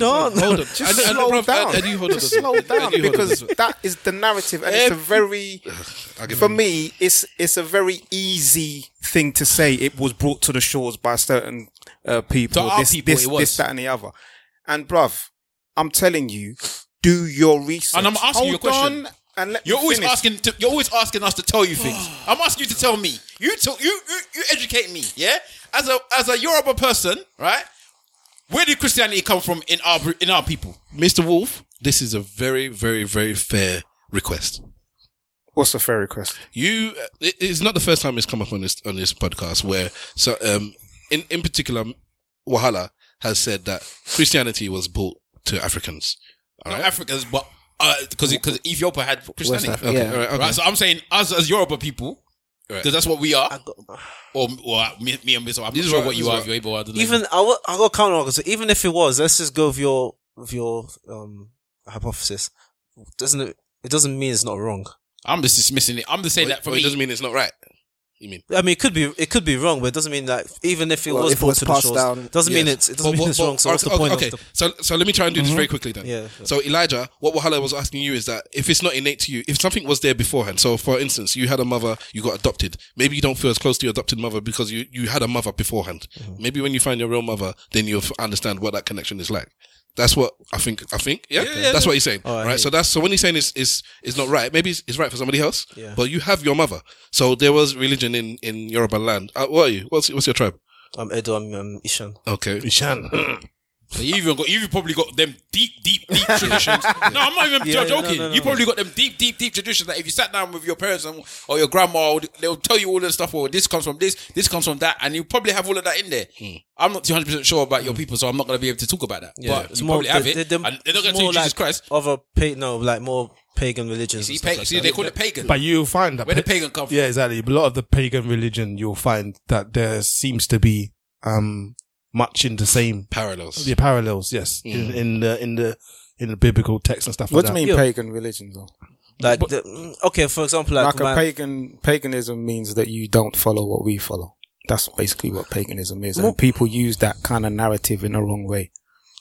Speaker 6: down.
Speaker 5: Hold on.
Speaker 3: Hold on.
Speaker 6: Just
Speaker 3: And- and
Speaker 6: slow
Speaker 3: bruv,
Speaker 6: down.
Speaker 3: I- I do hold on
Speaker 6: Just
Speaker 3: to this.
Speaker 6: slow
Speaker 3: I
Speaker 6: down
Speaker 3: do hold on
Speaker 6: because
Speaker 3: to this.
Speaker 6: that is the narrative, and it's a very, for me, it's it's a very easy thing to say. It was brought to the shores by certain uh, people.
Speaker 3: To our
Speaker 6: this,
Speaker 3: people,
Speaker 6: this,
Speaker 3: it was.
Speaker 6: this, that, and the other. And bruv, I'm telling you, do your research.
Speaker 3: And I'm asking you a
Speaker 6: Hold
Speaker 3: question.
Speaker 6: on and let
Speaker 3: You're
Speaker 6: me
Speaker 3: always
Speaker 6: finish.
Speaker 3: asking. To, you're always asking us to tell you things. I'm asking you to tell me. You tell you, you you educate me. Yeah. As a as a Yoruba person, right? Where did Christianity come from in our in our people?
Speaker 1: Mr. Wolf, this is a very, very, very fair request.
Speaker 6: What's a fair request?
Speaker 1: You, uh, it- it's not the first time it's come up on this on this podcast where so um in in particular Wahala has said that Christianity was brought to Africans. All
Speaker 3: Not
Speaker 1: right.
Speaker 3: Africans, but uh, because because Ethiopia had Christianity.
Speaker 9: Africa,
Speaker 1: Okay,
Speaker 9: yeah.
Speaker 1: all right, okay.
Speaker 3: Right. So I'm saying us as Yoruba people,
Speaker 1: Right.
Speaker 3: because that's what we are, or or me, me and Bissau. I'm not
Speaker 1: is
Speaker 3: sure
Speaker 1: what-
Speaker 3: what
Speaker 1: this
Speaker 3: you
Speaker 1: is
Speaker 3: are.
Speaker 1: what-
Speaker 3: If you're able, I don't know.
Speaker 5: Even I will, I got counter arguments. So even if it was, let's just go with your with your um hypothesis. Doesn't it? It doesn't mean it's not wrong.
Speaker 3: I'm just dismissing it. I'm just saying that for
Speaker 1: Well,
Speaker 3: me.
Speaker 1: it doesn't mean it's not right. You mean?
Speaker 5: I mean, it could be it could be wrong, but it doesn't mean that even if it
Speaker 9: Well,
Speaker 5: was
Speaker 9: if it
Speaker 5: brought
Speaker 9: was
Speaker 5: to the
Speaker 9: passed
Speaker 5: shores,
Speaker 9: down-
Speaker 5: doesn't mean
Speaker 9: Yes.
Speaker 5: it's it doesn't
Speaker 1: But
Speaker 5: mean
Speaker 1: what-
Speaker 5: it's
Speaker 1: but-
Speaker 5: wrong. So what's the
Speaker 1: okay,
Speaker 5: point?
Speaker 1: Okay,
Speaker 5: Of the,
Speaker 1: so so let me try and do this
Speaker 5: Mhm.
Speaker 1: very quickly then.
Speaker 5: Yeah,
Speaker 1: So Elijah, what Wahala was asking you is that if it's not innate to you, if something was there beforehand. So for instance, you had a mother, you got adopted. Maybe you don't feel as close to your adopted mother because you you had a mother beforehand.
Speaker 5: Mm-hmm.
Speaker 1: Maybe when you find your real mother, then you'll f- understand what that connection is like. That's what I think. I think, yeah,
Speaker 3: Yeah, yeah,
Speaker 1: that's
Speaker 3: yeah.
Speaker 1: what he's saying,
Speaker 3: Oh, I
Speaker 1: right?
Speaker 3: hear
Speaker 1: So that's so when he's saying it's is is not right. Maybe it's, it's right for somebody else,
Speaker 3: Yeah.
Speaker 1: but you have your mother. So there was religion in in Yoruba land. Uh, what are you? What's what's your tribe?
Speaker 5: I'm Edo. I'm um, Ishan.
Speaker 1: Okay,
Speaker 4: Ishan.
Speaker 3: So you even got you've probably got them deep, deep, deep traditions. No, I'm not even
Speaker 5: Yeah,
Speaker 3: joking.
Speaker 5: no, no, no.
Speaker 3: You probably got them deep, deep, deep traditions that if you sat down with your parents and, or your grandma, they'll tell you all the stuff. Or this comes from this, this comes from that, and you probably have all of that in there.
Speaker 5: Hmm.
Speaker 3: I'm not 200 percent sure about your people, so I'm not going to be able to talk about that.
Speaker 5: Yeah,
Speaker 3: But you probably have it.
Speaker 5: They're,
Speaker 3: and they're not going to tell you
Speaker 5: like
Speaker 3: Jesus Christ.
Speaker 5: Other pa- no, like more pagan religions.
Speaker 3: See,
Speaker 5: and
Speaker 3: pa-
Speaker 5: stuff like
Speaker 3: see,
Speaker 5: that.
Speaker 3: they call it pagan.
Speaker 4: But you'll find that
Speaker 3: Where did pagan come from?
Speaker 4: Yeah, exactly. A lot of the pagan religion, you'll find that there seems to be um much in the same
Speaker 1: Parallels.
Speaker 4: Yeah, parallels. Yes, in,
Speaker 3: Hmm.
Speaker 5: Mm.
Speaker 4: in the in the in the biblical text and stuff.
Speaker 5: What
Speaker 4: like
Speaker 5: do you
Speaker 4: that.
Speaker 5: mean
Speaker 6: pagan religion though.
Speaker 5: Like the, mm, okay, for example, like,
Speaker 6: Like, a
Speaker 5: my-
Speaker 6: pagan paganism means that you don't follow what we follow. That's basically what paganism is,
Speaker 4: Well-
Speaker 6: and people use that kind of narrative in the wrong way.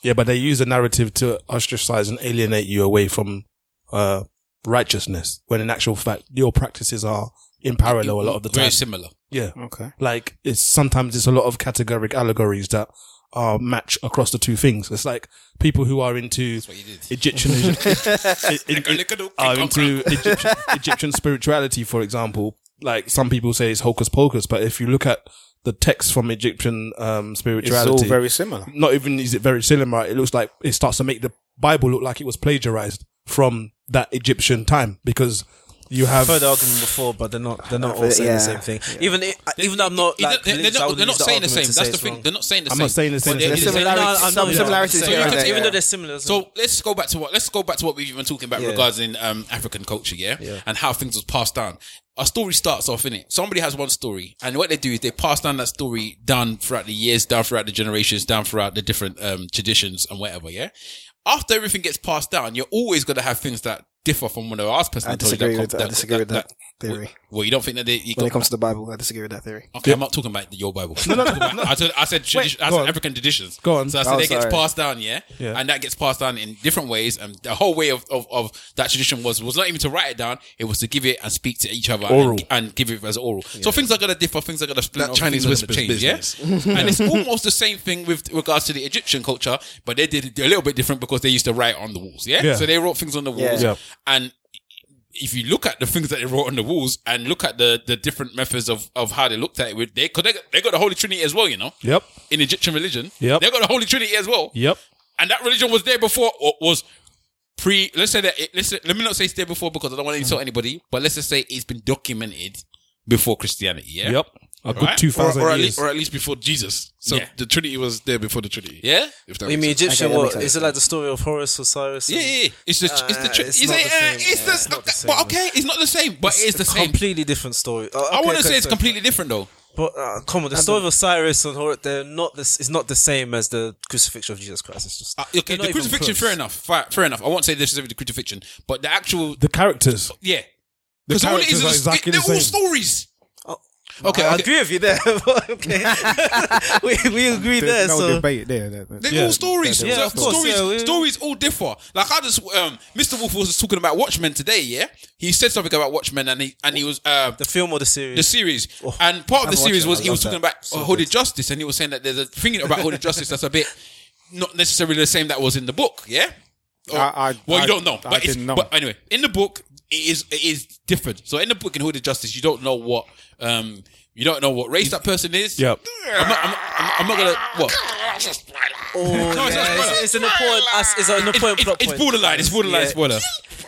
Speaker 4: Yeah, but they use the narrative to ostracize and alienate you away from uh righteousness, when in actual fact your practices are in parallel a lot of the time.
Speaker 3: Very similar.
Speaker 4: Yeah.
Speaker 6: Okay.
Speaker 4: Like it's sometimes it's a lot of categoric allegories that are match across the two things. It's like people who are into Egyptian are into Egyptian, Egyptian spirituality, for example. Like some people say it's hocus pocus, but if you look at the text from Egyptian um, spirituality,
Speaker 6: It's all very similar.
Speaker 4: Not even is it very similar. It looks like it starts to make the Bible look like it was plagiarized from that Egyptian time because you have
Speaker 5: I've heard the argument before, but they're not they're not all
Speaker 4: Yeah.
Speaker 5: saying the same thing.
Speaker 4: Yeah.
Speaker 5: Even i- even though I'm not
Speaker 3: They're,
Speaker 5: like
Speaker 3: they're
Speaker 5: religious, I
Speaker 3: not,
Speaker 5: would
Speaker 3: they're not
Speaker 5: use the
Speaker 3: saying the same.
Speaker 5: argument to say
Speaker 3: That's the
Speaker 5: it's
Speaker 3: thing.
Speaker 5: wrong.
Speaker 3: They're not saying the
Speaker 4: I'm
Speaker 3: same.
Speaker 4: not saying the same
Speaker 3: But
Speaker 4: thing.
Speaker 3: they're-
Speaker 4: There's
Speaker 3: they're-
Speaker 4: similarities-
Speaker 3: no, I'm-
Speaker 4: some
Speaker 3: no,
Speaker 4: similarities
Speaker 3: so
Speaker 4: here
Speaker 3: you
Speaker 4: and
Speaker 3: could-
Speaker 4: there,
Speaker 3: even
Speaker 4: yeah.
Speaker 3: though they're similar. So let's go back to what let's go back to what we've even talking about
Speaker 4: Yeah.
Speaker 3: regarding um, African culture, yeah, and how things was passed down. Our story starts off in it. Somebody has one story, and what they do is they pass down that story down throughout the years, down throughout the generations, down throughout the different um, traditions and whatever. Yeah. After everything gets passed down, you're always going to have things that differ from when the last person
Speaker 9: I
Speaker 3: told you
Speaker 9: disagree
Speaker 3: com-
Speaker 9: with that. I disagree with that theory.
Speaker 3: Well, you don't think that they, you
Speaker 9: When it
Speaker 3: got-
Speaker 9: comes to the Bible, I disagree with that theory.
Speaker 3: Okay, I'm not talking about your Bible.
Speaker 9: No, no,
Speaker 3: I'm talking about- I said, I said, tradi- I
Speaker 9: go
Speaker 3: said
Speaker 9: on.
Speaker 3: African traditions.
Speaker 9: Go on.
Speaker 3: So I said
Speaker 9: Oh,
Speaker 3: that gets
Speaker 9: sorry.
Speaker 3: passed down, yeah?
Speaker 9: Yeah.
Speaker 3: and that gets passed down in different ways. And the whole way of, of, of that tradition was was not even to write it down; it was to give it and speak to each other and-
Speaker 1: Oral.
Speaker 3: And, give it as oral. So things are gonna differ. Things are gonna split.
Speaker 1: That
Speaker 3: off,
Speaker 1: Chinese
Speaker 3: things are
Speaker 1: whispers
Speaker 3: gonna change,
Speaker 1: business.
Speaker 3: yeah. and it's almost the same thing with regards to the Egyptian culture, but they did it a little bit different because they used to write on the walls, yeah.
Speaker 1: Yeah.
Speaker 3: So they wrote things on the
Speaker 1: Yeah.
Speaker 3: walls,
Speaker 1: Yeah.
Speaker 3: and if you look at the things that they wrote on the walls and look at the, the different methods of, of how they looked at it, with they cause they, got- they got the Holy Trinity as well, you know,
Speaker 4: Yep.
Speaker 3: in Egyptian religion.
Speaker 4: Yep.
Speaker 3: They got the Holy Trinity as well.
Speaker 4: Yep.
Speaker 3: And that religion was there before, or was pre, let's say that, it, let's, say- let me not say it's there before because I don't want to insult anybody, but let's just say it's been documented before Christianity, yeah?
Speaker 4: Yep. A good
Speaker 3: Right?
Speaker 4: 2,000
Speaker 1: or, or, at
Speaker 4: years.
Speaker 1: least, or at least before Jesus. So
Speaker 3: Yeah.
Speaker 1: the Trinity was there before the Trinity.
Speaker 3: Yeah?
Speaker 1: If
Speaker 5: You mean
Speaker 1: makes
Speaker 5: Egyptian?
Speaker 1: sense.
Speaker 5: What is it like the story of Horus Osiris?
Speaker 3: Yeah, yeah, yeah. It's the, it's the, tr-
Speaker 5: Uh, it's
Speaker 3: you
Speaker 5: not
Speaker 3: say,
Speaker 5: the
Speaker 3: eh,
Speaker 5: same,
Speaker 3: it's
Speaker 5: yeah,
Speaker 3: the-
Speaker 5: it's not the same,
Speaker 3: but okay, it's not the same, but it's, the same.
Speaker 5: Completely different story. Oh,
Speaker 3: I
Speaker 5: okay,
Speaker 3: want to say
Speaker 5: okay,
Speaker 3: it's
Speaker 5: so-
Speaker 3: completely different though.
Speaker 5: But uh, come on, the
Speaker 3: And
Speaker 5: story of Osiris and Horus, they're not this. It's not the same as the crucifixion of Jesus Christ. It's just
Speaker 3: Uh, Okay, the crucifixion, fair enough, fair, fair enough. I won't say this is the crucifixion, but the actual,
Speaker 4: the characters.
Speaker 3: yeah,
Speaker 4: The
Speaker 3: 'Cause all it
Speaker 4: characters
Speaker 3: is
Speaker 4: are
Speaker 3: is-
Speaker 4: exactly
Speaker 3: it- they're
Speaker 4: the
Speaker 3: all
Speaker 4: same.
Speaker 3: stories.
Speaker 5: Okay, Oh, I agree with you there. but okay, we, we agree there.
Speaker 6: There's no
Speaker 5: so
Speaker 6: debate there. there, there.
Speaker 3: They're all stories.
Speaker 5: Yeah,
Speaker 3: So
Speaker 5: of course.
Speaker 3: stories,
Speaker 5: Yeah, we-
Speaker 3: stories all differ. Like how does um, Mr. Wolf was talking about Watchmen today? Yeah, he said something about Watchmen, and he and he was uh,
Speaker 5: the film or the series.
Speaker 3: The series, and part of the
Speaker 5: I've watched
Speaker 3: series
Speaker 5: it.
Speaker 3: was
Speaker 5: I
Speaker 3: he was
Speaker 5: love
Speaker 3: talking
Speaker 5: that.
Speaker 3: about
Speaker 5: So
Speaker 3: uh, hooded justice, and he was saying that there's a thing about hooded justice that's a bit not necessarily the same that was in the book. Yeah. Or-
Speaker 6: I- I-
Speaker 3: well,
Speaker 6: I-
Speaker 3: you don't know.
Speaker 6: I
Speaker 3: But, it's,
Speaker 6: didn't know.
Speaker 3: but anyway, in the book, it is it is different. So in the book in Hooded Justice, you don't know what um you don't know what race that person is.
Speaker 4: Yep.
Speaker 3: I'm not, I'm, I'm, I'm not gonna what
Speaker 5: Oh,
Speaker 3: No, it's not
Speaker 5: yeah,
Speaker 3: spoiler.
Speaker 5: it's, it's an important. as- It's an important plot
Speaker 3: it's
Speaker 5: point.
Speaker 3: borderline, it's borderline spoiler.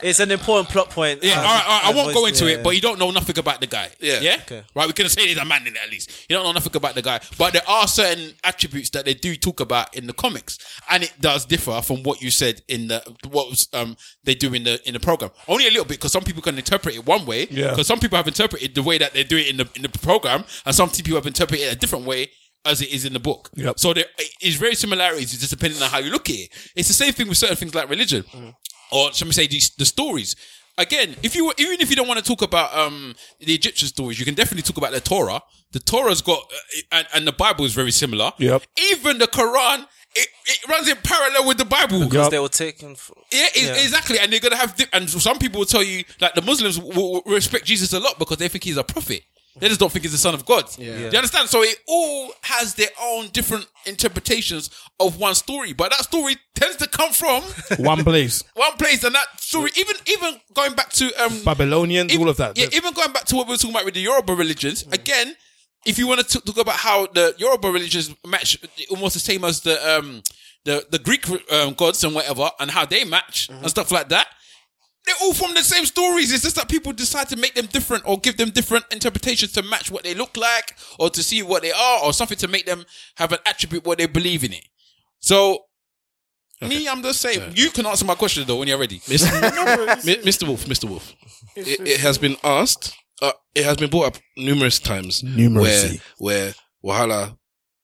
Speaker 5: It's an important plot point.
Speaker 3: Yeah,
Speaker 5: as-
Speaker 3: all right, all right, I
Speaker 5: as
Speaker 3: won't go
Speaker 5: voiced-
Speaker 3: into
Speaker 5: yeah,
Speaker 3: it, but you don't know nothing about the guy. Yeah. Yeah?
Speaker 5: Okay.
Speaker 3: Right, we can say there's a man in it at least. You don't know nothing about the guy. But there are certain attributes that they do talk about in the comics. And it does differ from what you said in the what was um they do in the in the program. Only a little bit because some people can interpret it one way.
Speaker 4: Yeah.
Speaker 3: Because some people have interpreted the way that they do it in the in the program, and some people have interpreted it a different way as it is in the book.
Speaker 4: Yep.
Speaker 3: So there is very similarities, it's just depending on how you look at it. It's the same thing with certain things like religion, or shall we say these the stories. again, if you even if you don't want to talk about um the Egyptian stories, you can definitely talk about the Torah. The Torah's got uh, and, and the Bible is very similar.
Speaker 5: Yep.
Speaker 3: Even the Quran, it, it runs in parallel with the Bible
Speaker 5: Because they were taken. For,
Speaker 3: yeah, e-
Speaker 5: Yeah.
Speaker 3: exactly. And they're gonna have, di- and some people will tell you like the Muslims will, will respect Jesus a lot because they think he's a prophet. They just don't think he's the son of God.
Speaker 12: Yeah.
Speaker 3: Do you understand? So it all has their own different interpretations of one story, but that story tends to come from
Speaker 4: One place.
Speaker 3: one place, and that story, even even going back to um,
Speaker 4: Babylonians, all of that. Hmm.
Speaker 3: yeah, even going back to what we were talking about with the Yoruba religions, again, if you want to talk about how the Yoruba religions match almost the same as the um the the Greek um, gods and whatever, and how they match
Speaker 4: Mm-hmm.
Speaker 3: and stuff like that, they're all from the same stories. It's just that people decide to make them different or give them different interpretations to match what they look like or to see what they are or something to make them have an attribute what they believe in it. So. Me, I'm the same. You can answer my question though when you're ready.
Speaker 1: Mi- Mr. Wolf, Mr. Wolf. It, it has been asked. Uh, it has been brought up numerous times.
Speaker 4: Numeracy.
Speaker 1: Where where Wahala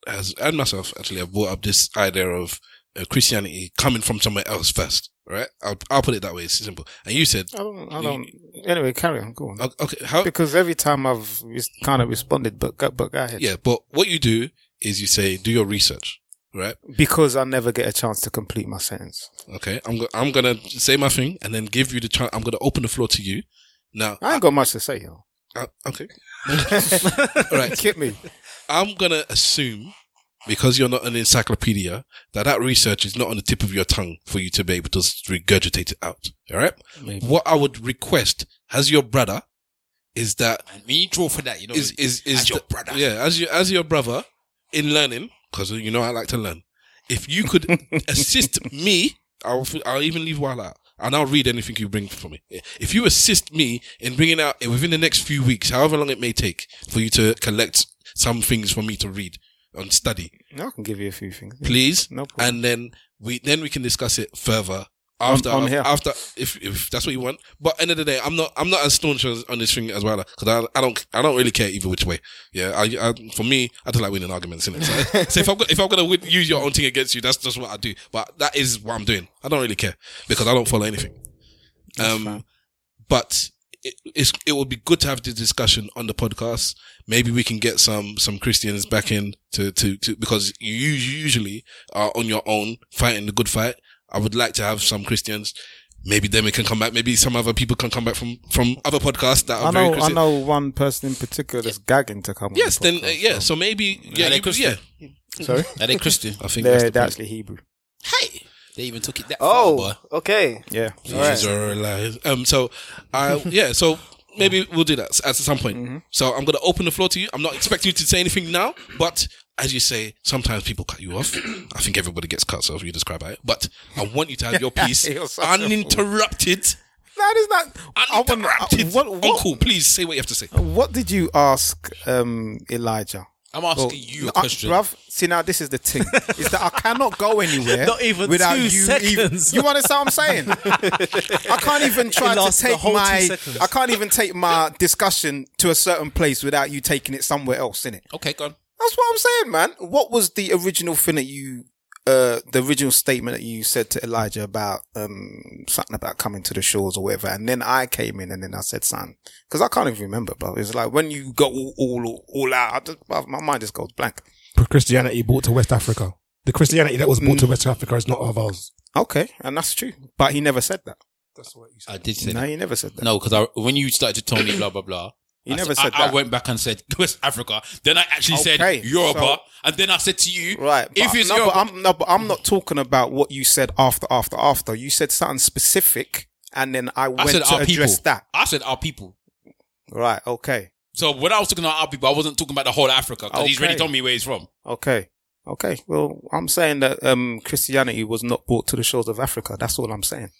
Speaker 1: has and myself actually have brought up this idea of uh, Christianity coming from somewhere else first. Right? I'll I'll put it that way. It's simple. And you said
Speaker 6: I don't. I don't. Anyway, carry on. Go on.
Speaker 1: Okay.
Speaker 6: because every time I've res- kind of responded, but go- but go ahead.
Speaker 1: yeah, but what you do is you say do your research. Right?
Speaker 6: Because I never get a chance to complete my sentence.
Speaker 1: Okay. I'm go- I'm gonna say my thing and then give you the chance. I'm gonna open the floor to you. Now
Speaker 6: I ain't got much to say, yo.
Speaker 1: Uh, okay. All right.
Speaker 6: Get me.
Speaker 1: I'm going to assume, because you're not an encyclopedia, that that research is not on the tip of your tongue for you to be able to s- regurgitate it out. All right.
Speaker 3: Maybe.
Speaker 1: What I would request as your brother is that
Speaker 3: when you draw for that, you know,
Speaker 1: is is is
Speaker 3: as your
Speaker 1: the-
Speaker 3: brother.
Speaker 1: Yeah, as you as your brother in learning, because you know I like to learn. If you could assist me, I'll f- I'll even leave while out, and I'll read anything you bring for me. If you assist me in bringing out within the next few weeks, however long it may take for you to collect some things for me to read and study,
Speaker 6: I can give you a few things.
Speaker 1: please.
Speaker 6: No problem.
Speaker 1: and then we then we can discuss it further
Speaker 6: On-
Speaker 1: after
Speaker 6: on here.
Speaker 1: after if, if that's what you want. But end of the day, I'm not I'm not as staunch as, on this thing as well because I, I don't I don't really care either which way. Yeah, I, I for me I don't like winning arguments. Innit? So, so if I'm go- if I'm gonna win, use your own thing against you, that's just what I do. But that is what I'm doing. I don't really care because I don't follow anything. Um, but it, it's, it would be good to have this discussion on the podcast. Maybe we can get some, some Christians back in to, to, to, because you usually are on your own fighting the good fight. I would like to have some Christians. Maybe then we can come back. Maybe some other people can come back from, from other podcasts that are
Speaker 6: I
Speaker 1: very
Speaker 6: know. I
Speaker 1: Christian.
Speaker 6: know one person in particular that's gagging to come.
Speaker 1: Yes,
Speaker 6: on the
Speaker 1: then, uh, yeah. So maybe, yeah,
Speaker 3: they
Speaker 1: you-
Speaker 3: Christian?
Speaker 1: yeah.
Speaker 6: pod- sorry.
Speaker 3: Are they Christian?
Speaker 1: I think that's
Speaker 6: They're,
Speaker 1: the
Speaker 6: they're
Speaker 1: point.
Speaker 6: actually Hebrew.
Speaker 3: They even took it that
Speaker 6: Oh,
Speaker 3: far. boy.
Speaker 6: okay. Yeah.
Speaker 1: Jesus are alive. Um, so, I yeah. So maybe we'll do that at some point.
Speaker 6: Mm-hmm.
Speaker 1: So I'm gonna open the floor to you. I'm not expecting you to say anything now, but as you say, sometimes people cut you off. I think everybody gets cut, so if you describe it. But I want you to have your piece
Speaker 6: You're such a fool.
Speaker 1: uninterrupted.
Speaker 6: That is not.
Speaker 1: Uninterrupted.
Speaker 6: I wanna- what- Oh, what-
Speaker 1: Uncle, please say what you have to say.
Speaker 6: What did you ask um, Elijah?
Speaker 3: I'm asking you a
Speaker 6: uh,
Speaker 3: question.
Speaker 6: bruv. See now, this is the thing: is that I cannot go anywhere.
Speaker 5: Not even
Speaker 6: without
Speaker 5: two
Speaker 6: you.
Speaker 5: seconds.
Speaker 6: Even, you understand what I'm saying? I can't even try
Speaker 5: It
Speaker 6: to
Speaker 5: lasts the
Speaker 6: take
Speaker 5: whole two
Speaker 6: my.
Speaker 5: seconds.
Speaker 6: I can't even take my discussion to a certain place without you taking it somewhere else. In it.
Speaker 3: Okay, go on.
Speaker 6: That's what I'm saying, man. What was the original thing that you, uh, the original statement that you said to Elijah about um something about coming to the shores or whatever? And then I came in and then I said something because I can't even remember, bro. It's like when you got all all, all out, I just, bruv, my mind just goes blank.
Speaker 4: Christianity brought to West Africa. The Christianity that was brought
Speaker 3: Mm.
Speaker 4: to West Africa is not of ours.
Speaker 6: Okay, and that's true, but he never said that.
Speaker 3: I did say
Speaker 6: No,
Speaker 3: that.
Speaker 6: he never said that.
Speaker 3: No, because I, when you started to tell me blah blah blah,
Speaker 6: You
Speaker 3: I,
Speaker 6: never
Speaker 3: s-
Speaker 6: said
Speaker 3: I, I
Speaker 6: that.
Speaker 3: went back and said West Africa. Then I actually
Speaker 6: Okay,
Speaker 3: said Europa,
Speaker 6: so-
Speaker 3: and then I said to you,
Speaker 6: Right. But,
Speaker 3: if it's
Speaker 6: no,
Speaker 3: Europa,
Speaker 6: but I'm no, but I'm not talking about what you said after, after, after. You said something specific, and then I
Speaker 3: I
Speaker 6: went
Speaker 3: said
Speaker 6: to
Speaker 3: our people.
Speaker 6: address that.
Speaker 3: I said our people.
Speaker 6: Right. Okay.
Speaker 3: So when I was talking about our people, I wasn't talking about the whole Africa because he's already
Speaker 6: Okay.
Speaker 3: told me where he's from.
Speaker 6: Okay. Okay. Well, I'm saying that um, Christianity was not brought to the shores of Africa. That's all I'm saying.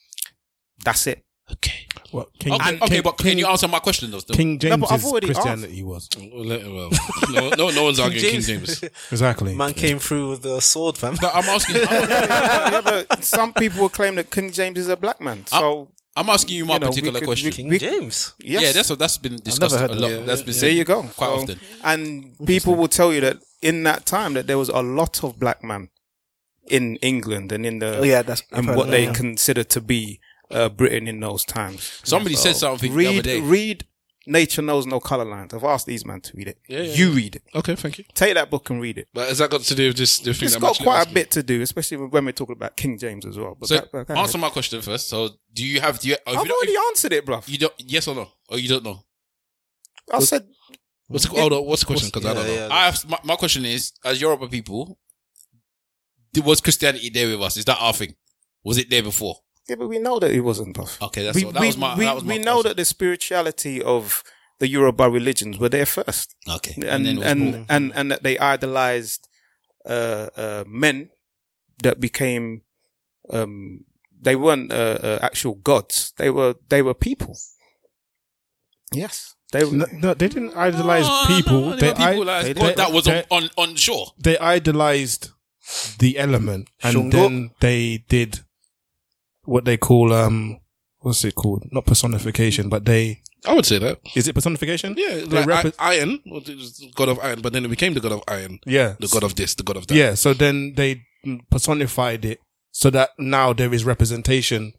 Speaker 6: That's it.
Speaker 1: Okay.
Speaker 4: What King,
Speaker 3: Okay,
Speaker 4: King-
Speaker 3: okay, but can
Speaker 4: King-
Speaker 3: you answer my question though? Still?
Speaker 4: King
Speaker 6: No,
Speaker 4: James
Speaker 6: but I've already
Speaker 4: Christianity was
Speaker 1: Well, let- well, no, no, no one's arguing King James.
Speaker 4: exactly.
Speaker 5: Man came through with a sword, fam.
Speaker 3: But I'm asking, I'm,
Speaker 6: Yeah, but some people claim that King James is a black man. So
Speaker 3: I'm asking you my
Speaker 6: You know, we
Speaker 3: particular
Speaker 6: could- we
Speaker 3: question.
Speaker 6: could-
Speaker 5: King
Speaker 6: We-
Speaker 5: James.
Speaker 6: yes.
Speaker 3: Yeah, that's that's been discussed a
Speaker 6: heard that.
Speaker 3: lot. That's been
Speaker 6: there you go.
Speaker 3: quite
Speaker 6: So-
Speaker 3: often.
Speaker 6: And people will tell you that in that time that there was a lot of black men in England and in the
Speaker 9: Oh, yeah, that's- I've
Speaker 6: in
Speaker 9: heard
Speaker 6: what
Speaker 9: that,
Speaker 6: they
Speaker 9: yeah.
Speaker 6: consider to be
Speaker 10: uh, Britain in those times.
Speaker 3: Somebody said something the
Speaker 10: Read,
Speaker 3: other day.
Speaker 10: read. Nature knows no color lines. I've asked these men to read it.
Speaker 1: Yeah, yeah,
Speaker 10: you
Speaker 1: yeah.
Speaker 10: read it.
Speaker 1: Okay, thank you.
Speaker 10: Take that book and read it.
Speaker 1: But has that got to do with this? The thing
Speaker 10: It's
Speaker 1: that
Speaker 10: got
Speaker 1: Machley
Speaker 10: quite
Speaker 1: asked?
Speaker 10: a bit to do, especially when we're talking about King James as well. But
Speaker 1: So
Speaker 10: that- that-
Speaker 1: answer my question first. So do you have? Do you,
Speaker 3: oh,
Speaker 1: I've
Speaker 10: already answered it, bro.
Speaker 1: You don't? Yes or no? Or you don't know?
Speaker 10: I said.
Speaker 1: What's the, hold on, what's the question? Because I
Speaker 3: Yeah,
Speaker 1: don't know.
Speaker 3: yeah. I have, my, my question is: As Yoruba people, th- was Christianity there with us? Is that our thing? Was it there before?
Speaker 10: Yeah, but we know that it wasn't, bro.
Speaker 3: Okay, Ah, that's all. That was my-
Speaker 10: we,
Speaker 3: that was my
Speaker 10: we know that the spirituality of the Yoruba religions were there first.
Speaker 3: Okay,
Speaker 10: and and
Speaker 3: and then it was
Speaker 10: and,
Speaker 3: brought.
Speaker 10: and, that they idolized uh, uh, men that became um, they weren't uh, uh, actual gods. They were they were people. Yes, they were.
Speaker 4: No, no, they didn't idolize people.
Speaker 3: No,
Speaker 4: they
Speaker 3: there were people
Speaker 4: i-
Speaker 3: like-
Speaker 4: they-
Speaker 3: but that was on,
Speaker 4: they-
Speaker 3: on on shore.
Speaker 4: they idolized the element and
Speaker 3: Shungo.
Speaker 4: then they did what they call um what's it called not personification but they
Speaker 1: I would say that
Speaker 4: is it personification
Speaker 1: Yeah,
Speaker 4: They
Speaker 1: like
Speaker 4: rep-
Speaker 1: I- iron, well, it was the god of iron, but then it became the god of iron.
Speaker 4: Yeah.
Speaker 1: the god of this, the god of that.
Speaker 4: yeah so then they personified it so that now there is representation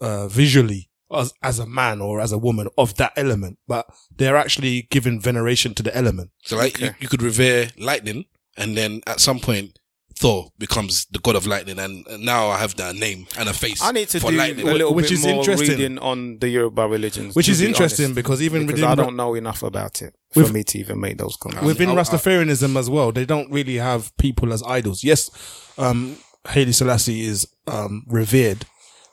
Speaker 4: uh visually as, as a man or as a woman of that element but they're actually giving veneration to the element
Speaker 1: So like you, you could revere lightning, and then at some point Thor becomes the god of lightning, and, and now I have that name and a face.
Speaker 10: I need to
Speaker 1: for
Speaker 10: do
Speaker 1: lightning,
Speaker 10: a little
Speaker 4: Which
Speaker 10: bit
Speaker 4: is
Speaker 10: more
Speaker 4: interesting.
Speaker 10: reading on the Yoruba religions,
Speaker 4: Which
Speaker 10: to
Speaker 4: is
Speaker 10: be
Speaker 4: interesting
Speaker 10: honest,
Speaker 4: because even
Speaker 10: because
Speaker 4: within
Speaker 10: I
Speaker 4: Ra-
Speaker 10: don't know enough about it for
Speaker 4: With-
Speaker 10: me to even make those comments.
Speaker 4: within
Speaker 10: Um, I- I-
Speaker 4: Rastafarianism as well, they don't really have people as idols. Yes, um, Haile Selassie is um, revered,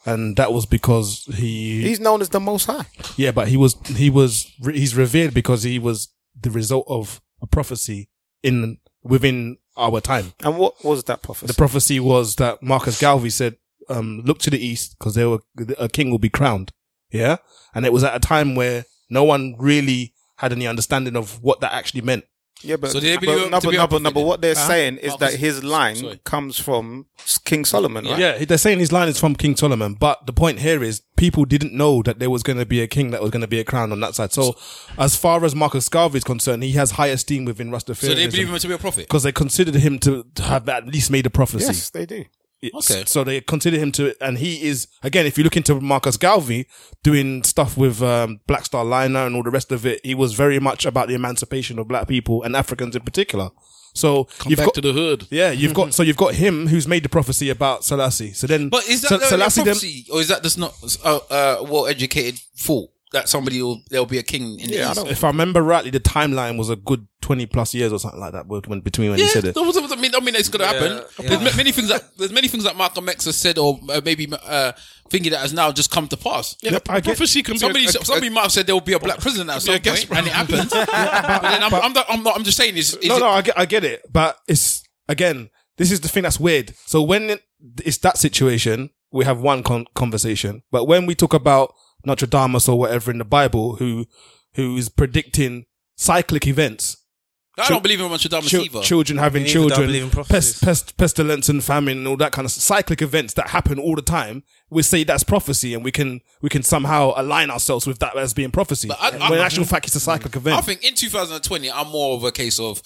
Speaker 4: and that was because he
Speaker 10: he's known as the Most High.
Speaker 4: yeah, but he was he was he's revered because he was the result of a prophecy in within our time.
Speaker 10: And what was that prophecy?
Speaker 4: The prophecy was that Marcus Galvey said, um, "Look to the east, because there were a king will be crowned." Yeah, and it was at a time where no one really had any understanding of what that actually meant.
Speaker 10: Yeah, but
Speaker 4: So they believe him
Speaker 10: but, no,
Speaker 4: to
Speaker 10: but,
Speaker 4: be
Speaker 10: no,
Speaker 4: uh-huh. a
Speaker 10: but, no, but what they're
Speaker 4: prophet.
Speaker 10: saying is
Speaker 4: Huh?
Speaker 10: that his line comes from King Solomon, right?
Speaker 4: Yeah, they're saying his line is from King Solomon, but the point here is people didn't know that there was going to be a king that was going to be a crown on that side. So, as far as Marcus Garvey is concerned, he has high esteem within Rastafarianism.
Speaker 3: So they believe him to be a prophet.
Speaker 4: because they considered him to to have at least made a prophecy.
Speaker 10: Yes, they do.
Speaker 4: Yes.
Speaker 3: Okay.
Speaker 4: So they consider him to, and he is again. If you look into Marcus Galvey doing stuff with um, Black Star Liner and all the rest of it, he was very much about the emancipation of black people and Africans in particular. So you've
Speaker 1: back
Speaker 4: got
Speaker 1: to the hood.
Speaker 4: Yeah, you've got so you've got him who's made the prophecy about Selassie. So then,
Speaker 3: But is that
Speaker 4: Sel-
Speaker 3: the
Speaker 4: Selassie then-
Speaker 3: prophecy, or is that just not uh, uh, well-educated fool that somebody will there'll be a king in the east?
Speaker 4: if I remember rightly, the timeline was a good twenty plus years or something like that. When, between when
Speaker 3: yeah,
Speaker 4: he said it,
Speaker 3: that was- that was- I mean, I mean, it's gonna happen. There's ma- many things that there's many things that Malcolm X has said, or uh, maybe uh, thinking that has now just come to pass.
Speaker 1: Yeah, Yep, I get- prophecy can be
Speaker 3: somebody.
Speaker 1: a- a-
Speaker 3: somebody might have said there will be a black president at some point, and it happened. but then I'm, I'm, not, I'm not. I'm just saying. Is, is
Speaker 4: no,
Speaker 3: it,
Speaker 4: no, I get, I get it, but it's again, this is the thing that's weird. So when it, it's that situation, we have one con- conversation, but when we talk about Nostradamus or whatever in the Bible, who who is predicting cyclic events,
Speaker 3: I
Speaker 4: Chil-
Speaker 3: don't believe in Nostradamus
Speaker 4: chil-
Speaker 3: either.
Speaker 4: children having
Speaker 3: Me neither, I believe
Speaker 4: children,
Speaker 3: in
Speaker 4: pest, pest, pestilence and famine, and all that kind of cyclic events that happen all the time. We say that's prophecy, and we can we can somehow align ourselves with that as being prophecy.
Speaker 3: I- I-
Speaker 4: when in actual fact, it's a cyclic event.
Speaker 3: I think in 2020, I'm more of a case of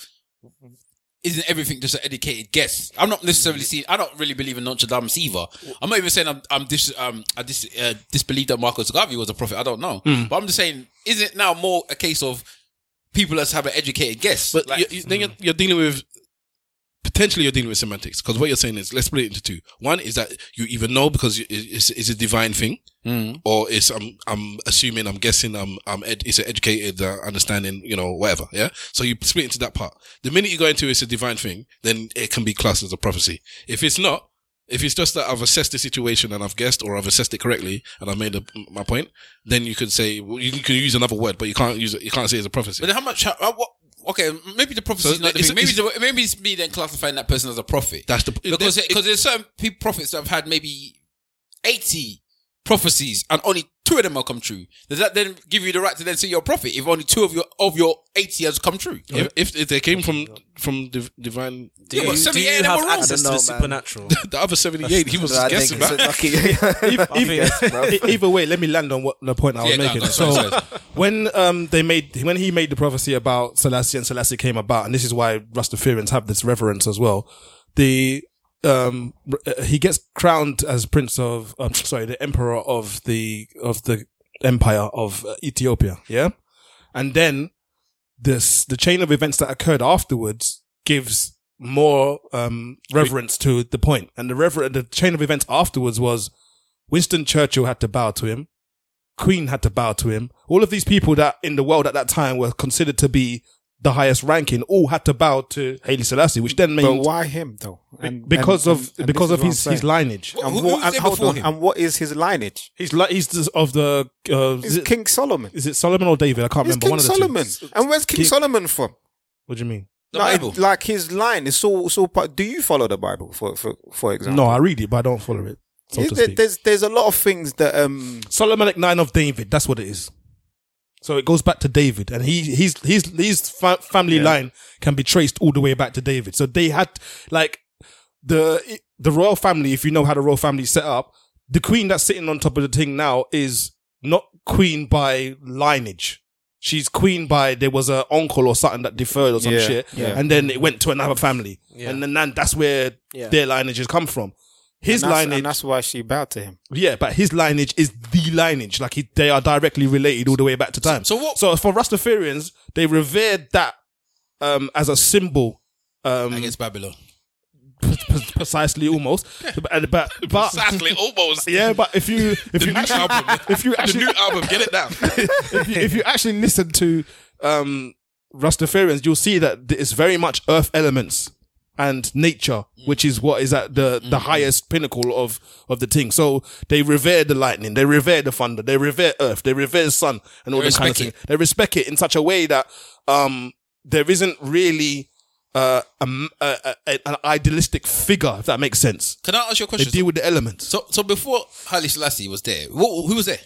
Speaker 3: isn't everything just an educated guess? I'm not necessarily seeing. I don't really believe in Nostradamus either. I'm not even saying I'm, I'm dis, um, I dis, uh, disbelieve that Marcus Garvey was a prophet. I don't know,
Speaker 1: Mm.
Speaker 3: but I'm just saying, is it now more a case of people that's have an educated guess?
Speaker 1: But
Speaker 3: Like- hmm.
Speaker 1: you, you, then you're, you're dealing with potentially you're dealing with semantics because what you're saying is let's split it into two. One is that you even know because you, it- it's, it's a divine thing,
Speaker 3: Mm.
Speaker 1: or it's I'm I'm assuming I'm guessing I'm I'm ed, it's an educated uh, understanding you know whatever yeah. So you split into that part. The minute you go into it's a divine thing, then it can be classed as a prophecy. If it's not. If it's just that I've assessed the situation and I've guessed or I've assessed it correctly and I've made a, my point, then you can say well, you can use another word, but you can't use it. You can't say it's a prophecy.
Speaker 3: But then how much? How, how- what, okay, maybe the prophecy
Speaker 1: So
Speaker 3: is not the
Speaker 1: it's-
Speaker 3: thing. Maybe
Speaker 1: it's-
Speaker 3: the, maybe it's me then classifying that person as a prophet.
Speaker 1: That's the
Speaker 3: because because there's certain people, prophets that have had maybe eighty prophecies and only two of them have come true. Does that then give you the right to then say you're a prophet if only two of your of your eighty has come true?
Speaker 1: If, if, if they came from from div- divine,
Speaker 3: Do Yeah, but you- do 78 you of them have were wrong. access to the
Speaker 5: supernatural?
Speaker 1: the other seventy-eight, he was
Speaker 4: I
Speaker 1: just guessing.
Speaker 4: think it's
Speaker 1: man.
Speaker 4: a Either- either, E-, either way, let me land on what the point I was
Speaker 1: Yeah, go on,
Speaker 4: making.
Speaker 1: go on,
Speaker 4: so
Speaker 1: sorry, sorry.
Speaker 4: when um they made when he made the prophecy about Selassie and Selassie came about, and this is why Rastafarians have this reverence as well. The um, r- uh, he gets crowned as prince of, um, sorry, the emperor of the of the empire of uh, Ethiopia. Yeah, and then this the chain of events that occurred afterwards gives more um, reverence to the point, and the rever- the chain of events afterwards was Winston Churchill had to bow to him. Queen had to bow to him. All of these people that in the world at that time were considered to be the highest ranking all had to bow to Haile Selassie, which then meant
Speaker 6: But why him though?
Speaker 4: Be- because
Speaker 6: and-
Speaker 4: of
Speaker 6: and- and
Speaker 4: because
Speaker 6: this
Speaker 4: of
Speaker 6: is what
Speaker 4: his,
Speaker 6: I'm
Speaker 4: his
Speaker 6: saying.
Speaker 4: lineage.
Speaker 6: And what, and, hold on, and what is his lineage?
Speaker 4: He's like he's this- of the uh, is it-
Speaker 6: King Solomon.
Speaker 4: Is it Solomon or David? I can't
Speaker 6: It's
Speaker 4: remember.
Speaker 6: King
Speaker 4: One of the
Speaker 6: Solomon.
Speaker 4: two.
Speaker 6: And where's King
Speaker 4: King-
Speaker 6: Solomon from?
Speaker 4: What do you mean?
Speaker 6: like, like his line is so so. part- Do you follow the Bible for for for example?
Speaker 4: No, I read it, but I don't follow it. So
Speaker 6: Yeah,
Speaker 4: to
Speaker 6: there-
Speaker 4: speak.
Speaker 6: there's there's a lot of things that um
Speaker 4: Solomonic Nine of David. That's what it is. So it goes back to David, and he his his his fa- family
Speaker 6: Yeah.
Speaker 4: line can be traced all the way back to David. So they had like the the royal family. If you know how the royal family is set up, the queen that's sitting on top of the thing now is not queen by lineage. She's queen by there was a uncle or something that deferred or some
Speaker 6: Yeah,
Speaker 4: shit,
Speaker 6: yeah.
Speaker 4: and then it went to another family,
Speaker 6: Yeah.
Speaker 4: and then that- that's where
Speaker 6: Yeah.
Speaker 4: their lineages come from. His
Speaker 6: and that's-
Speaker 4: lineage
Speaker 6: and that's why she bowed to him.
Speaker 4: yeah, but his lineage is the lineage. Like he, they are directly related all the way back to time. So, what? So for Rastafarians, they revered that um, as a symbol um, against
Speaker 3: Babylon.
Speaker 4: Precisely, almost, but but, but
Speaker 3: Exactly, almost.
Speaker 4: yeah. But if you if you
Speaker 3: new
Speaker 4: actually,
Speaker 3: album.
Speaker 4: if you
Speaker 3: The
Speaker 4: actually
Speaker 3: new album, get it down.
Speaker 4: if, you, if you actually listen to um, Rastafarians, you'll see that it's very much earth elements and nature, which is what is at the, the highest pinnacle of, of the thing. So they revere the lightning, they revere the thunder, they revere earth, they revere sun and all
Speaker 3: They
Speaker 4: this kind of
Speaker 3: respect
Speaker 4: thing. They respect it in such a way that, um, there isn't really, uh, a m- a- a- an idealistic figure, if that makes sense.
Speaker 3: Can I ask you a question?
Speaker 4: They deal with the elements.
Speaker 3: So, so before Haile Selassie was there, who, who was there?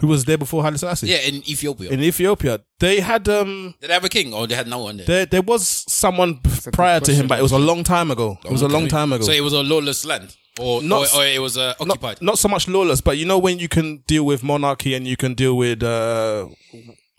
Speaker 4: Who was there before Haile Selassie?
Speaker 3: Yeah, in Ethiopia.
Speaker 4: In Ethiopia, they had, um,
Speaker 3: Did they have a king or they had no one there?
Speaker 4: There, there was someone p- prior to him, but it was a long time ago. It was a long time ago.
Speaker 3: So it was a lawless land, or
Speaker 4: Not-
Speaker 3: or, or it was uh, occupied.
Speaker 4: not so much lawless, but you know when you can deal with monarchy and you can deal with uh,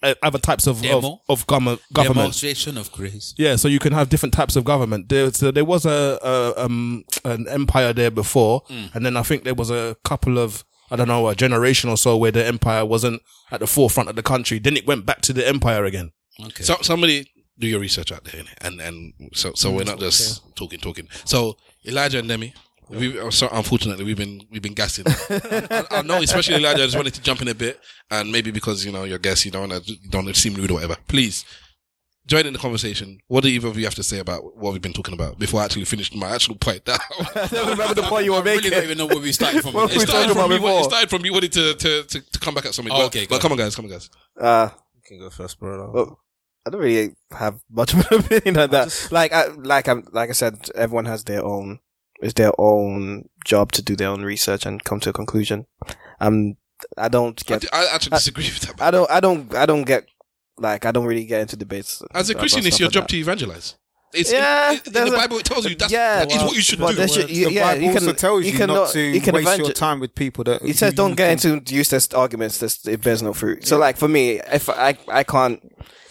Speaker 4: uh, other types of of,
Speaker 3: Demo?
Speaker 4: of gover- government.
Speaker 3: Demonstration of grace.
Speaker 4: Yeah, so you can have different types of government. There, so there was a, a um an empire there before,
Speaker 3: Mm.
Speaker 4: and then I think there was a couple of I don't know a generation or so where the empire wasn't at the forefront of the country. Then it went back to the empire again.
Speaker 3: Okay.
Speaker 1: So, somebody do your research out there, innit? and and so so
Speaker 6: Mm,
Speaker 1: we're not just talking, talking. So Elijah and Demi, we uh, so unfortunately we've been we've been gassing. I, I know, especially Elijah. I just wanted to jump in a bit, and maybe because you know your guest, you don't want to don't wanna seem rude or whatever. Please join in the conversation. What do either of you have to say about what we've been talking about before I actually finished my actual point? That I
Speaker 6: don't remember the point you were making.
Speaker 3: I don't even know where we started from.
Speaker 6: What
Speaker 3: It
Speaker 6: were we
Speaker 3: started
Speaker 6: talking
Speaker 3: from
Speaker 6: about
Speaker 3: me wa- it
Speaker 6: before?
Speaker 1: started from you wanted to to, to, to come back at something.
Speaker 3: Oh,
Speaker 1: but,
Speaker 3: okay,
Speaker 1: but
Speaker 3: go
Speaker 1: come on, guys, come on, guys.
Speaker 9: Uh,
Speaker 5: can go first, bro.
Speaker 9: Well, I don't really have much of an opinion on that. like, I, like I'm, like I said, everyone has their own. It's their own job to do their own research and come to a conclusion. Um, I don't get.
Speaker 1: I, actually disagree with that.
Speaker 9: I don't. I don't. I don't get. Like, I don't really get into debates.
Speaker 1: As a
Speaker 9: about
Speaker 1: Christian, it's
Speaker 9: stuff
Speaker 1: your
Speaker 9: like
Speaker 1: job
Speaker 9: that.
Speaker 1: to evangelize. It's
Speaker 9: yeah,
Speaker 1: in, in, in
Speaker 9: there's
Speaker 1: the
Speaker 9: a-
Speaker 1: Bible. It tells you that's
Speaker 9: yeah,
Speaker 1: that is what you should
Speaker 9: but
Speaker 1: do.
Speaker 9: there should-
Speaker 6: The
Speaker 9: yeah,
Speaker 6: Bible
Speaker 9: you can,
Speaker 6: also tells you,
Speaker 9: can
Speaker 6: not to
Speaker 9: you can
Speaker 6: waste your
Speaker 9: evangel-
Speaker 6: time with people that
Speaker 9: He says,
Speaker 6: who
Speaker 9: "Don't
Speaker 6: you
Speaker 9: get
Speaker 6: can-
Speaker 9: into useless arguments. That's it bears no fruit." So, like for me, if I I can't,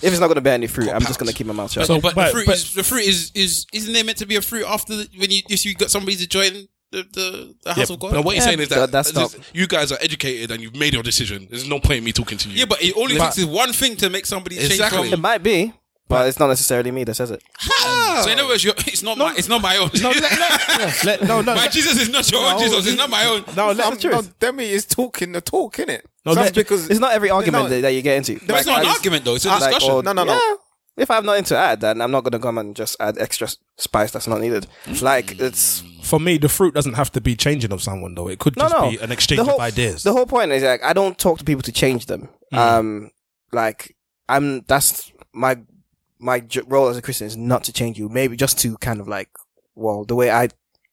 Speaker 9: if it's not going to bear any fruit, I'm just going to keep my mouth shut.
Speaker 3: But, but, the fruit is the fruit is, is isn't there meant to be a fruit after the, when you if you got somebody to join the the, the house
Speaker 1: Yeah,
Speaker 3: of God?
Speaker 1: But what you're saying is that,
Speaker 9: that's
Speaker 1: this- you guys are educated and you've made your decision. There's no point in me talking to you.
Speaker 3: yeah, but it only
Speaker 1: But-
Speaker 3: takes is one thing to make somebody
Speaker 1: Exactly.
Speaker 3: change
Speaker 9: it
Speaker 3: from.
Speaker 9: might be, but it's not necessarily me that says it.
Speaker 3: So in other words, you're, it's not my it's not my own. Ah. No,
Speaker 4: no, no.
Speaker 3: My Jesus is not your own Jesus. It's not my own.
Speaker 4: No,
Speaker 6: let him. No, Demi is talking the talk, innit?
Speaker 9: No,
Speaker 6: That's
Speaker 9: that-
Speaker 6: because
Speaker 9: it's not every argument
Speaker 6: No.
Speaker 9: that, that you get into.
Speaker 6: No, it's not an
Speaker 9: I-
Speaker 6: argument, though. It's a
Speaker 9: like,
Speaker 6: discussion.
Speaker 9: or-
Speaker 6: No, no, no.
Speaker 9: yeah. If I have nothing to add, then I'm not going to come and just add extra spice that's not needed.
Speaker 6: Mm.
Speaker 9: Like it's
Speaker 4: For me, the fruit doesn't have to be changing of someone though. It could
Speaker 9: no,
Speaker 4: just
Speaker 9: no,
Speaker 4: be an exchange
Speaker 9: The whole-
Speaker 4: of ideas.
Speaker 9: The whole point is like I don't talk to people to change them.
Speaker 1: Mm.
Speaker 9: Um, like I'm that's my my j- role as a Christian is not to change you. Maybe just to kind of like well the way I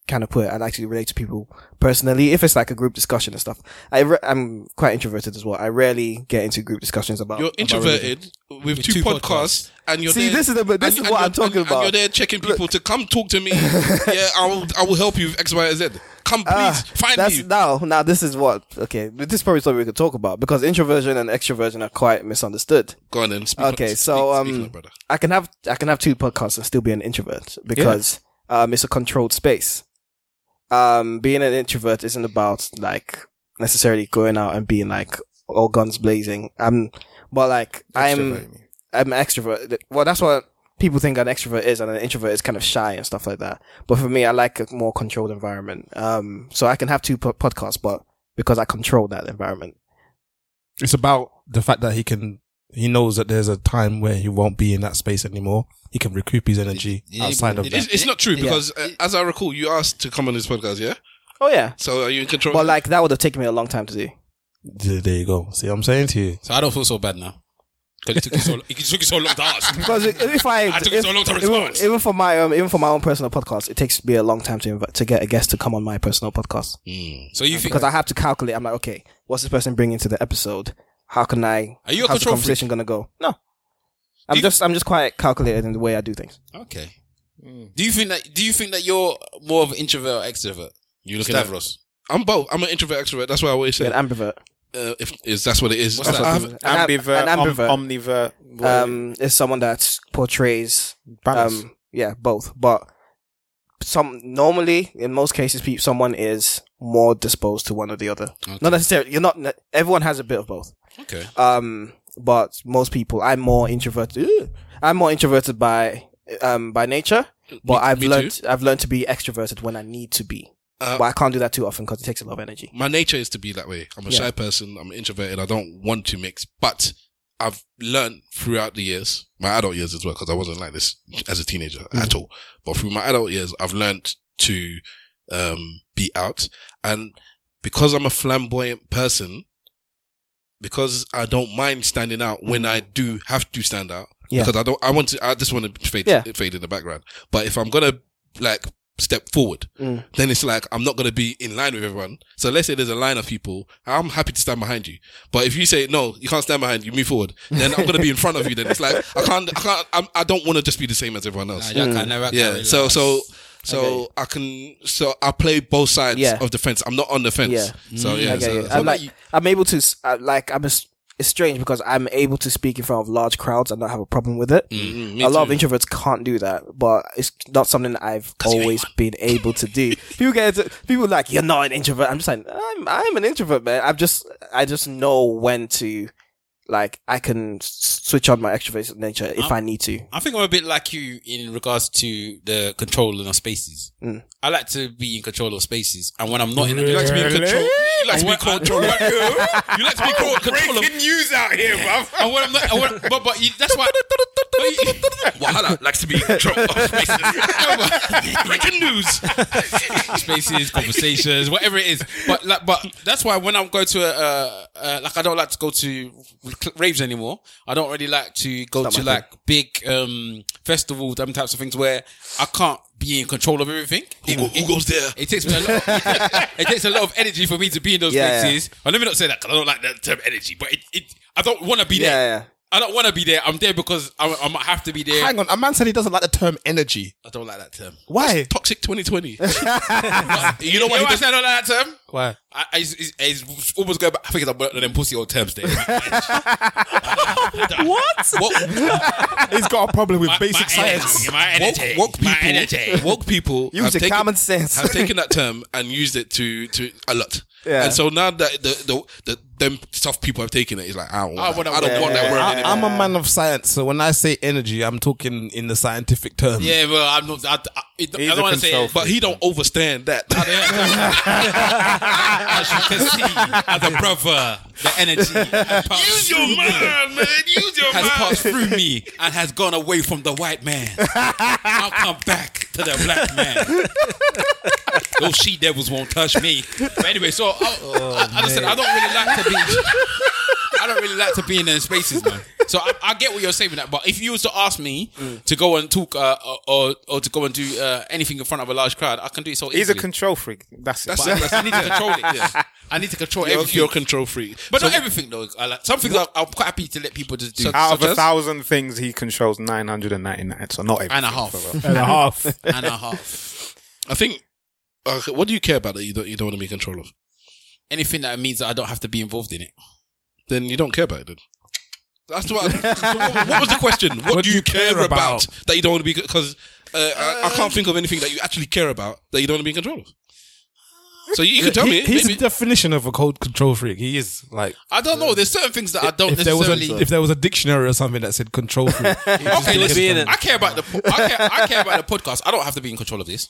Speaker 9: kind of put it, I like to relate to people personally. If it's like a group discussion and stuff, I re- I'm quite introverted as well. I rarely get into group discussions about.
Speaker 1: You're
Speaker 9: about religion.
Speaker 1: introverted with two, podcasts, and you're
Speaker 9: See,
Speaker 1: there-
Speaker 9: this is the- this is
Speaker 1: and, and
Speaker 9: what I'm
Speaker 1: you're-
Speaker 9: talking
Speaker 1: and-
Speaker 9: about.
Speaker 1: And you're there checking people to come talk to me. yeah, I will. I will help you with X, Y, and Z. Come please
Speaker 9: Ah,
Speaker 1: find
Speaker 9: that's,
Speaker 1: me.
Speaker 9: Now, now this is what okay. but This is probably something we could talk about because introversion and extroversion are quite misunderstood.
Speaker 1: Go on then. Speak
Speaker 9: okay,
Speaker 1: on-
Speaker 9: so
Speaker 1: speak- speak on
Speaker 9: um,
Speaker 1: it, brother.
Speaker 9: I can have I can have two podcasts and still be an introvert because um, it's a controlled space. um, being an introvert isn't about like necessarily going out and being like all guns blazing. I'm, but like
Speaker 6: Extrovert,
Speaker 9: I'm, I'm an extrovert. Well, that's what people think an extrovert is, and an introvert is kind of shy and stuff like that. But for me, I like a more controlled environment. Um, so I can have two po- podcasts, but because I control that environment.
Speaker 4: It's about the fact that he can, he knows that there's a time where he won't be in that space anymore. He can recoup his energy outside of
Speaker 1: It
Speaker 4: that.
Speaker 1: is- it's not true because, uh, as I recall, you asked to come on this podcast, yeah?
Speaker 9: Oh yeah.
Speaker 1: So are you in control?
Speaker 9: But like that would have taken me a long time to do.
Speaker 4: There there you go. See what I'm saying to you?
Speaker 3: So I don't feel so bad now. Because it took you so, it took you so long to ask.
Speaker 9: Because it- if I,
Speaker 3: I took it
Speaker 9: if-
Speaker 3: so long to
Speaker 9: even,
Speaker 3: respond.
Speaker 9: even for my um, even for my own personal podcast, it takes me a long time to invite, to get a guest to come on my personal podcast.
Speaker 3: So you think-
Speaker 9: because I have to calculate? I'm like, okay, what's this person bringing to the episode? How can I?
Speaker 3: Are you a
Speaker 9: how's the
Speaker 3: control
Speaker 9: conversation gonna go? No, I'm just I'm just quite calculated in the way I do things.
Speaker 3: Okay. Do you think that? Do you think that you're more of an introvert or extrovert? You looking at Stavros?
Speaker 1: I'm both. I'm an introvert, extrovert. That's what I always say.
Speaker 9: An ambivert.
Speaker 1: Uh, if is that's what it is.
Speaker 9: What's that? An am-
Speaker 10: ambivert,
Speaker 9: an
Speaker 10: om-
Speaker 3: um,
Speaker 9: ambivert.
Speaker 10: omnivert, whatever.
Speaker 9: Um, is someone that portrays
Speaker 10: Balance.
Speaker 9: Um, yeah, both. But some normally, in most cases, pe- someone is more disposed to one or the other. Not necessarily. You're not. ne- Everyone has a bit of both.
Speaker 3: Okay.
Speaker 9: Um, but most people, I'm more introverted. Ew. I'm more introverted by um by nature. But I've learned I've learned to be extroverted when I need to be.
Speaker 1: Uh,
Speaker 9: but I can't do that too often because it takes a lot of energy.
Speaker 1: my nature is to be that way. I'm a
Speaker 9: Yeah.
Speaker 1: shy person. I'm introverted. I don't want to mix, but I've learned throughout the years, my adult years as well, because I wasn't like this as a teenager
Speaker 9: Mm.
Speaker 1: at all. But through my adult years, I've learned to um, be out, and because I'm a flamboyant person, because I don't mind standing out when I do have to stand out.
Speaker 9: Yeah.
Speaker 1: Because I don't, I want to, I just want to fade,
Speaker 9: Yeah.
Speaker 1: fade in the background. But if I'm gonna like step forward,
Speaker 9: Mm.
Speaker 1: then it's like I'm not gonna be in line with everyone. So let's say there's a line of people, I'm happy to stand behind you. But if you say no, you can't stand behind you, move forward, then I'm gonna be in front of you. Then it's like I can't, I can't, I'm, I don't want to just be the same as everyone else.
Speaker 3: Nah, you can't, never can,
Speaker 1: yeah.
Speaker 3: really.
Speaker 1: So so.
Speaker 3: I get
Speaker 1: So
Speaker 3: you.
Speaker 1: I can, so I play both sides
Speaker 9: Yeah.
Speaker 1: of the fence. I'm not on the fence.
Speaker 9: Yeah.
Speaker 1: So yeah.
Speaker 9: I get
Speaker 1: so-
Speaker 9: you.
Speaker 1: so-
Speaker 9: I'm like, I'm able to, s- I- like, I'm a s it's strange because I'm able to speak in front of large crowds and not have a problem with it.
Speaker 1: Mm, me
Speaker 9: a lot
Speaker 1: too.
Speaker 9: of introverts can't do that, but it's not something that I've always been able to do. people get into, people like you're not an introvert. I'm just like I'm I'm an introvert, man. I'm just I just know when to like I can s- switch on my extroverted nature if i need to.
Speaker 3: I think I'm a bit like you in regards to the controlling of spaces.
Speaker 9: Mm.
Speaker 3: I like to be in control of spaces, and when I'm not in, you
Speaker 1: like to be in control- you like to be in
Speaker 3: control. you like to be in control. Breaking
Speaker 1: news out here, bruv.
Speaker 3: And when I'm not, and when, but but you, that's why. but you- Wahala likes to be in control of spaces. Breaking news, spaces, conversations, whatever it is. But like, but that's why when I'm going to a, uh, uh, like I don't like to go to raves anymore. I don't really like to go
Speaker 9: It's
Speaker 3: to
Speaker 9: not my
Speaker 3: like big um festivals, them types of things where I can't be in control of everything. Who,
Speaker 1: goes there?
Speaker 3: It takes me a lot. it takes a lot of energy for me to be in those
Speaker 1: Yeah,
Speaker 3: places. And let me not say that because I don't like that term energy, but it, it I don't want to be there.
Speaker 9: yeah.
Speaker 3: I don't want to be there. I'm there because I, I might have to be there.
Speaker 4: Mm. Hang on, a man said he doesn't like the term energy.
Speaker 3: I don't like that term.
Speaker 4: Why?
Speaker 1: Toxic 2020.
Speaker 3: You know what? You know why I said I don't like that term.
Speaker 4: Why?
Speaker 3: I, I, it's, it's almost going back. I think it's about them pussy old terms there.
Speaker 4: what? He's got a problem with basic science.
Speaker 1: Woke, woke people, woke people
Speaker 4: Use
Speaker 1: have
Speaker 4: your
Speaker 1: taken-
Speaker 4: common sense.
Speaker 1: have taken that term and used it to to a lot.
Speaker 4: Yeah.
Speaker 1: And so now that the the, the them tough people have taken it, it's like I don't want, that. I don't want that word anymore.
Speaker 4: I, am a man of science, so when I say energy, I'm talking in the scientific term.
Speaker 3: Yeah, well, I'm not. I, I, it- I don't want to say it,
Speaker 1: but he don't overstand that.
Speaker 3: as you can see, as a brother, the energy has passed
Speaker 1: Use your
Speaker 3: through-
Speaker 1: mind, man. Use your
Speaker 3: has
Speaker 1: mind.
Speaker 3: passed through me and has gone away from the white man. I'll come back to the black man. Those she devils won't touch me. But anyway, so I,
Speaker 1: Oh,
Speaker 3: I, I, just said I don't really like to be. I don't really like to be in those spaces, man. So I, I get what you're saying with that, but if you was to ask me
Speaker 1: Mm.
Speaker 3: to go and talk uh, or or to go and do uh, anything in front of a large crowd, I can do it so easily.
Speaker 10: He's a control freak. That's it.
Speaker 3: That's it. I need to control it. I need to control
Speaker 1: You're,
Speaker 3: everything.
Speaker 1: you're a control freak.
Speaker 3: But
Speaker 1: So-
Speaker 3: not everything though. I like some things I, I'm quite happy to let people just do.
Speaker 10: Out of
Speaker 3: Such
Speaker 10: a
Speaker 3: as-
Speaker 10: thousand things, he controls 999. So not everything.
Speaker 3: and a half,
Speaker 10: for real.
Speaker 3: and a half.
Speaker 1: I think. uh, what do you care about that you don't you don't want to be in control of?
Speaker 3: Anything that means that I don't have to be involved in it.
Speaker 1: Then you don't care about it. Then. That's what. what was the question? What, do you, care, about, that you don't want to be? Because uh, I, I can't think of anything that you actually care about that you don't want to be in control of. So you, you can tell
Speaker 4: He-
Speaker 1: me.
Speaker 4: He's
Speaker 1: maybe.
Speaker 4: the definition of a cold control freak. He is like.
Speaker 1: I don't know. There's certain things that I don't
Speaker 4: if there was
Speaker 1: necessarily.
Speaker 4: a if there was a dictionary or something that said control freak,
Speaker 1: okay, listen. I care about the po- I care, I care about the podcast. I don't have to be in control of this.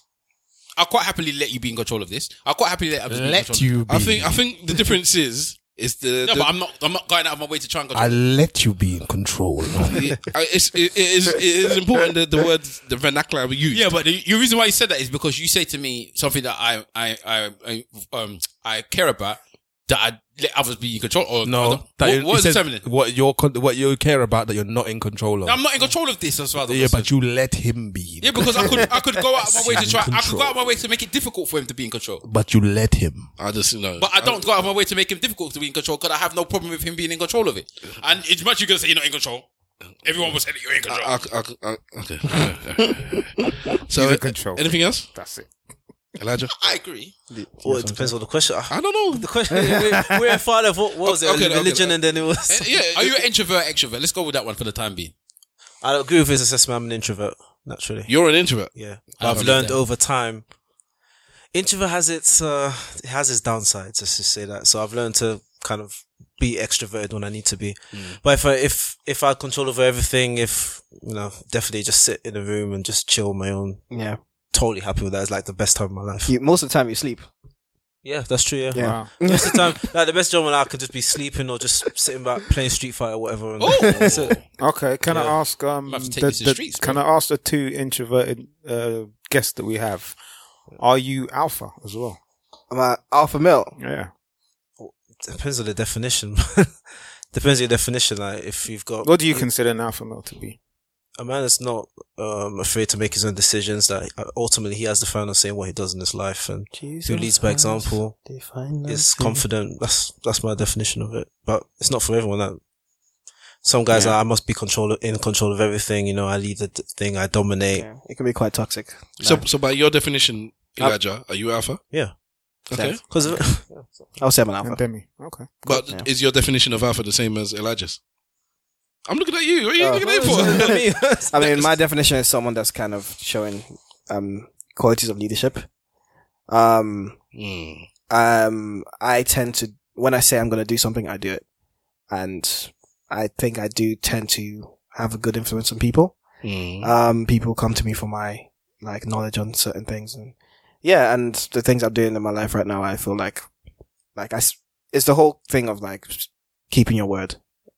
Speaker 1: I'll quite happily let you be in control of this. I'll quite happily let others be in
Speaker 4: Let
Speaker 1: control.
Speaker 4: you
Speaker 1: I
Speaker 4: be.
Speaker 1: think I think the difference is is the no,
Speaker 4: the-
Speaker 1: but I'm not I'm not going out of my way to try and control.
Speaker 4: I let you be in control.
Speaker 1: it, it's, it, it is it is important that the words the vernacular we use.
Speaker 3: Yeah, but the, your reason why you said that is because you say to me something that I I I, I um I care about that I let others be in control. Or or
Speaker 4: no,
Speaker 3: the-
Speaker 4: that
Speaker 3: what,
Speaker 4: you-
Speaker 3: what
Speaker 4: it
Speaker 3: is
Speaker 4: says
Speaker 3: determinant?
Speaker 4: What you what you care about that you're not in control of.
Speaker 3: I'm not in control of this as well.
Speaker 4: yeah, but you let him be,
Speaker 3: yeah, because I could I could go out of my way to
Speaker 4: In
Speaker 3: try. I could
Speaker 4: control.
Speaker 3: go out of my way to make it difficult for him to be in control.
Speaker 4: but you let him.
Speaker 1: I just know.
Speaker 3: But I don't go out of my way to make him difficult to be in control because I have no problem with him being in control of it. And it's much you're gonna say you're not in control. Everyone will say that you're in control.
Speaker 1: I, I, I, okay. so
Speaker 3: He's in
Speaker 1: control. Anything else?
Speaker 10: That's it.
Speaker 1: Elijah.
Speaker 3: I agree.
Speaker 5: Well, it depends on the question.
Speaker 1: I don't know.
Speaker 5: The question. We're, we're far left. What, what was it?
Speaker 3: Okay, okay,
Speaker 5: religion,
Speaker 3: okay.
Speaker 5: and then it was.
Speaker 3: Eh, yeah, are you an introvert, extrovert? Let's go with that one for the time being.
Speaker 5: I agree with his assessment. I'm an introvert, naturally.
Speaker 1: You're an introvert.
Speaker 5: Yeah,
Speaker 3: I
Speaker 5: I've
Speaker 3: believe
Speaker 5: learned
Speaker 3: that.
Speaker 5: over time. Introvert has its uh, it has its downsides. Let's just say that. So I've learned to kind of be extroverted when I need to be.
Speaker 1: Hmm.
Speaker 5: But if I if if I had control over everything, if you know, definitely just sit in a room and just chill on my own.
Speaker 9: Yeah.
Speaker 5: Totally happy with that. It's like the best time of my life.
Speaker 9: You, most of the time you sleep.
Speaker 5: Yeah, that's true. Yeah,
Speaker 9: Yeah. Wow.
Speaker 5: most of the time, like the best job when I could just be sleeping or just sitting back playing Street Fighter or whatever. And
Speaker 3: Oh!
Speaker 5: that's it.
Speaker 10: Okay, can
Speaker 5: Yeah.
Speaker 10: I ask um
Speaker 5: Might have to take
Speaker 10: the-
Speaker 5: this to
Speaker 10: the-
Speaker 5: streets,
Speaker 10: can I ask the two introverted uh, guests that we have? Are you alpha as well?
Speaker 9: I'm an alpha male.
Speaker 10: Yeah.
Speaker 5: Depends on the definition. Depends on your definition. Like if you've got
Speaker 10: What do you consider an alpha male to be?
Speaker 5: a man that's not um, afraid to make his own decisions. That uh, ultimately he has the final say in what he does in his life, and who leads by
Speaker 9: has
Speaker 5: example
Speaker 9: the final
Speaker 5: is
Speaker 9: say.
Speaker 5: confident. That's that's my definition of it. But it's not for everyone. That some guys
Speaker 9: Yeah.
Speaker 5: are, I must be control in control of everything. You know, I lead the d- thing. I dominate.
Speaker 9: It can be quite toxic.
Speaker 1: So so by your definition, Elijah, are you alpha?
Speaker 5: Yeah.
Speaker 1: Okay.
Speaker 5: Because
Speaker 9: I'll say I'm an alpha.
Speaker 10: And Demi. Okay.
Speaker 1: But is your definition of alpha the same as Elijah's? I'm looking at you. What are
Speaker 9: Uh,
Speaker 1: you looking at me for?
Speaker 9: I mean, my definition is someone that's kind of showing um, qualities of leadership. Um, um, I tend to when I say I'm going to do something, I do it, and I think I do tend to have a good influence on people.
Speaker 1: Mm.
Speaker 9: Um, people come to me for my like knowledge on certain things, and yeah, and the things I'm doing in my life right now, I feel like like I s- it's the whole thing of like keeping your word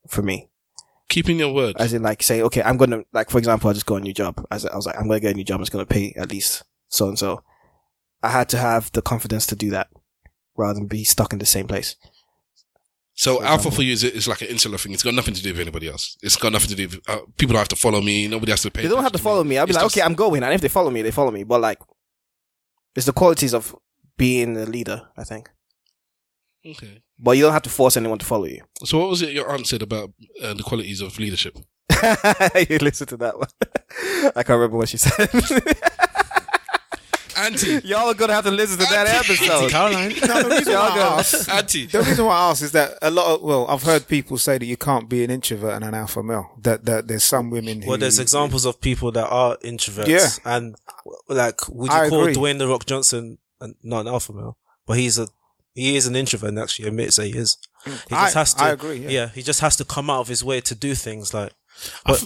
Speaker 9: for me.
Speaker 1: Keeping your word.
Speaker 9: As in, like, say, okay, I'm gonna, like, for example, I just got a new job. As I was like, I'm gonna get a new job. It's gonna pay at least so and so. I had to have the confidence to do that, rather than be stuck in the same place.
Speaker 1: So
Speaker 9: For
Speaker 1: alpha
Speaker 9: example.
Speaker 1: for you is, is like an insular thing. It's got nothing to do with anybody else. It's got nothing to do. With, uh, people don't have to follow me. Nobody has to pay.
Speaker 9: They don't have to follow me. I'll be
Speaker 1: It's
Speaker 9: like,
Speaker 1: just-
Speaker 9: okay, I'm going, and if they follow me, they follow me. But like, it's the qualities of being a leader, I think.
Speaker 1: Okay.
Speaker 9: But you don't have to force anyone to follow you.
Speaker 1: So what was it your aunt said about uh, the qualities of leadership?
Speaker 9: you listen to that one. I can't remember what she said.
Speaker 1: Auntie,
Speaker 9: y'all are gonna have to listen to that episode.
Speaker 10: No, the reason
Speaker 9: Y'all
Speaker 10: why
Speaker 9: gonna-
Speaker 10: I asked, the reason why I asked is that a lot of well, I've heard people say that you can't be an introvert and an alpha male. That that there's some women who
Speaker 5: Well, there's examples of people that are introverts.
Speaker 10: Yeah.
Speaker 5: And like, would you
Speaker 10: I
Speaker 5: call
Speaker 10: agree.
Speaker 5: Dwayne the Rock Johnson an, not an alpha male? But he's a he is an introvert and actually admits that he is. He just
Speaker 10: I-
Speaker 5: has to.
Speaker 10: I agree, yeah.
Speaker 5: he just has to come out of his way to do things like. But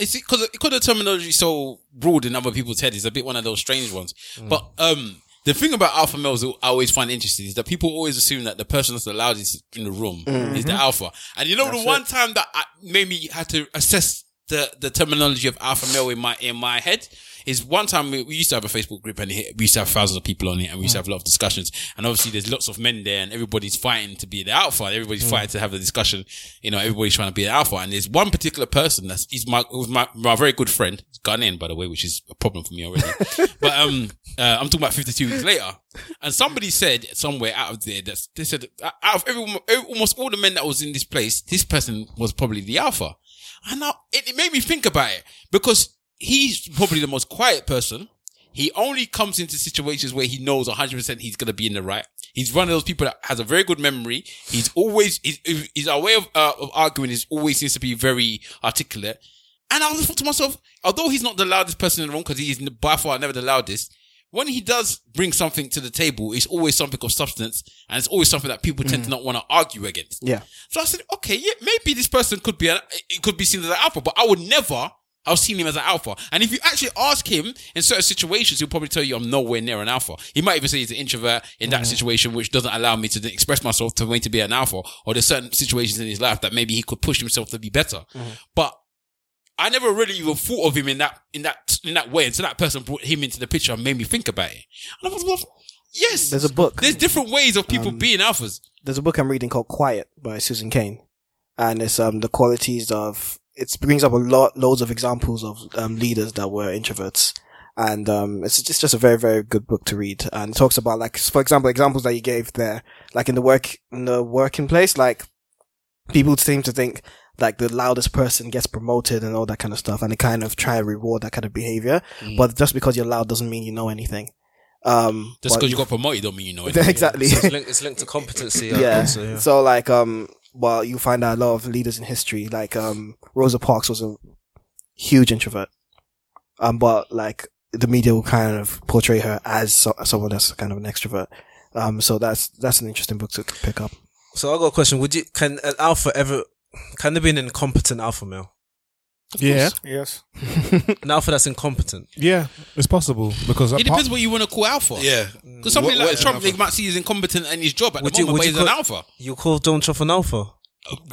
Speaker 3: It's because because the terminology is so broad in other people's head is a bit one of those strange ones. But um, the thing about alpha males that I always find interesting is that people always assume that the person that's the loudest in the room is the
Speaker 1: Mhm.
Speaker 3: alpha. And you know
Speaker 1: That's
Speaker 3: the one time that I, made me had to assess the the terminology of alpha male in my in my head. Is one time we, we used to have a Facebook group and it- we used to have thousands of people on it and we used to have a lot of discussions and obviously there's lots of men there and everybody's fighting to be the alpha everybody's
Speaker 1: Mm.
Speaker 3: fighting to have a discussion you know everybody's trying to be the alpha and there's one particular person that's he's my who's my, my very good friend he's Ghanaian by the way which is a problem for me already but um uh, I'm talking about 52 weeks later and somebody said somewhere out of there that they said uh, out of every, every- almost all the men that was in this place this person was probably the alpha and now it, it made me think about it because he's probably the most quiet person. He only comes into situations where he knows 100% he's going to be in the right. He's one of those people that has a very good memory. He's always, he's, he's our way of, uh, of arguing is always seems to be very articulate. And I was thought to myself, although he's not the loudest person in the room, because he is by far never the loudest, when he does bring something to the table, it's always something of substance, and it's always something that people tend to not want to argue against.
Speaker 9: Yeah.
Speaker 3: So I said, okay, yeah, maybe this person could be an, it could be seen as an alpha, but I would never. I've seen him as an alpha, and if you actually ask him in certain situations, he'll probably tell you I'm nowhere near an alpha. He might even say he's an introvert in
Speaker 9: Mm.
Speaker 3: that situation, which doesn't allow me to express myself to me to be an alpha. Or there's certain situations in his life that maybe he could push himself to be better.
Speaker 9: Mm-hmm.
Speaker 3: But I never really even thought of him in that in that in that way until that person brought him into the picture and made me think about it. And I was like, yes,
Speaker 9: There's a book.
Speaker 3: There's different ways of people
Speaker 9: Um,
Speaker 3: being alphas.
Speaker 9: there's a book I'm reading called Quiet by Susan Kane, and it's um the qualities of it brings up a lot loads of examples of um, leaders that were introverts, and um it's just, it's just a very very good book to read, and it talks about like for example examples that you gave there, like in the work in the working place, like people seem to think like the loudest person gets promoted and all that kind of stuff, and they kind of try and reward that kind of behavior,
Speaker 3: Mm.
Speaker 9: but just because you're loud doesn't mean you know anything. Um,
Speaker 3: Just
Speaker 9: but-
Speaker 3: because you got promoted don't mean you know it.
Speaker 9: exactly.
Speaker 5: So it's, linked, it's linked to competency. I
Speaker 9: yeah.
Speaker 5: think, so, yeah.
Speaker 9: So like um well you find out a lot of leaders in history like um Rosa Parks was a huge introvert. Um but like the media will kind of portray her as so- someone that's kind of an extrovert. Um so that's that's an interesting book to pick up.
Speaker 5: So I got a question. Would you can an alpha ever can there be an incompetent alpha male?
Speaker 4: Yeah.
Speaker 10: Yes.
Speaker 5: an alpha that's incompetent.
Speaker 4: Yeah, it's possible because
Speaker 3: It depends what you want to call alpha.
Speaker 5: Yeah.
Speaker 3: Because somebody
Speaker 5: What- what
Speaker 3: like
Speaker 5: is an
Speaker 3: Trump,
Speaker 5: alpha?
Speaker 3: they might see he's incompetent in his job at
Speaker 5: Would
Speaker 3: the
Speaker 5: you-
Speaker 3: moment,
Speaker 5: would
Speaker 3: but
Speaker 5: you
Speaker 3: he's an
Speaker 5: call-
Speaker 3: alpha.
Speaker 5: You call Donald Trump an alpha?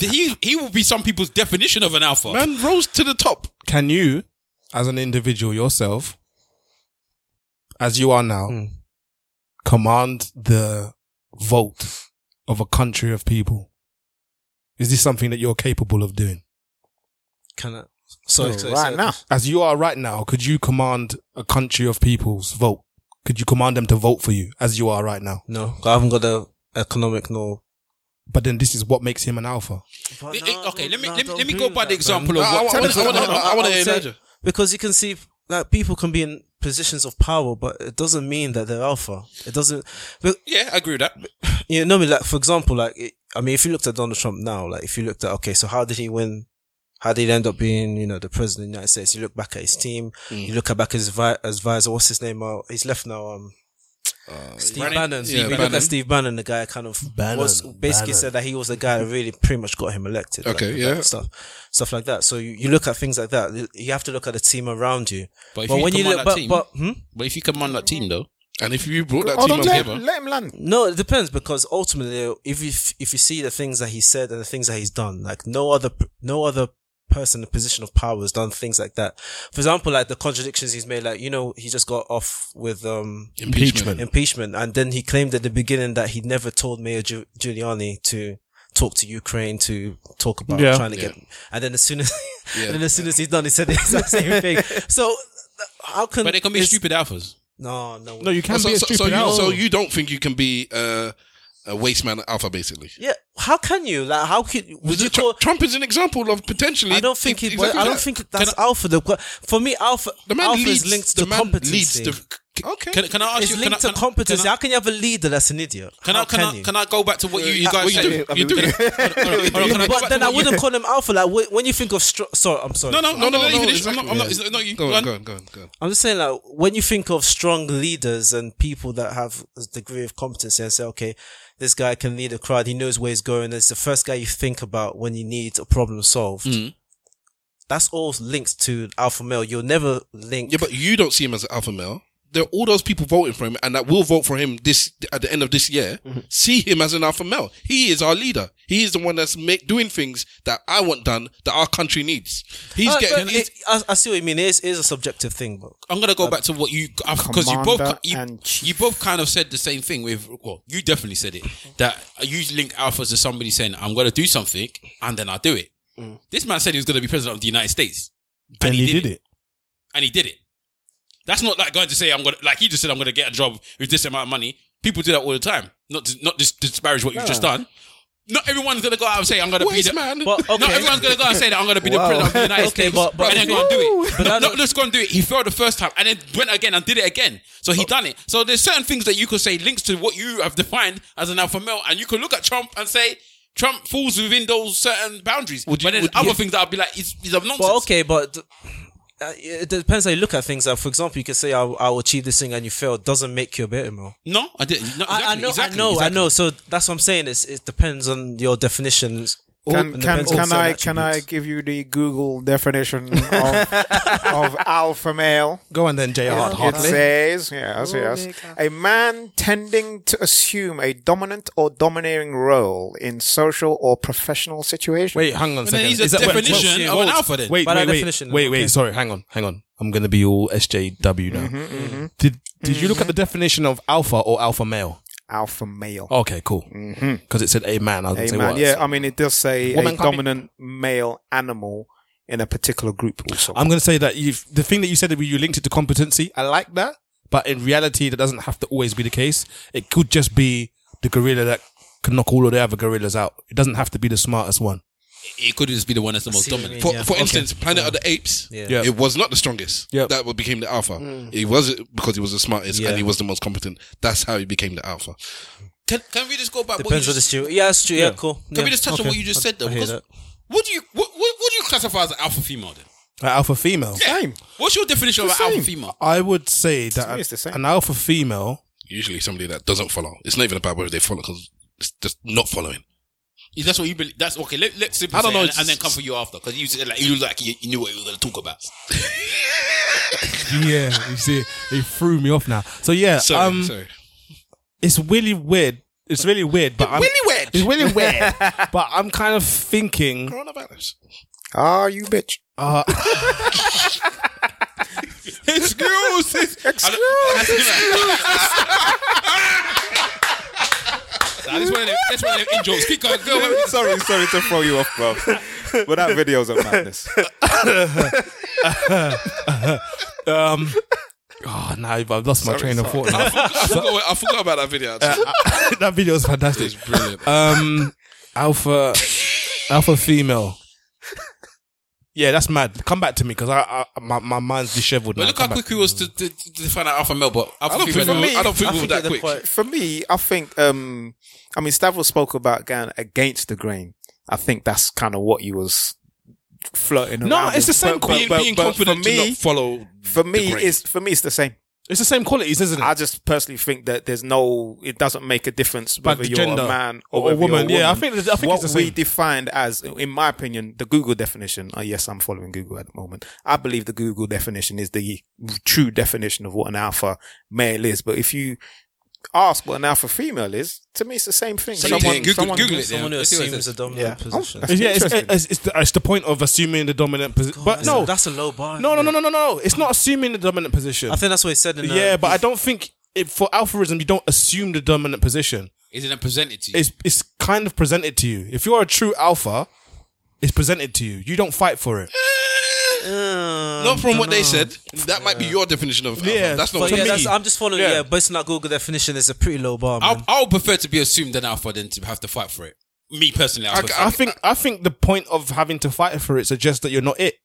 Speaker 3: He he will be some people's definition of an alpha.
Speaker 1: Man rose to the top.
Speaker 4: Can you, as an individual yourself, as you are now, command the vote of a country of people? Is this something that you're capable of doing?
Speaker 5: Can I? Sorry, sorry, sorry.
Speaker 4: As you are right now, could you command a country of people's vote? Could you command them to vote for you as you are right now?
Speaker 5: No, I haven't got the economic nor.
Speaker 4: But then this is what makes him an alpha.
Speaker 3: It- it- okay, let me let me, let me go by the example of
Speaker 5: No, I
Speaker 3: what.
Speaker 5: want- I want- I want- I want- I want to hear
Speaker 3: Elijah.
Speaker 5: Elijah. Because you can see like people can be in positions of power, but it doesn't mean that they're alpha. It doesn't. But,
Speaker 3: yeah, I agree with that.
Speaker 5: You know, I mean, like for example, like it, I mean, if you looked at Donald Trump now, like if you looked at okay, so how did he win? How did he end up being, you know, the president of the United States? You look back at his team.
Speaker 3: Mm.
Speaker 5: You look at back at his vi- advisor. What's his name? Uh, he's left now. Um, Steve
Speaker 3: Bannon?
Speaker 5: Bannon.
Speaker 3: Uh, Yeah,
Speaker 5: you
Speaker 3: Bannon.
Speaker 5: look at Steve Bannon, the guy kind of
Speaker 3: Bannon,
Speaker 5: was basically
Speaker 3: Bannon.
Speaker 5: said that he was the guy that really pretty much got him elected.
Speaker 3: Okay,
Speaker 5: like,
Speaker 3: yeah.
Speaker 5: that stuff stuff like that. So you, you look at things like that. You- You have to look at the team around you.
Speaker 3: But if you command that
Speaker 5: but,
Speaker 3: team-
Speaker 5: but hmm?
Speaker 3: But if you command that team though, and if you brought that
Speaker 5: Hold
Speaker 3: team
Speaker 5: on, let-
Speaker 3: together,
Speaker 10: Oh, Let him land.
Speaker 5: No, it depends because ultimately, if you if you see the things that he said and the things that he's done, like no other no other person in a position of power has done things like that. For example, like the contradictions he's made, like you know, he just got off with um
Speaker 4: Impeachment.
Speaker 5: impeachment, and then he claimed at the beginning that he never told Mayor Gi- Giuliani to talk to Ukraine to talk about
Speaker 4: Yeah.
Speaker 5: trying to get,
Speaker 4: Yeah.
Speaker 5: and then as soon as
Speaker 3: Yeah.
Speaker 5: and then as soon as he's done, he said the exact same thing. So th- how can
Speaker 3: but they can be
Speaker 5: it's-
Speaker 3: stupid alphas.
Speaker 5: No, no,
Speaker 1: so, so, so you, so you don't think you can be uh, a waste man alpha, basically?
Speaker 5: Yeah, how can you? Like, how could would you call
Speaker 1: Trump is an example of potentially?
Speaker 5: I don't think it,
Speaker 1: exactly
Speaker 5: I don't
Speaker 1: that.
Speaker 5: think
Speaker 1: Can
Speaker 5: that's alpha. The for me, alpha.
Speaker 1: The man
Speaker 5: alpha
Speaker 1: leads-
Speaker 5: is linked
Speaker 1: the
Speaker 5: to
Speaker 1: man
Speaker 5: competency.
Speaker 1: leads the-
Speaker 5: okay.
Speaker 1: Can- can I ask
Speaker 5: it's
Speaker 1: you-
Speaker 5: It's linked
Speaker 1: can I- can
Speaker 5: to
Speaker 1: I-
Speaker 5: competency.
Speaker 1: can I-
Speaker 5: how can you have a leader that's an idiot?
Speaker 3: Can
Speaker 5: how
Speaker 3: I can, I
Speaker 5: you?
Speaker 3: can I go back to what you, you
Speaker 5: Uh,
Speaker 3: guys
Speaker 5: I
Speaker 3: said?
Speaker 5: do.
Speaker 3: You do.
Speaker 5: but then I wouldn't call him alpha. Like wh- when you think of str- sorry, I'm sorry.
Speaker 3: No, no, no, no, no,
Speaker 5: I'm
Speaker 3: no.
Speaker 5: not-
Speaker 3: It's not. I'm not.
Speaker 5: Yeah.
Speaker 3: It's not you.
Speaker 1: Go on, go on, go on, go on.
Speaker 5: I'm just saying, like, when you think of strong leaders and people that have a degree of competency and say, okay, this guy can lead a crowd, he knows where he's going, it's the first guy you think about when you need a problem solved.
Speaker 1: Mm.
Speaker 5: That's all linked to alpha male. You'll never link.
Speaker 1: Yeah, but you don't see him as an alpha male. There are all those people voting for him, and that will vote for him this at the end of this year. See him as an alpha male. He is our leader. He is the one that's make, doing things that I want done that our country needs. He's
Speaker 5: Uh,
Speaker 1: getting.
Speaker 5: but
Speaker 1: he's-
Speaker 5: it- I, I see what you mean. It is, it is a subjective thing, but
Speaker 3: I'm gonna go back to what you because you both
Speaker 5: Commander
Speaker 3: you, you both kind of said the same thing with well you definitely said it that you link alphas to somebody saying I'm gonna do something and then I do it.
Speaker 1: Mm.
Speaker 3: This man said he was gonna be president of the United States
Speaker 4: Then he, did, it.
Speaker 3: and he did it. That's not like going to say I'm gonna like he just said I'm gonna get a job with this amount of money. People do that all the time. Not to, not just disparage what you've
Speaker 1: No.
Speaker 3: just done. Not everyone's gonna go out and say I'm gonna
Speaker 1: Waste
Speaker 3: be the
Speaker 1: man.
Speaker 3: Well,
Speaker 1: But,
Speaker 3: Not
Speaker 1: okay.
Speaker 3: everyone's gonna go out and say that I'm gonna be
Speaker 1: Wow.
Speaker 3: the president of the United
Speaker 1: Okay,
Speaker 3: States.
Speaker 1: but- but-
Speaker 3: and then go and do it.
Speaker 1: But I
Speaker 3: But
Speaker 1: don't-
Speaker 3: no, let's go and do it. He failed the first time and then went again and did it again. So he done it. So there's certain things that you could say links to what you have defined as an alpha male, and you could look at Trump and say Trump falls within those certain boundaries. but then there's other things that I'd be like, it's, it's a nonsense.
Speaker 5: But okay, but uh, it depends how you look at things. Like, for example, you could say, I'll, I'll achieve this thing and you fail. Doesn't make you a better man.
Speaker 3: No, I didn't. No,
Speaker 5: I, I
Speaker 3: exactly,
Speaker 5: know,
Speaker 3: exactly,
Speaker 5: I know,
Speaker 3: exactly.
Speaker 5: I know. So that's what I'm saying. It's, it depends on your definitions.
Speaker 6: Can,
Speaker 5: and
Speaker 6: can,
Speaker 5: depends on
Speaker 6: can
Speaker 5: certain
Speaker 6: I can I
Speaker 5: attributes.
Speaker 6: give you the Google definition of, of alpha male?
Speaker 4: Go on then, JR
Speaker 6: It- It
Speaker 4: Hartley.
Speaker 6: says, yes, yes, a man tending to assume a dominant or domineering role in social or professional situations.
Speaker 4: Wait, hang on a second. Is that- wait, wait, wait, Wait, wait, wait, wait, wait. Sorry, hang on, hang on. I'm gonna be all SJW now.
Speaker 6: Mhm, mhm.
Speaker 4: Did Did you look at the definition of alpha or alpha male?
Speaker 6: Alpha male.
Speaker 4: Okay, cool. Because it said a man. I was
Speaker 6: A
Speaker 4: gonna say
Speaker 6: man-
Speaker 4: what?
Speaker 6: yeah, uh, I mean, it does say
Speaker 4: Woman
Speaker 6: a
Speaker 4: can't be-
Speaker 6: dominant male animal in a particular group. Also,
Speaker 4: I'm gonna say that you the thing that you said that you linked it to competency. I like that, but in reality, that doesn't have to always be the case. It could just be the gorilla that can knock all of the other gorillas out. It doesn't have to be the smartest one.
Speaker 3: It could just be the one that's the most
Speaker 1: see what
Speaker 3: dominant.
Speaker 1: you mean,
Speaker 3: For,
Speaker 1: yeah.
Speaker 3: for
Speaker 1: Okay.
Speaker 3: instance, Planet of the Apes.
Speaker 1: Yeah.
Speaker 4: Yeah.
Speaker 1: It was not the strongest.
Speaker 4: Yeah.
Speaker 1: That what became the alpha.
Speaker 3: Mm.
Speaker 1: It was because he was the smartest
Speaker 5: Yeah.
Speaker 1: and he was the most competent. That's how he became the alpha.
Speaker 3: Can, can we just go back? what you
Speaker 5: Depends on the
Speaker 3: just-
Speaker 5: stu- Yeah, that's true. Yeah, cool.
Speaker 3: Can
Speaker 5: Yeah,
Speaker 3: we just touch on
Speaker 5: okay.
Speaker 3: what you just
Speaker 5: I-
Speaker 3: said though?
Speaker 5: I hear
Speaker 3: Because
Speaker 5: that.
Speaker 3: what do you what, what what do you classify as an alpha female then?
Speaker 4: An alpha female.
Speaker 3: Same. What's your definition of an alpha female?
Speaker 4: I would say
Speaker 1: To me, it's the
Speaker 4: that
Speaker 1: same.
Speaker 4: an alpha female
Speaker 1: Usually somebody that doesn't follow. It's not even about whether they follow because it's just not following.
Speaker 3: Is That's what you believe. That's okay. Let, let's simply
Speaker 1: I don't
Speaker 3: say
Speaker 1: know,
Speaker 3: and,
Speaker 1: it's-
Speaker 3: and then come for you after because you said like you look like you, you knew what you were going to talk about.
Speaker 4: yeah, you see, it threw me off now. So yeah,
Speaker 3: Sorry,
Speaker 4: um,
Speaker 3: sorry.
Speaker 4: it's really weird. It's really weird, but I'm
Speaker 1: really weird.
Speaker 4: It's really weird, but I'm kind of thinking.
Speaker 1: Coronavirus.
Speaker 6: Ah, you bitch.
Speaker 4: Uh,
Speaker 1: Excuses.
Speaker 3: Nah, that's one of them. That's one of them in jokes. Keep going. Go. go.
Speaker 6: sorry, sorry to throw you off, bro. But that video's a madness.
Speaker 4: um, oh no, I've I've lost my train of thought.
Speaker 1: I,
Speaker 4: now.
Speaker 1: forgot, I forgot- I forgot about that video. actually.
Speaker 4: that video is fantastic.
Speaker 1: It's brilliant.
Speaker 3: Uh,
Speaker 4: Um, alpha, alpha female. Yeah, that's mad. Come back to me because I, I my, my mind's disheveled.
Speaker 3: But
Speaker 4: now.
Speaker 3: look
Speaker 4: Come
Speaker 3: how
Speaker 4: back.
Speaker 3: quick we was to, to, to find out alpha male. But alpha
Speaker 1: I don't
Speaker 3: female.
Speaker 1: think we- I don't think
Speaker 3: I
Speaker 1: we were
Speaker 3: think
Speaker 1: that
Speaker 3: they're
Speaker 1: quick.
Speaker 3: quite-
Speaker 6: For me, I think, um, I mean, Stavros spoke about going against the grain. I think that's kind of what he was floating around.
Speaker 4: No, it's
Speaker 6: with.
Speaker 4: the same
Speaker 6: But-
Speaker 4: qual-
Speaker 6: but- but-
Speaker 4: being
Speaker 6: but
Speaker 4: confident
Speaker 6: for
Speaker 4: to
Speaker 6: me,
Speaker 4: not follow
Speaker 6: For me,
Speaker 4: the grain.
Speaker 6: it's for me, it's the same.
Speaker 4: It's the same qualities, isn't it?
Speaker 6: I just personally think that there's no, it doesn't make a difference
Speaker 4: But
Speaker 6: whether
Speaker 4: the
Speaker 6: you're a
Speaker 4: gender
Speaker 6: man or,
Speaker 4: or a
Speaker 6: whether you're
Speaker 4: woman. Yeah, I think it's- I think
Speaker 6: what
Speaker 4: it's the
Speaker 6: we
Speaker 4: same.
Speaker 6: defined as, in my opinion, the Google definition. Oh, yes, I'm following Google at the moment. I believe the Google definition is the true definition of what an alpha male is. But if you ask what an alpha female is, to me, it's the same thing.
Speaker 3: Same thing. Google- Google it, yeah.
Speaker 5: Someone who
Speaker 3: Let's see what it
Speaker 5: assumes a
Speaker 3: says.
Speaker 5: dominant position.
Speaker 6: That's
Speaker 4: yeah, Oh, it's,
Speaker 6: interesting.
Speaker 4: it's, it's, the, it's the point of assuming the dominant position. But
Speaker 5: that's
Speaker 4: no,
Speaker 5: a, that's a low bar.
Speaker 4: no, no, no, no, no, no. It's not assuming the dominant position.
Speaker 5: I think that's what he said. In uh, the-
Speaker 4: yeah, but I don't think it, for alphaism you don't assume the dominant position.
Speaker 3: Is it then presented to you?
Speaker 4: It's it's kind of presented to you. If you're a true alpha, it's presented to you. You don't fight for it.
Speaker 1: Not from what they said. That might be your definition of alpha.
Speaker 4: Yeah,
Speaker 1: That's not
Speaker 5: But
Speaker 1: what
Speaker 5: yeah,
Speaker 1: me.
Speaker 5: that's, I'm just following. Yeah. based on that Google definition, it's a pretty low bar. Man.
Speaker 3: I'll, I'll prefer to be assumed an alpha than to have to fight for it. Me personally, I,
Speaker 4: I,
Speaker 3: prefer
Speaker 4: I
Speaker 3: it.
Speaker 4: think I think the point of having to fight for it suggests that you're not it.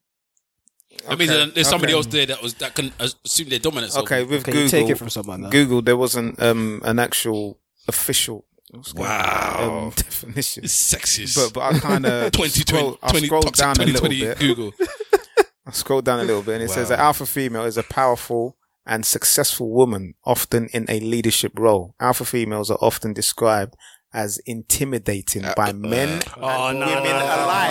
Speaker 3: That means
Speaker 6: Okay,
Speaker 3: there's there's somebody
Speaker 6: okay.
Speaker 3: else there that was that can assume their dominance.
Speaker 6: Okay,
Speaker 3: over.
Speaker 6: with
Speaker 9: Okay,
Speaker 6: Google,
Speaker 9: you take it from someone now.
Speaker 6: Google, there wasn't um, an actual official wow Um, definition.
Speaker 1: It's sexist.
Speaker 6: But but I kind of
Speaker 1: 2020,
Speaker 6: scroll, I scroll
Speaker 1: 20,
Speaker 6: down a little
Speaker 1: 2020
Speaker 6: bit.
Speaker 1: Google.
Speaker 6: I scroll down a little bit, and it says
Speaker 1: Wow.
Speaker 6: that alpha female is a powerful and successful woman, often in a leadership role. Alpha females are often described as intimidating
Speaker 4: Uh,
Speaker 6: by men
Speaker 5: Oh,
Speaker 6: and women alike.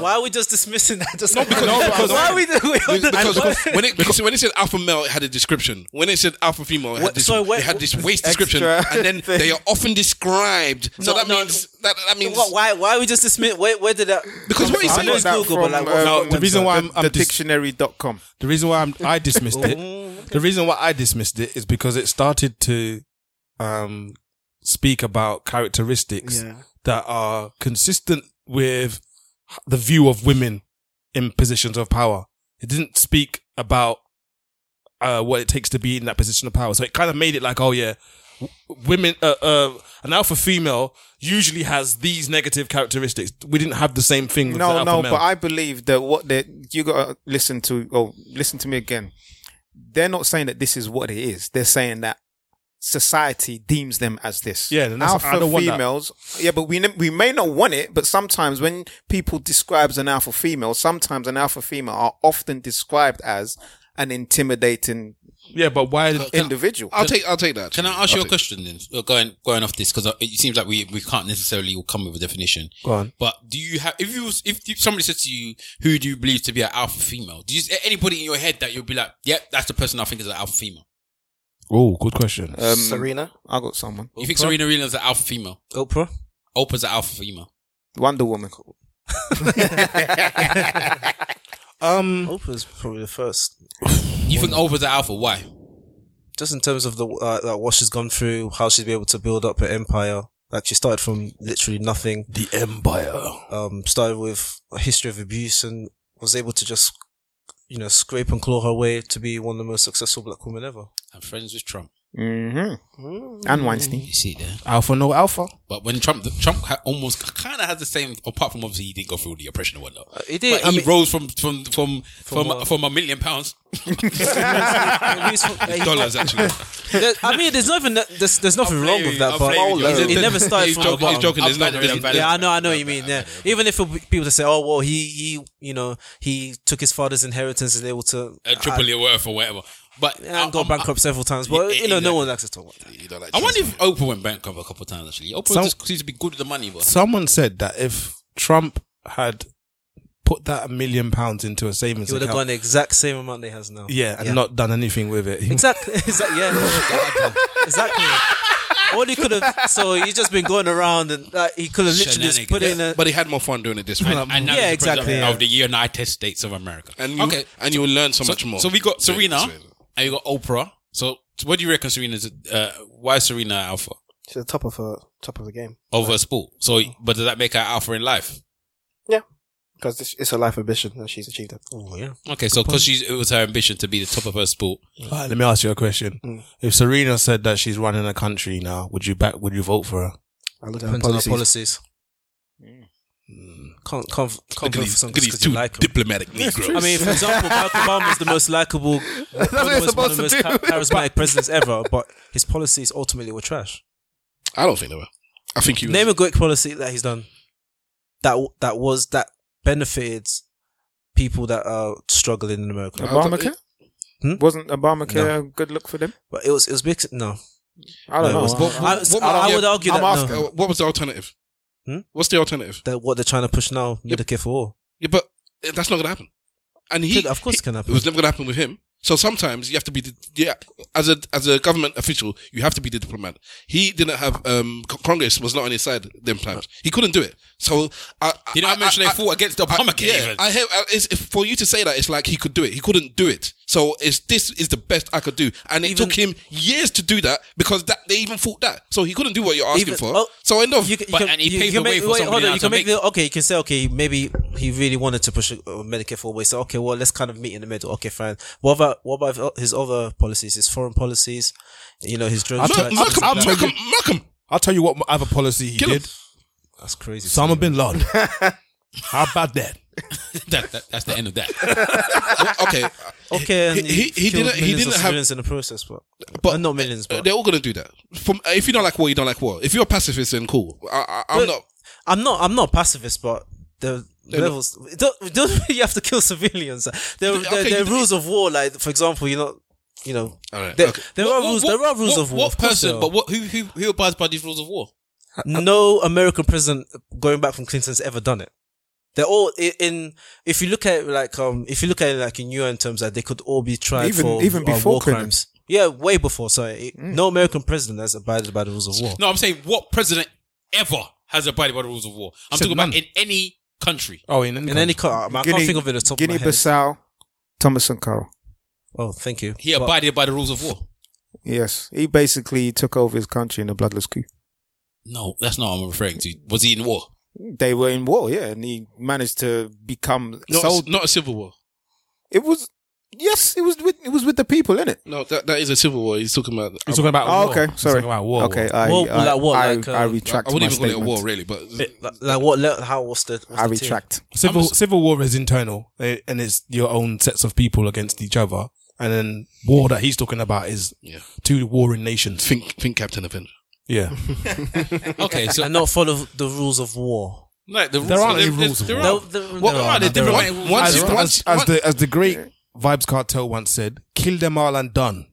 Speaker 5: Why are we just dismissing that? Just
Speaker 1: No, because- no, because-
Speaker 5: why are we doing
Speaker 1: because, because when it because when it said alpha male, it had a description. When it said alpha female, it had
Speaker 5: What-
Speaker 1: this,
Speaker 5: sorry, what-
Speaker 1: it had this waist description,
Speaker 6: Extra
Speaker 1: and then they are often described. So
Speaker 5: No,
Speaker 1: that
Speaker 5: no.
Speaker 1: means that that means
Speaker 5: What- why? Why are we just dismissing? Where, where did that?
Speaker 1: because what he's
Speaker 5: I
Speaker 1: saying
Speaker 5: know
Speaker 1: is
Speaker 5: it's Google, but like, what-
Speaker 4: No,
Speaker 5: what
Speaker 4: the reason
Speaker 5: website?
Speaker 4: why I'm, I'm
Speaker 6: uh, the
Speaker 4: dis-
Speaker 6: dictionary.com.
Speaker 4: The reason why I'm, I dismissed it, the reason why I dismissed it is because it started to um, speak about characteristics
Speaker 9: Yeah.
Speaker 4: that are consistent with the view of women in positions of power. It didn't speak about uh, what it takes to be in that position of power. So it kind of made it like, oh yeah, w- women, uh, uh, an alpha female usually has these negative characteristics. We didn't have the same thing. With the
Speaker 6: No,
Speaker 4: alpha
Speaker 6: no,
Speaker 4: male.
Speaker 6: but I believe that what they you gotta listen to. Oh, listen to me again. They're not saying that this is what it is. They're saying that
Speaker 10: society deems them as this.
Speaker 4: Yeah, then that's-
Speaker 10: alpha
Speaker 4: I don't want that.
Speaker 10: females. Yeah, but we ne- we may not want it, but sometimes when people describes an alpha female, sometimes an alpha female are often described as an intimidating.
Speaker 4: Yeah, but why
Speaker 10: individual?
Speaker 3: I'll
Speaker 1: take I'll take that.
Speaker 3: Can I
Speaker 10: I'll
Speaker 3: ask you a
Speaker 10: take-
Speaker 3: question then? Uh, Going going off this because it seems like we we can't necessarily all come up with a definition.
Speaker 5: Go on.
Speaker 3: But do you have if you was- if you- somebody said to you who do you believe to be an alpha female? Do you anybody in your head that you'll be like, yep, that's the person I think is an alpha female?
Speaker 4: Oh, good question.
Speaker 6: Um,
Speaker 9: Serena?
Speaker 10: I got someone.
Speaker 3: You think Serena Williams is an alpha female?
Speaker 5: Oprah.
Speaker 3: Oprah's an alpha female.
Speaker 10: Wonder Woman.
Speaker 4: Um,
Speaker 5: Oprah's probably the first.
Speaker 3: You think Oprah's an alpha? Why?
Speaker 5: Just in terms of the uh, like what she's gone through, how she's been able to build up her empire. Like she started from literally nothing.
Speaker 4: The empire.
Speaker 5: Um, started with a history of abuse and was able to just, you know, scrape and claw her way to be one of the most successful black women ever.
Speaker 3: I'm friends with Trump.
Speaker 10: Mm-hmm. And Weinstein.
Speaker 3: You see there.
Speaker 4: Alpha no alpha.
Speaker 3: But when Trump, Trump ha- almost kind of has the same. Apart from obviously he didn't go through the oppression or whatnot.
Speaker 5: he did.
Speaker 3: But
Speaker 5: Uh, I
Speaker 3: he
Speaker 5: mean-
Speaker 3: rose from from
Speaker 5: From
Speaker 3: from from from,
Speaker 5: what?
Speaker 3: a million pounds dollars
Speaker 5: Dollars,
Speaker 3: actually.
Speaker 5: I mean, there's nothing. There's, there's nothing wrong with that,
Speaker 3: I'm
Speaker 5: but
Speaker 3: playing with you.
Speaker 5: it,
Speaker 3: He's-
Speaker 5: it never started
Speaker 3: he's
Speaker 5: from
Speaker 3: joking-
Speaker 5: the bottom.
Speaker 3: he's joking. There's not-
Speaker 5: Yeah,
Speaker 3: there's- there's-
Speaker 5: yeah, I know, I know what you mean. Yeah, even if it- people say, "Oh, well, he, he, you know, he took his father's inheritance and able to
Speaker 3: a triple year worth or whatever. But
Speaker 5: and got bankrupt several times," but you know, no one likes to talk about that.
Speaker 3: I wonder if Oprah went bankrupt a couple of times actually. Oprah
Speaker 4: Some-
Speaker 3: just seems to be good with the money, but
Speaker 4: Someone said that if Trump had put that million pounds into a savings
Speaker 5: He would have
Speaker 4: account,
Speaker 5: gone the exact same amount they has now.
Speaker 4: yeah, and not done anything with it, he-
Speaker 5: Exactly. exactly. Yeah. exactly. All he could have. So he's just been going around and like, he could have literally just put in a.
Speaker 1: but he had more fun doing it this way.
Speaker 3: and now
Speaker 5: Yeah,
Speaker 3: he's the president
Speaker 5: exactly, yeah.
Speaker 3: of the United States of America.
Speaker 1: And you,
Speaker 3: okay,
Speaker 1: and you'll learn so, much more.
Speaker 3: So we got
Speaker 1: So-
Speaker 3: Serena
Speaker 1: so-
Speaker 3: and you got Oprah. So what do you reckon Serena's? Uh, why is Serena alpha
Speaker 9: She's the top of her top of the game
Speaker 3: over sport? So, but does that make her alpha in life?
Speaker 9: because it's, it's her life ambition and she's achieved it.
Speaker 5: Oh yeah.
Speaker 3: Okay, so because she's it was her ambition to be the top of her sport.
Speaker 1: Mm.
Speaker 4: All right, let me ask you a question.
Speaker 9: Mm.
Speaker 4: If Serena said that she's running a country now, would you back? Would you vote for her?
Speaker 9: I look at her
Speaker 5: Depends on our
Speaker 9: policies.
Speaker 5: policies. Hmm. Can't can't can't
Speaker 1: Look at
Speaker 5: go for
Speaker 1: these- look
Speaker 5: something
Speaker 1: at
Speaker 5: 'cause
Speaker 1: these
Speaker 5: you
Speaker 1: two
Speaker 5: like 'em.
Speaker 1: diplomatic Negroes.
Speaker 5: I mean, for example, Barack Obama's the most likable, one
Speaker 1: what you're
Speaker 5: of the most, one of the
Speaker 1: supposed
Speaker 5: most
Speaker 1: to
Speaker 5: cha-
Speaker 1: do.
Speaker 5: charismatic presidents ever, but his policies ultimately were trash.
Speaker 1: I don't think they were. I think he was.
Speaker 5: Name a great policy that he's done that w- that was that benefited people that are struggling in America.
Speaker 10: Obamacare?
Speaker 5: Hmm?
Speaker 10: Wasn't Obamacare a good look for them?
Speaker 5: But it was it was big. No,
Speaker 10: I don't
Speaker 5: No, it
Speaker 10: know.
Speaker 5: was- I- I would argue
Speaker 1: I'm
Speaker 5: that,
Speaker 1: asking,
Speaker 5: no.
Speaker 1: uh, What was the alternative?
Speaker 5: Hmm?
Speaker 1: What's the alternative?
Speaker 5: that what they're trying to push now, Medicare for all.
Speaker 1: Yeah, but uh, that's not going to happen. And he,
Speaker 5: Could- of course,
Speaker 1: he-
Speaker 5: it can happen.
Speaker 1: It was never going to happen with him. So sometimes you have to be the, yeah, as a as a government official, you have to be the diplomat. He didn't have um C- Congress was not on his side them times. He couldn't do it. So I,
Speaker 3: You know, I, mentioned
Speaker 1: I-
Speaker 3: they fought against
Speaker 1: I,
Speaker 3: Obamacare.
Speaker 1: yeah,
Speaker 3: even.
Speaker 1: I have. I, it's, if- for you to say that, it's like he could do it. He couldn't do it. So it's this is the best I could do, and it
Speaker 5: Even-
Speaker 1: took him years to do that because that they even fought that. So he couldn't do what you're asking
Speaker 5: Even-
Speaker 1: for.
Speaker 5: oh,
Speaker 1: so end of.
Speaker 5: You can, you
Speaker 3: But-
Speaker 5: can,
Speaker 3: and he
Speaker 5: you,
Speaker 3: paved
Speaker 5: you can
Speaker 3: the way
Speaker 5: make,
Speaker 3: for
Speaker 5: wait,
Speaker 3: somebody
Speaker 5: hold on,
Speaker 3: now
Speaker 5: you
Speaker 3: to
Speaker 5: can make
Speaker 3: make-
Speaker 5: the, okay, you can say, okay, maybe he really wanted to push uh, Medicare for all, but he said, okay, well, let's kind of meet in the middle. Okay, fine. What about, what about his o- his other policies, his foreign policies, you know, his drugs?
Speaker 4: I'll tell-
Speaker 5: rights,
Speaker 4: I'll-
Speaker 5: things
Speaker 4: I'll
Speaker 5: like
Speaker 4: tell
Speaker 5: that?
Speaker 1: Malcolm, Malcolm,
Speaker 4: I'll tell you what other policy he
Speaker 1: Kill him.
Speaker 4: did.
Speaker 5: That's crazy.
Speaker 4: Osama bin Laden. How about that?
Speaker 3: that, that, that's the end of that.
Speaker 1: okay,
Speaker 5: Okay, and
Speaker 1: He- he- he
Speaker 5: killed
Speaker 1: didn't- he
Speaker 5: millions
Speaker 1: didn't
Speaker 5: of
Speaker 1: have-
Speaker 5: civilians in the process, but,
Speaker 1: But-
Speaker 5: but not millions,
Speaker 3: uh,
Speaker 5: but.
Speaker 1: they're all gonna do that. From if you don't like war, you don't like war. If you're a pacifist, then cool. I, I, I'm
Speaker 5: But-
Speaker 1: not.
Speaker 5: I'm not. I'm not pacifist, but the levels. Don't, don't mean you have to kill civilians. There, there,
Speaker 1: okay,
Speaker 5: there are
Speaker 1: you-
Speaker 5: rules of war. Like for example, you're not. You know,
Speaker 1: Alright,
Speaker 5: there,
Speaker 1: okay.
Speaker 5: there are rules. there are rules
Speaker 3: what-
Speaker 5: of war.
Speaker 3: What
Speaker 5: of course
Speaker 3: person?
Speaker 5: there are.
Speaker 3: But what? Who? Who? Who abides by these rules of war?
Speaker 5: no American president going back from Clinton's ever done it. They're all i- in. If you look at it like um, if you look at it like in UN terms, like they could all be tried
Speaker 10: Even-
Speaker 5: for
Speaker 10: even
Speaker 5: uh,
Speaker 10: before
Speaker 5: war
Speaker 10: Clinton. Mm.
Speaker 5: crimes. Yeah, way before. Sorry, It- no American president has abided by the rules of war.
Speaker 3: No, I'm saying what president ever has abided by the rules of war. I'm
Speaker 4: Said
Speaker 3: talking about
Speaker 4: none.
Speaker 3: in any country.
Speaker 4: Oh, in any,
Speaker 5: In any, co-
Speaker 1: Uh,
Speaker 5: I can't think of it at the top
Speaker 10: Guinea
Speaker 5: of my head.
Speaker 10: Bissau, Thomas and Carl.
Speaker 5: Oh, thank you.
Speaker 3: He
Speaker 5: But-
Speaker 3: abided by the rules of war.
Speaker 10: Yes, he basically took over his country in a bloodless coup.
Speaker 3: No, that's not what I'm referring to. Was he in war?
Speaker 10: They were in war, yeah, and he managed to become
Speaker 1: Not,
Speaker 10: sold.
Speaker 1: Oh, not a civil war.
Speaker 10: It was yes, it was with it was with the people in it.
Speaker 1: No, that, that is a civil war. He's talking about.
Speaker 4: He's talking about
Speaker 10: Oh,
Speaker 4: war.
Speaker 10: okay,
Speaker 4: He's
Speaker 10: sorry.
Speaker 4: talking about war.
Speaker 10: Okay,
Speaker 4: war.
Speaker 10: I,
Speaker 5: War-
Speaker 10: I,
Speaker 5: like what,
Speaker 10: I,
Speaker 5: like, uh,
Speaker 10: I
Speaker 1: I
Speaker 10: retract.
Speaker 1: wouldn't
Speaker 10: my
Speaker 1: even call it a
Speaker 10: statement.
Speaker 1: war, really. But
Speaker 5: Like, like what? le- How? What's the? What's
Speaker 10: I
Speaker 5: the tier?
Speaker 10: retract.
Speaker 4: Civil civil war is internal, eh, and it's your own sets of people against each other. And then war that he's talking about is two warring nations.
Speaker 1: Think, think Captain Avenger.
Speaker 4: Yeah.
Speaker 1: Okay, so-
Speaker 5: and not follow the rules of war.
Speaker 1: No, the
Speaker 4: there aren't any rules of war.
Speaker 5: What are they
Speaker 4: There
Speaker 5: different?
Speaker 4: are.
Speaker 5: Once
Speaker 4: as,
Speaker 5: you-
Speaker 4: as-
Speaker 5: once-
Speaker 4: as
Speaker 5: once-
Speaker 4: the as the great Vibes Cartel once said, "Kill them all and done."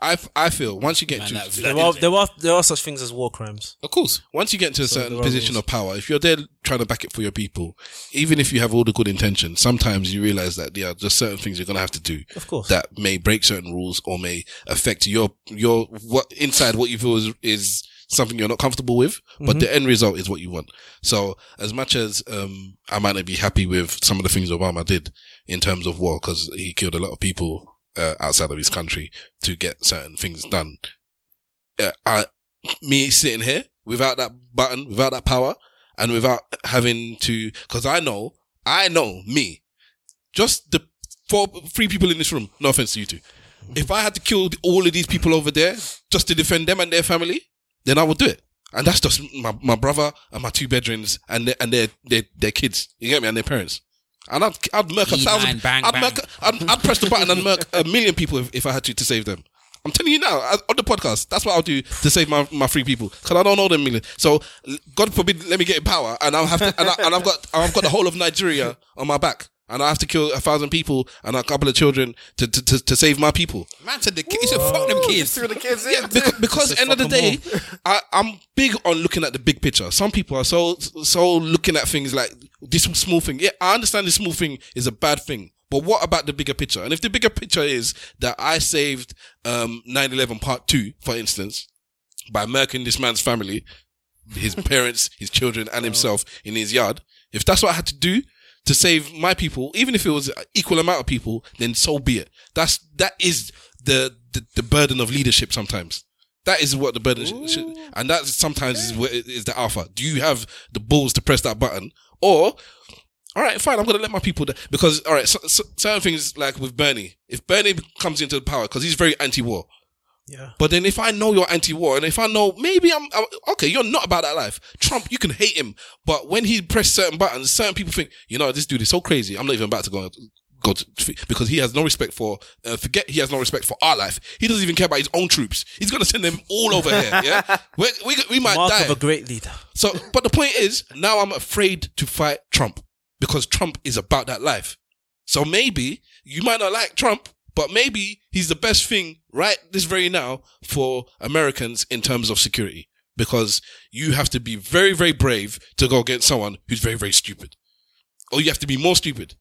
Speaker 1: I, f- I feel once you get to
Speaker 5: There are, there are there are such things as war crimes.
Speaker 1: Of course, once you get into a
Speaker 5: So
Speaker 1: certain
Speaker 5: there are
Speaker 1: position of power, if you're there trying to back it for your people, even if you have all the good intentions, sometimes you realize that there are just certain things you're going to have to do.
Speaker 5: Of course.
Speaker 1: That may break certain rules or may affect your, your, what, inside what you feel is, is something you're not comfortable with, but
Speaker 3: Mhm.
Speaker 1: the end result is what you want. So as much as, um, I might not be happy with some of the things Obama did in terms of war, because he killed a lot of people, uh, outside of his country to get certain things done uh, I, me sitting here without that button, without that power, and without having to, because I know, I know me, just the four, three people in this room. No offense to you two. If I had to kill all of these people over there just to defend them and their family, then I would do it. And that's just my, my brother and my two bedrooms and their, and their, their their kids. You get me? And their parents. And I'd I'd murk a
Speaker 3: E9
Speaker 1: thousand.
Speaker 3: bang,
Speaker 1: I'd,
Speaker 3: bang.
Speaker 1: Murk, I'd, I'd press the button and murk a million people if, if I had to to save them. I'm telling you now I- on the podcast. That's what I'll do to save my, my three people because I don't know them million. So l- God forbid, let me get in power and I'll have to and, I, and I've got I've got the whole of Nigeria on my back and I have to kill a thousand people and a couple of children to to, to, to save my people.
Speaker 3: Man said the kids. He said fuck them kids.
Speaker 1: the kids yeah, beca- because end of the day, I, I'm big on looking at the big picture. Some people are so so looking at things like this small thing. Yeah, I understand this small thing is a bad thing, but what about the bigger picture? And if the bigger picture is that I saved um 9/11 Part Two, for instance, by murking this man's family, his parents, his children, and himself in his yard. If that's what I had to do to save my people, even if it was an equal amount of people, then so be it. That's that is the the, the burden of leadership sometimes. That is what the burden should, should and that sometimes is what is the alpha. Do you have the balls to press that button, or all right, fine. I'm gonna let my people die. because all right, so, so, certain things like with Bernie. If Bernie comes into the power because he's very anti-war,
Speaker 5: Yeah.
Speaker 1: but then if I know you're anti-war and if I know maybe I'm, I'm- okay, you're not about that life. Trump, you can hate him, but when he pressed certain buttons, certain people think, you know, this dude is so crazy. I'm not even about to go go to because he has no respect for uh, forget he has no respect for our life. He doesn't even care about his own troops. He's gonna send them all over here. Yeah, we we, we might
Speaker 5: Mark
Speaker 1: die.
Speaker 5: of a great leader.
Speaker 1: So, but the point is, now I'm afraid to fight Trump because Trump is about that life. So maybe you might not like Trump, but maybe he's the best thing right this very now for Americans in terms of security because you have to be very, very brave to go against someone who's very, very stupid. Or you have to be more stupid.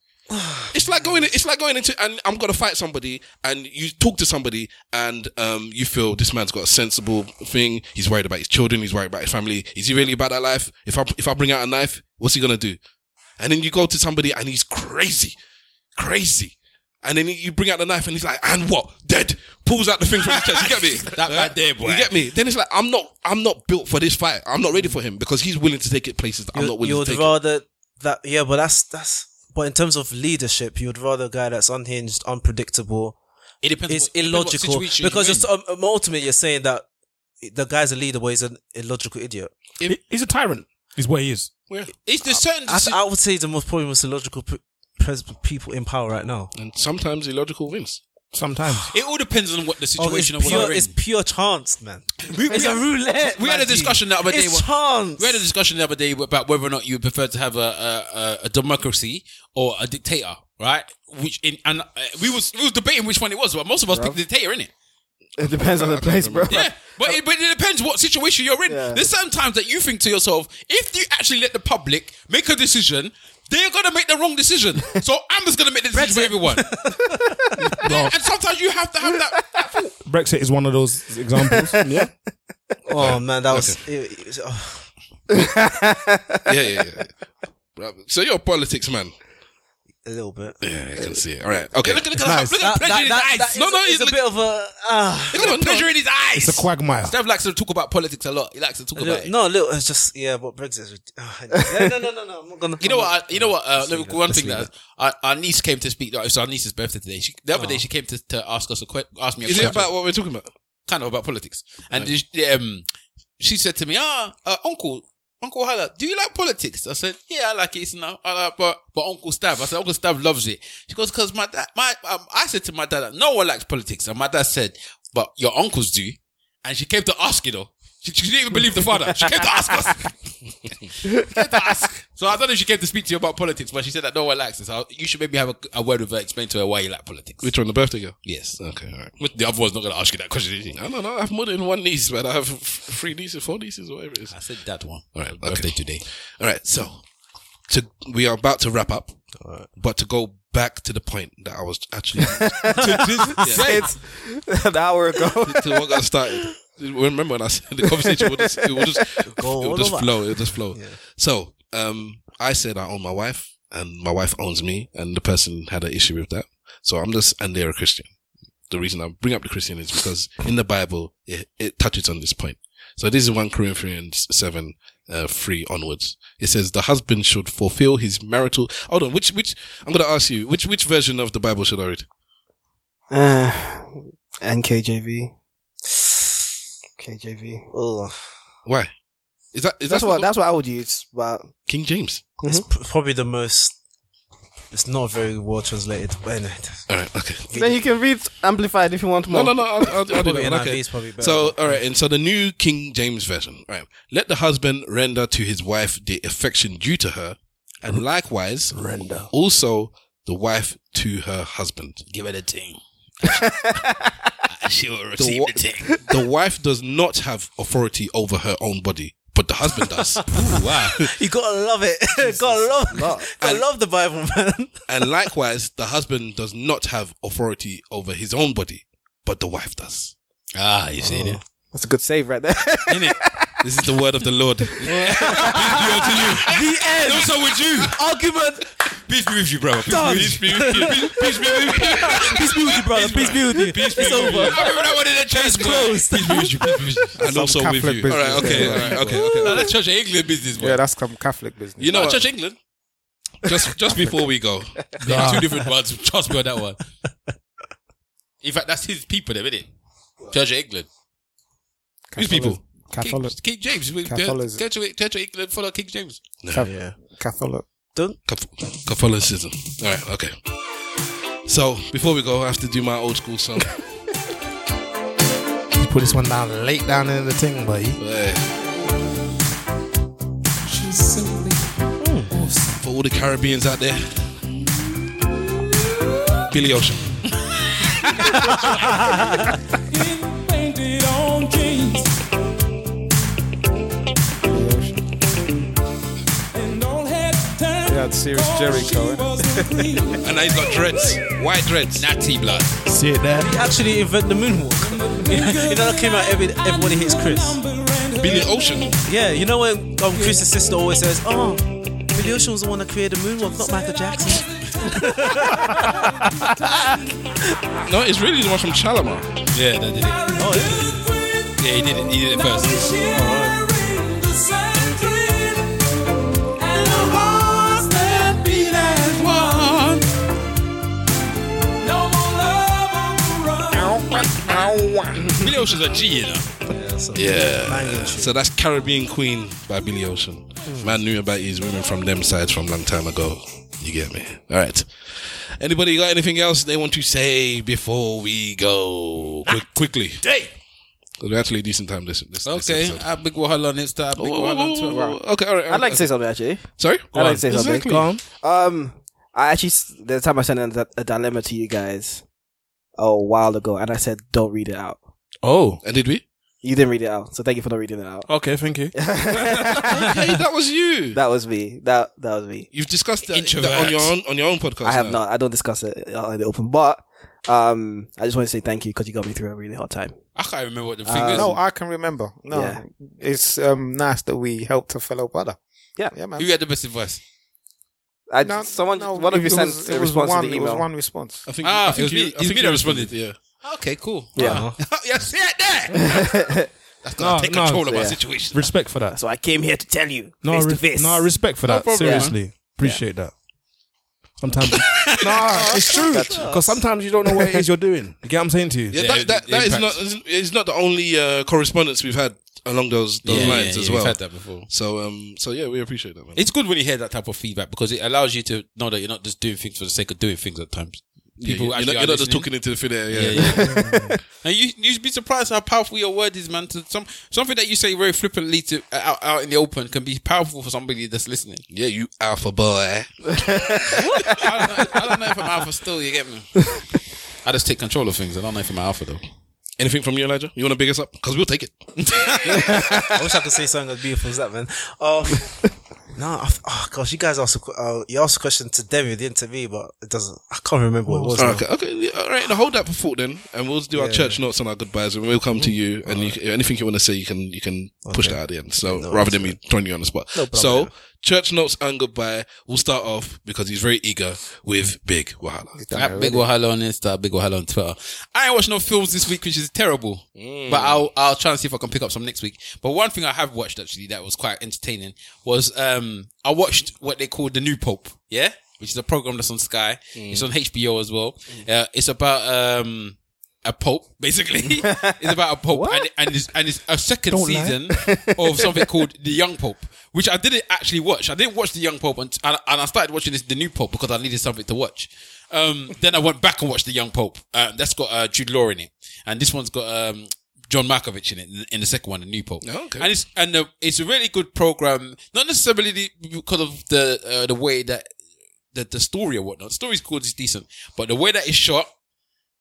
Speaker 1: It's like going. It's like going into and I'm gonna fight somebody, and you talk to somebody, and um, you feel this man's got a sensible thing. He's worried about his children. He's worried about his family. Is he really about that life? If I if I bring out a knife, what's he gonna do? And then you go to somebody, and he's crazy, crazy. And then you bring out the knife, and he's like, "And what? Dead." Pulls out the thing from his chest. You get me?
Speaker 3: That right there, boy.
Speaker 1: You get me? Then it's like I'm not. I'm not built for this fight. I'm not ready for him because he's willing to take it places that I'm
Speaker 5: You-
Speaker 1: not willing
Speaker 5: you
Speaker 1: to
Speaker 5: would
Speaker 1: take. it.
Speaker 5: rather that yeah, but that's that's but in terms of leadership, you would rather a guy that's unhinged, unpredictable.
Speaker 3: It depends
Speaker 5: It's
Speaker 3: what- depends what
Speaker 5: illogical
Speaker 3: situation you're
Speaker 5: because you're, um, ultimately you're saying that the guy's a leader, but he's an illogical idiot.
Speaker 4: He- he's a tyrant. Is what he is.
Speaker 3: It's the certain.
Speaker 5: I, I would say the most probably most illogical p- pres- people in power right now.
Speaker 1: And sometimes illogical wins.
Speaker 4: Sometimes
Speaker 3: It all depends on what the
Speaker 5: Oh, it's,
Speaker 3: situation of
Speaker 5: pure,
Speaker 3: what
Speaker 5: it's
Speaker 3: is.
Speaker 5: pure chance, man.
Speaker 3: We-
Speaker 5: it's
Speaker 3: we
Speaker 5: a
Speaker 3: had-
Speaker 5: roulette.
Speaker 3: We had a
Speaker 5: man, G.
Speaker 3: discussion the other day.
Speaker 5: It's
Speaker 3: where-
Speaker 5: chance.
Speaker 3: We had a discussion the other day about whether or not you prefer to have a a, a, a democracy or a dictator, right? Which in and uh, we was we was debating which one it was, but most of us picked the dictator, innit?
Speaker 11: It depends on the place, bro.
Speaker 3: Yeah, but it, but it depends what situation you're in. There's sometimes that you think to yourself, if you actually let the public make a decision, they're gonna make the wrong decision. So I'm just gonna make the decision for everyone. Yeah, and sometimes you have to have that.
Speaker 4: Brexit is one of those examples. yeah.
Speaker 5: Oh man, that was. it- it was- oh.
Speaker 1: yeah, yeah, yeah. Right, So you're a politics man.
Speaker 5: A little bit.
Speaker 1: Yeah, I can see it. All right. Okay.
Speaker 3: Look at look at look at the pleasure in his eyes.
Speaker 5: no, no, it's a bit of a. ah.
Speaker 3: Look at the pleasure in his eyes.
Speaker 4: It's a quagmire.
Speaker 3: Steph likes to talk about politics a lot. He likes to talk
Speaker 5: A
Speaker 3: about
Speaker 5: little-
Speaker 3: it.
Speaker 5: No, a little. It's just yeah, but Brexit. is- ah, no, no, no, no, no. I'm not gonna.
Speaker 3: You
Speaker 5: I'm
Speaker 3: know what? I, you know what? Uh, look,
Speaker 5: leave it.
Speaker 3: one
Speaker 5: Let's
Speaker 3: thing
Speaker 5: leave
Speaker 3: that our, our niece came to speak. It's our niece's birthday today. She, the other day, she came to, to ask us a que- ask me a
Speaker 1: Is
Speaker 3: question.
Speaker 1: it about what we're talking about?
Speaker 3: kind of about politics. And she, um, she said to me, "Ah, uh, uncle, Uncle Hala, do you like politics? I said, yeah, I like it. It's now, I like, but, but Uncle Stab, I said, Uncle Stab loves it. She goes, cause my dad, my, um, I said to my dad, no one likes politics. And my dad said, but your uncles do. And she came to ask, you know, she, she didn't even believe the father. She came to ask us. she came to ask. So I don't know if she came to speak to you about politics, but she said that no one likes it. So you should maybe have a, a word with her, explain to her why you like politics.
Speaker 1: Which one, the birthday girl?
Speaker 3: Yes.
Speaker 1: Okay, all right.
Speaker 3: But The other one's not going to ask you that question, is she?
Speaker 1: I don't know. I have more than one niece, man. I have f- three nieces, four nieces, whatever it is. I
Speaker 3: said that one.
Speaker 1: All right, okay.
Speaker 3: Birthday today.
Speaker 1: All right, so to, we are about to wrap up, but to go back to the point that I was actually
Speaker 6: It's an hour ago.
Speaker 1: to what got started. Remember when I said the conversation would just, it would just,
Speaker 6: Go
Speaker 1: it
Speaker 6: all
Speaker 1: would just
Speaker 6: over.
Speaker 1: flow. It would just flow. So, um, I said I own my wife and my wife owns me and the person had an issue with that. So I'm just, and they're a Christian. The reason I bring up the Christian is because in the Bible, it, it touches on this point. So this is 1 Corinthians 7, uh, 3 onwards. It says the husband should fulfill his marital, hold on, which, which, I'm going to ask you, which, which version of the Bible should I read?
Speaker 9: Uh, NKJV. KJV.
Speaker 5: Oh,
Speaker 1: Why? Is that is
Speaker 9: that's
Speaker 5: that
Speaker 9: what
Speaker 5: the-
Speaker 9: that's what I would use. But
Speaker 1: King James.
Speaker 5: It's p- probably the most. It's not very well translated, but anyway.
Speaker 1: All right, okay.
Speaker 11: Then you can read amplified if you want more.
Speaker 1: No, no, no. I'll, I'll, I'll do that
Speaker 5: Probably
Speaker 1: one,
Speaker 5: NIV
Speaker 1: okay.
Speaker 5: is probably better.
Speaker 1: So, all right, and so the new King James version. All right, let the husband render to his wife the affection due to her, and likewise render also the wife to her husband.
Speaker 3: Give her the ting. she will receive
Speaker 1: wa-
Speaker 3: the ting.
Speaker 1: the wife does not have authority over her own body, but the husband does. wow.
Speaker 5: You gotta love it. gotta love. Gotta love the Bible, man.
Speaker 1: And likewise, the husband does not have authority over his own body, but the wife does.
Speaker 3: Ah, you see it?
Speaker 9: That's a good save right there.
Speaker 1: This is the word of the Lord.
Speaker 5: The end.
Speaker 3: What's up with you?
Speaker 5: Argument
Speaker 3: Peace be with you, brother. Peace
Speaker 5: Done.
Speaker 3: be with you. Peace be with you. Peace be with you.
Speaker 5: Peace be with you, brother. Peace be with you. it's over.
Speaker 3: I remember that one in the church.
Speaker 5: It's closed.
Speaker 3: Peace be with you. Peace be with you.
Speaker 1: And also with
Speaker 6: Catholic
Speaker 1: you. All
Speaker 6: business
Speaker 1: right, okay,
Speaker 6: there,
Speaker 1: all right,
Speaker 6: right.
Speaker 1: okay, okay.
Speaker 3: No, that's Church of England business, boy.
Speaker 6: Yeah, that's some Catholic business.
Speaker 1: You know
Speaker 3: No,
Speaker 1: what?
Speaker 3: Church of England.
Speaker 1: Just just before we go,
Speaker 3: There are two different ones. Trust me on that one. In fact, that's his people, there, isn't it? Church of England. Whose people?
Speaker 6: Catholic.
Speaker 3: King, King James. We-
Speaker 6: Catholic.
Speaker 3: Church of, Church of England follow King James.
Speaker 6: Catholic. Catholic.
Speaker 5: Don't.
Speaker 1: Cath- Catholicism. All right, okay. So before we go, I have to do my old school song.
Speaker 4: You put this one down late down in the thing, boy.
Speaker 1: Hey. Hmm. For all the Caribbeans out there, Billy Ocean.
Speaker 6: Yeah, serious Jericho.
Speaker 1: And now he's got dreads, white dreads.
Speaker 3: Natty blood.
Speaker 4: See it there.
Speaker 5: He actually invent the moonwalk. you know that came out every everybody hits Chris.
Speaker 1: Billy Ocean.
Speaker 5: Yeah, you know when um, Chris's sister always says, "Oh, Billy Ocean was the one that created the moonwalk, not Michael Jackson."
Speaker 1: No, it's really the one from Chalamar.
Speaker 3: Yeah, that did it.
Speaker 5: Oh, yeah.
Speaker 3: Yeah, he did it. He did it first. Billy Ocean's a G, you know.
Speaker 1: Yeah. So that's Caribbean Queen by Billy Ocean. Man knew about his women from them sides from long time ago. You get me? All right. Anybody got anything else they want to say before we go? Quick, quickly.
Speaker 3: Hey.
Speaker 1: We're actually a decent time this, this, this
Speaker 3: Okay,
Speaker 1: episode.
Speaker 3: I big wahal on Insta. I big
Speaker 1: Whoa, whoa,
Speaker 3: wahal on
Speaker 1: whoa,
Speaker 3: Twitter.
Speaker 1: whoa, whoa. Okay, all right. all
Speaker 9: I'd like
Speaker 1: right. Uh,
Speaker 9: to say something actually.
Speaker 1: Sorry?
Speaker 9: I'd like to say something.
Speaker 1: Exactly.
Speaker 9: Um, I actually s- the time I sent in a, a dilemma to you guys a while ago, and I said don't read it out.
Speaker 4: Oh.
Speaker 1: And did we?
Speaker 9: You didn't read it out, so thank you for not reading it out.
Speaker 4: Okay, thank you.
Speaker 1: Hey, that was you.
Speaker 9: That was me. That that was me.
Speaker 1: You've discussed that,
Speaker 3: Introvert.
Speaker 1: that on your own on your own podcast.
Speaker 9: I have
Speaker 1: now.
Speaker 9: not. I don't discuss it out in the open, but um, I just want to say thank you because you got me through a really hard time.
Speaker 3: I can't remember what the thing
Speaker 9: Uh,
Speaker 1: Um,
Speaker 3: is.
Speaker 6: No, I can remember. No,
Speaker 9: Yeah.
Speaker 6: it's um, nice that we helped a fellow brother.
Speaker 9: Yeah.
Speaker 6: yeah, man.
Speaker 3: Who had the best advice?
Speaker 9: I
Speaker 6: No,
Speaker 9: someone
Speaker 6: no,
Speaker 9: one of you
Speaker 6: it
Speaker 9: sent
Speaker 6: was-
Speaker 9: a
Speaker 6: it was
Speaker 9: response
Speaker 6: one,
Speaker 9: to the
Speaker 6: It was
Speaker 9: email.
Speaker 6: one response.
Speaker 1: I think,
Speaker 3: Ah,
Speaker 1: I
Speaker 3: it
Speaker 1: think
Speaker 3: was
Speaker 1: you-
Speaker 3: me.
Speaker 1: I
Speaker 3: It was
Speaker 1: think
Speaker 3: me
Speaker 1: you
Speaker 3: that responded.
Speaker 1: Yeah.
Speaker 3: Okay, cool.
Speaker 9: Yeah.
Speaker 3: Wow. you see it there? That's gonna
Speaker 4: No,
Speaker 3: take
Speaker 4: no,
Speaker 3: control of my
Speaker 9: yeah.
Speaker 3: situation.
Speaker 4: Respect for that.
Speaker 9: So I came here to tell you
Speaker 4: No,
Speaker 9: face
Speaker 4: re-
Speaker 9: to face.
Speaker 4: no respect for that.
Speaker 1: problem.
Speaker 4: Seriously. Appreciate that. Sometimes. nah, it's true. Because sometimes you don't know what it is you're doing. You get what I'm saying to you?
Speaker 1: Yeah,
Speaker 3: Yeah,
Speaker 1: that, that,
Speaker 3: it
Speaker 1: that is not
Speaker 3: impacts.
Speaker 1: is not the only uh, correspondence we've had along those, those
Speaker 3: Yeah, yeah,
Speaker 1: lines
Speaker 3: yeah,
Speaker 1: as
Speaker 3: we've
Speaker 1: well.
Speaker 3: had that before.
Speaker 1: So um, so yeah, we appreciate that. Man.
Speaker 3: It's good when you hear that type of feedback because it allows you to know that you're not just doing things for the sake of doing things at times.
Speaker 1: Yeah, you're not-
Speaker 3: actually
Speaker 1: you're
Speaker 3: are
Speaker 1: not just
Speaker 3: listening.
Speaker 1: talking into the thin air, yeah.
Speaker 3: and you you'd be surprised how powerful your word is, man. To some something that you say very flippantly to uh, out, out in the open can be powerful for somebody that's listening.
Speaker 1: Yeah, you alpha boy.
Speaker 3: I don't know if I'm alpha still. You get me? I just take control of things. I don't know if I'm alpha though.
Speaker 1: Anything from you, Elijah? You want to big us up? Because we'll take it.
Speaker 5: I wish I could say something as beautiful as that, man. Um, no, I th- oh gosh, you guys asked a, que- uh, you asked a question to Demi, didn't to me, but it doesn't. I can't remember what it was.
Speaker 1: Oh,
Speaker 5: now.
Speaker 1: okay, okay, yeah, all right. Now hold that for thought then, and we'll do our
Speaker 5: Yeah.
Speaker 1: church notes and our goodbyes, and we'll come to you. And you, can- anything you want to say, you can you can push that at the end. So rather than me throwing you on the spot.
Speaker 3: No problem.
Speaker 1: so church notes and goodbye. We'll start off because he's very eager with big Wahala.
Speaker 3: At Big Wahala on Insta, Big Wahala on Twitter. I ain't watched no films this week, which is terrible.
Speaker 1: Mm.
Speaker 3: But I'll I'll try and see if I can pick up some next week. But one thing I have watched actually that was quite entertaining was um I watched what they call the New Pope, yeah, which is a program that's on Sky.
Speaker 2: Mm.
Speaker 3: It's on HBO as well.
Speaker 1: Mm.
Speaker 3: Uh, it's about um a pope basically. it's about a pope and and it's, and it's a second
Speaker 2: Don't lie.
Speaker 3: season of something called The Young Pope, which I didn't actually watch. I didn't watch The Young Pope, and, and, and I started watching this The New Pope because I needed something to watch. Um, then I went back and watched The Young Pope. Uh, that's got uh, Jude Law in it, and this one's got um, John Malkovich in it in- in the second one, The New Pope.
Speaker 2: Oh,
Speaker 1: okay.
Speaker 3: And it's and uh, it's a really good program, not necessarily the, because of the uh, the way that the the story or whatnot. The story's good, it's decent, but the way that it's shot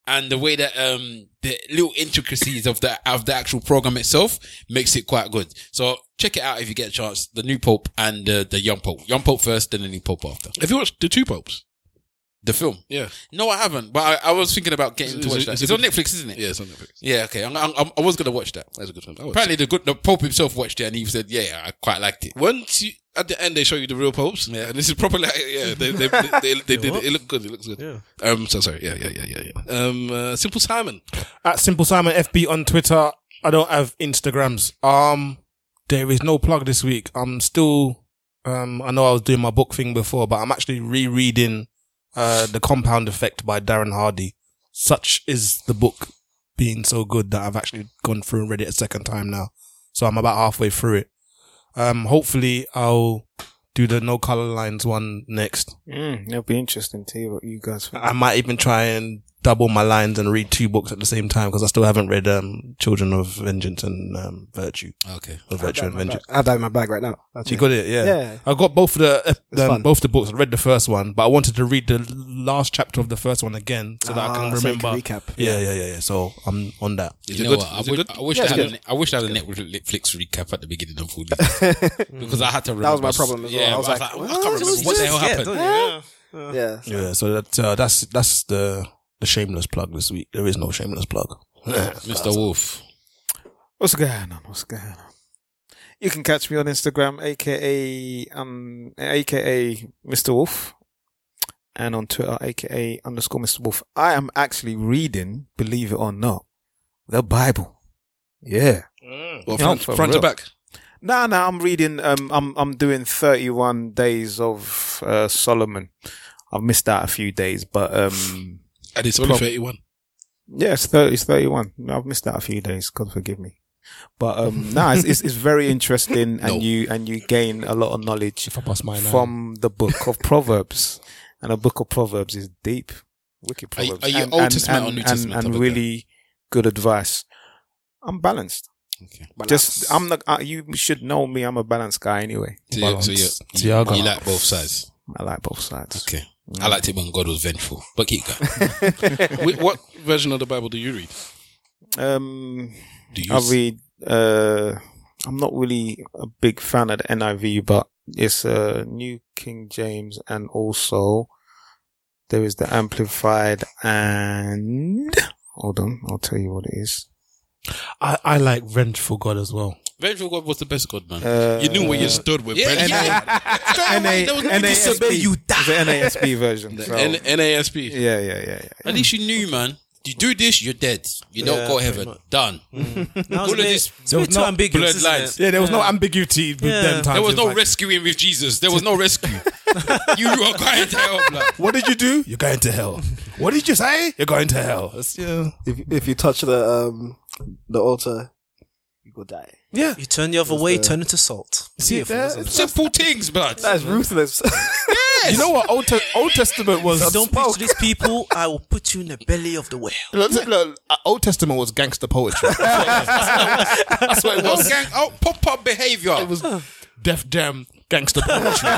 Speaker 3: and the way that um the little intricacies of the of the actual program itself makes it quite good. So check it out if you get a chance. The new Pope and uh, the young Pope. Young Pope first, then the new Pope after.
Speaker 1: Have you watched the two popes?
Speaker 3: The film?
Speaker 1: Yeah.
Speaker 3: No, I haven't. But I, I was thinking about getting
Speaker 1: It's-
Speaker 3: to watch
Speaker 1: it's-
Speaker 3: that.
Speaker 1: it's
Speaker 3: It's,
Speaker 1: a
Speaker 3: on
Speaker 1: good-
Speaker 3: Netflix, isn't it?
Speaker 1: Yeah, it's on Netflix.
Speaker 3: Yeah. Okay. I'm, I'm, I'm- I was gonna watch that.
Speaker 1: That's a good film. I watched
Speaker 3: Apparently, the good the Pope himself watched it and he said, "Yeah, yeah, I quite liked it."
Speaker 1: Once you, at the end, they show you the real popes, yeah. and this is proper. Like, yeah, they they they, they, they did it. It looked good. It looks good. Yeah. Um. So sorry. Yeah. Yeah. Yeah. Yeah. Yeah. Um. Uh, Simple Simon.
Speaker 4: At Simple Simon FB on Twitter. I don't have Instagrams. Um, there is no plug this week. I'm still. Um, I know I was doing my book thing before, but I'm actually rereading uh, The Compound Effect by Darren Hardy. Such is the book being so good that I've actually gone through and read it a second time now. So I'm about halfway through it. Um, hopefully I'll do the No Color Lines one next.
Speaker 6: Mm, it'll be interesting to hear what you guys.
Speaker 4: I might even try and double my lines and read two books at the same time because I still haven't read um, Children of Vengeance and um, Virtue.
Speaker 3: Okay,
Speaker 4: or Virtue and Vengeance.
Speaker 9: I have that in my bag right now.
Speaker 4: You got it, yeah.
Speaker 9: Yeah.
Speaker 4: I got both of the
Speaker 9: It's
Speaker 4: uh, um,
Speaker 9: fun.
Speaker 4: both the books. I read the first one, but I wanted to read the last chapter of the first one again so that I
Speaker 9: Ah,
Speaker 4: can
Speaker 9: so you
Speaker 4: remember.
Speaker 9: can recap.
Speaker 4: Yeah, yeah, yeah, yeah. So I'm on that.
Speaker 3: You know what? I, would, I wish I had a, I wish I had a Netflix recap at the beginning of all this because I had to.
Speaker 9: That was my
Speaker 3: remember-
Speaker 9: problem as well.
Speaker 3: Yeah,
Speaker 9: I was
Speaker 3: but
Speaker 9: like,
Speaker 3: I
Speaker 9: what,
Speaker 3: can't remember what the hell happened.
Speaker 9: Yeah. yeah.
Speaker 4: Yeah, so that uh, that's that's the the shameless plug this week. There is no shameless plug.
Speaker 3: Mr. Wolf.
Speaker 6: What's going on? What's going on? You can catch me on Instagram, aka um, aka Mr. Wolf, and on Twitter, aka underscore Mr. Wolf. I am actually reading, believe it or not, the Bible. Yeah.
Speaker 1: Well,
Speaker 6: No,
Speaker 1: front,
Speaker 6: for
Speaker 1: front to
Speaker 6: real.
Speaker 1: back.
Speaker 6: No, no, I'm reading. Um, I'm I'm doing 31 days of uh, Solomon. I've missed out a few days, but um,
Speaker 1: And it's only
Speaker 6: prob-
Speaker 1: 31.
Speaker 6: Yeah, it's 30, it's 31. I've missed out a few days. God forgive me. But um, no, it's, it's it's very interesting, and you and you gain a lot of knowledge
Speaker 4: mine now.
Speaker 6: from the book of Proverbs, and the book of Proverbs is deep, wicked
Speaker 1: Are you-
Speaker 6: proverbs.
Speaker 1: are you
Speaker 6: and,
Speaker 1: Old
Speaker 6: and-
Speaker 1: Testament or
Speaker 6: and-
Speaker 1: New
Speaker 6: and-
Speaker 1: Testament
Speaker 6: And,
Speaker 1: type of
Speaker 6: really good advice. I'm balanced.
Speaker 3: Okay.
Speaker 6: Just I'm not. Uh, you should know me. I'm a balanced guy anyway.
Speaker 3: So you- so you-
Speaker 6: Tiago.
Speaker 3: you like both sides?
Speaker 6: I like both sides. Mm.
Speaker 3: Okay. I liked it when God was vengeful, but keep going.
Speaker 1: Wait, what version of the Bible do you read?
Speaker 6: Um,
Speaker 1: Do you
Speaker 6: I
Speaker 1: s-
Speaker 6: read. Uh, I'm not really a big fan of the NIV, but it's uh, New King James, and also there is the Amplified. And hold on, I'll tell you what it is.
Speaker 4: I, I like Vengeful God as well.
Speaker 3: Vengeful God was the best God, man.
Speaker 6: Uh,
Speaker 1: you knew where you stood with
Speaker 3: Yeah,
Speaker 1: vengeful
Speaker 3: yeah.
Speaker 1: God.
Speaker 3: There was no disobey,
Speaker 6: NASB.
Speaker 3: you
Speaker 6: It's the NASB version. so-
Speaker 1: N- NASB.
Speaker 6: Yeah, yeah, yeah, yeah.
Speaker 3: At least you knew, man. You do this, you're dead. You don't
Speaker 5: Yeah,
Speaker 3: go
Speaker 5: pretty
Speaker 3: heaven. Done.
Speaker 5: That was
Speaker 3: All
Speaker 5: a bit-
Speaker 3: of this
Speaker 5: it's a bit too ambiguous,
Speaker 3: blurred
Speaker 5: isn't it?
Speaker 3: lines.
Speaker 4: Yeah, there was no ambiguity with
Speaker 5: Yeah.
Speaker 4: them times.
Speaker 3: There was
Speaker 4: It
Speaker 3: no
Speaker 4: like,
Speaker 3: rescuing with Jesus. There was no rescue. you are going to hell, blood.
Speaker 4: What did you do? You're going to hell. What did you say? You're going to hell. It's- yeah.
Speaker 9: If if you touch the um the altar, you will die.
Speaker 5: Yeah. You turn the other way, turn into salt.
Speaker 4: See,
Speaker 5: Beautiful,
Speaker 4: there-
Speaker 5: isn't it?
Speaker 3: Simple things, blood.
Speaker 5: That's
Speaker 11: ruthless.
Speaker 4: You know what? Old, Te- Old Testament was.
Speaker 5: If you don't preach to these people, I will put you in the belly of the whale.
Speaker 4: Look, look, look, uh, Old Testament was gangster poetry. That's what it
Speaker 3: Oh,
Speaker 4: was.
Speaker 3: gang, oh, pop up behavior.
Speaker 4: It was Def Jam gangster poetry.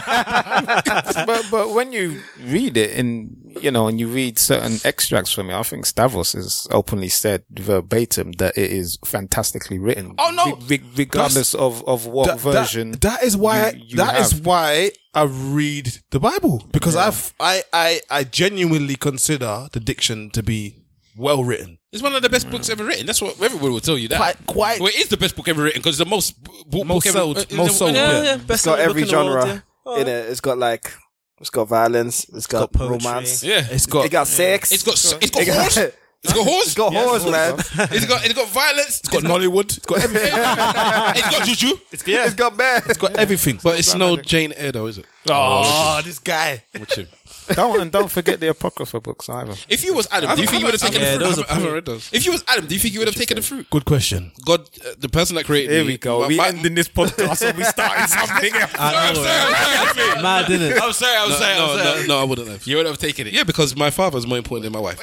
Speaker 10: but but when you read it in you know and you read certain extracts from it, I think Stavros has openly said verbatim that it is fantastically written.
Speaker 4: Oh, no.
Speaker 10: re- re- regardless of of what
Speaker 4: That- that-
Speaker 10: version.
Speaker 4: that is why
Speaker 10: you- you
Speaker 4: that is
Speaker 10: have.
Speaker 4: why I read the Bible because I've, I I I genuinely consider the diction to be well written.
Speaker 3: It's one of the best books ever written. That's what everyone will tell you. That
Speaker 4: Quite- quite-
Speaker 3: Well, it is the best book ever written because the most b- book
Speaker 4: Most
Speaker 3: ever-
Speaker 4: sold,
Speaker 3: uh, uh,
Speaker 4: most sold, yeah.
Speaker 9: Oh, It's got
Speaker 5: selling book
Speaker 9: every
Speaker 5: in the world,
Speaker 9: genre
Speaker 5: yeah.
Speaker 9: in it. It's got like, it's got violence. it's got,
Speaker 5: got poetry.
Speaker 9: romance.
Speaker 3: Yeah,
Speaker 4: It's got
Speaker 9: It got sex.
Speaker 3: it's got s- it's got
Speaker 9: It got-
Speaker 3: horse. It's got horse.
Speaker 9: It's got horse, man.
Speaker 3: It's got it's got violence. It's
Speaker 4: got Nollywood. It's got everything.
Speaker 3: got, it's got juju.
Speaker 9: It's got bad.
Speaker 4: It's got everything.
Speaker 1: But it's no Jane Eyre, though, is it?
Speaker 4: Oh, this guy.
Speaker 1: Which him.
Speaker 10: don't and don't forget the apocryphal books either.
Speaker 3: If you was Adam, do you think you would have taken
Speaker 5: yeah,
Speaker 3: the
Speaker 5: those
Speaker 3: fruit?
Speaker 5: are
Speaker 3: I haven't- I haven't
Speaker 5: pretty-
Speaker 3: read those. If you was Adam, do you think you would have taken the fruit?
Speaker 4: Good question.
Speaker 1: God, uh, the person that created
Speaker 10: Here
Speaker 1: me.
Speaker 10: we go.
Speaker 1: my-
Speaker 10: We
Speaker 1: my-
Speaker 10: ending this podcast and we starting something else.
Speaker 3: I'm sorry, I'm sorry, I'm sorry.
Speaker 5: Mad, didn't it?
Speaker 3: I'm sorry, I'm
Speaker 1: no,
Speaker 3: sorry,
Speaker 1: no,
Speaker 3: I'm sorry.
Speaker 1: no, no, I wouldn't have.
Speaker 3: You would have taken it.
Speaker 1: Yeah, because my father's more important than my wife.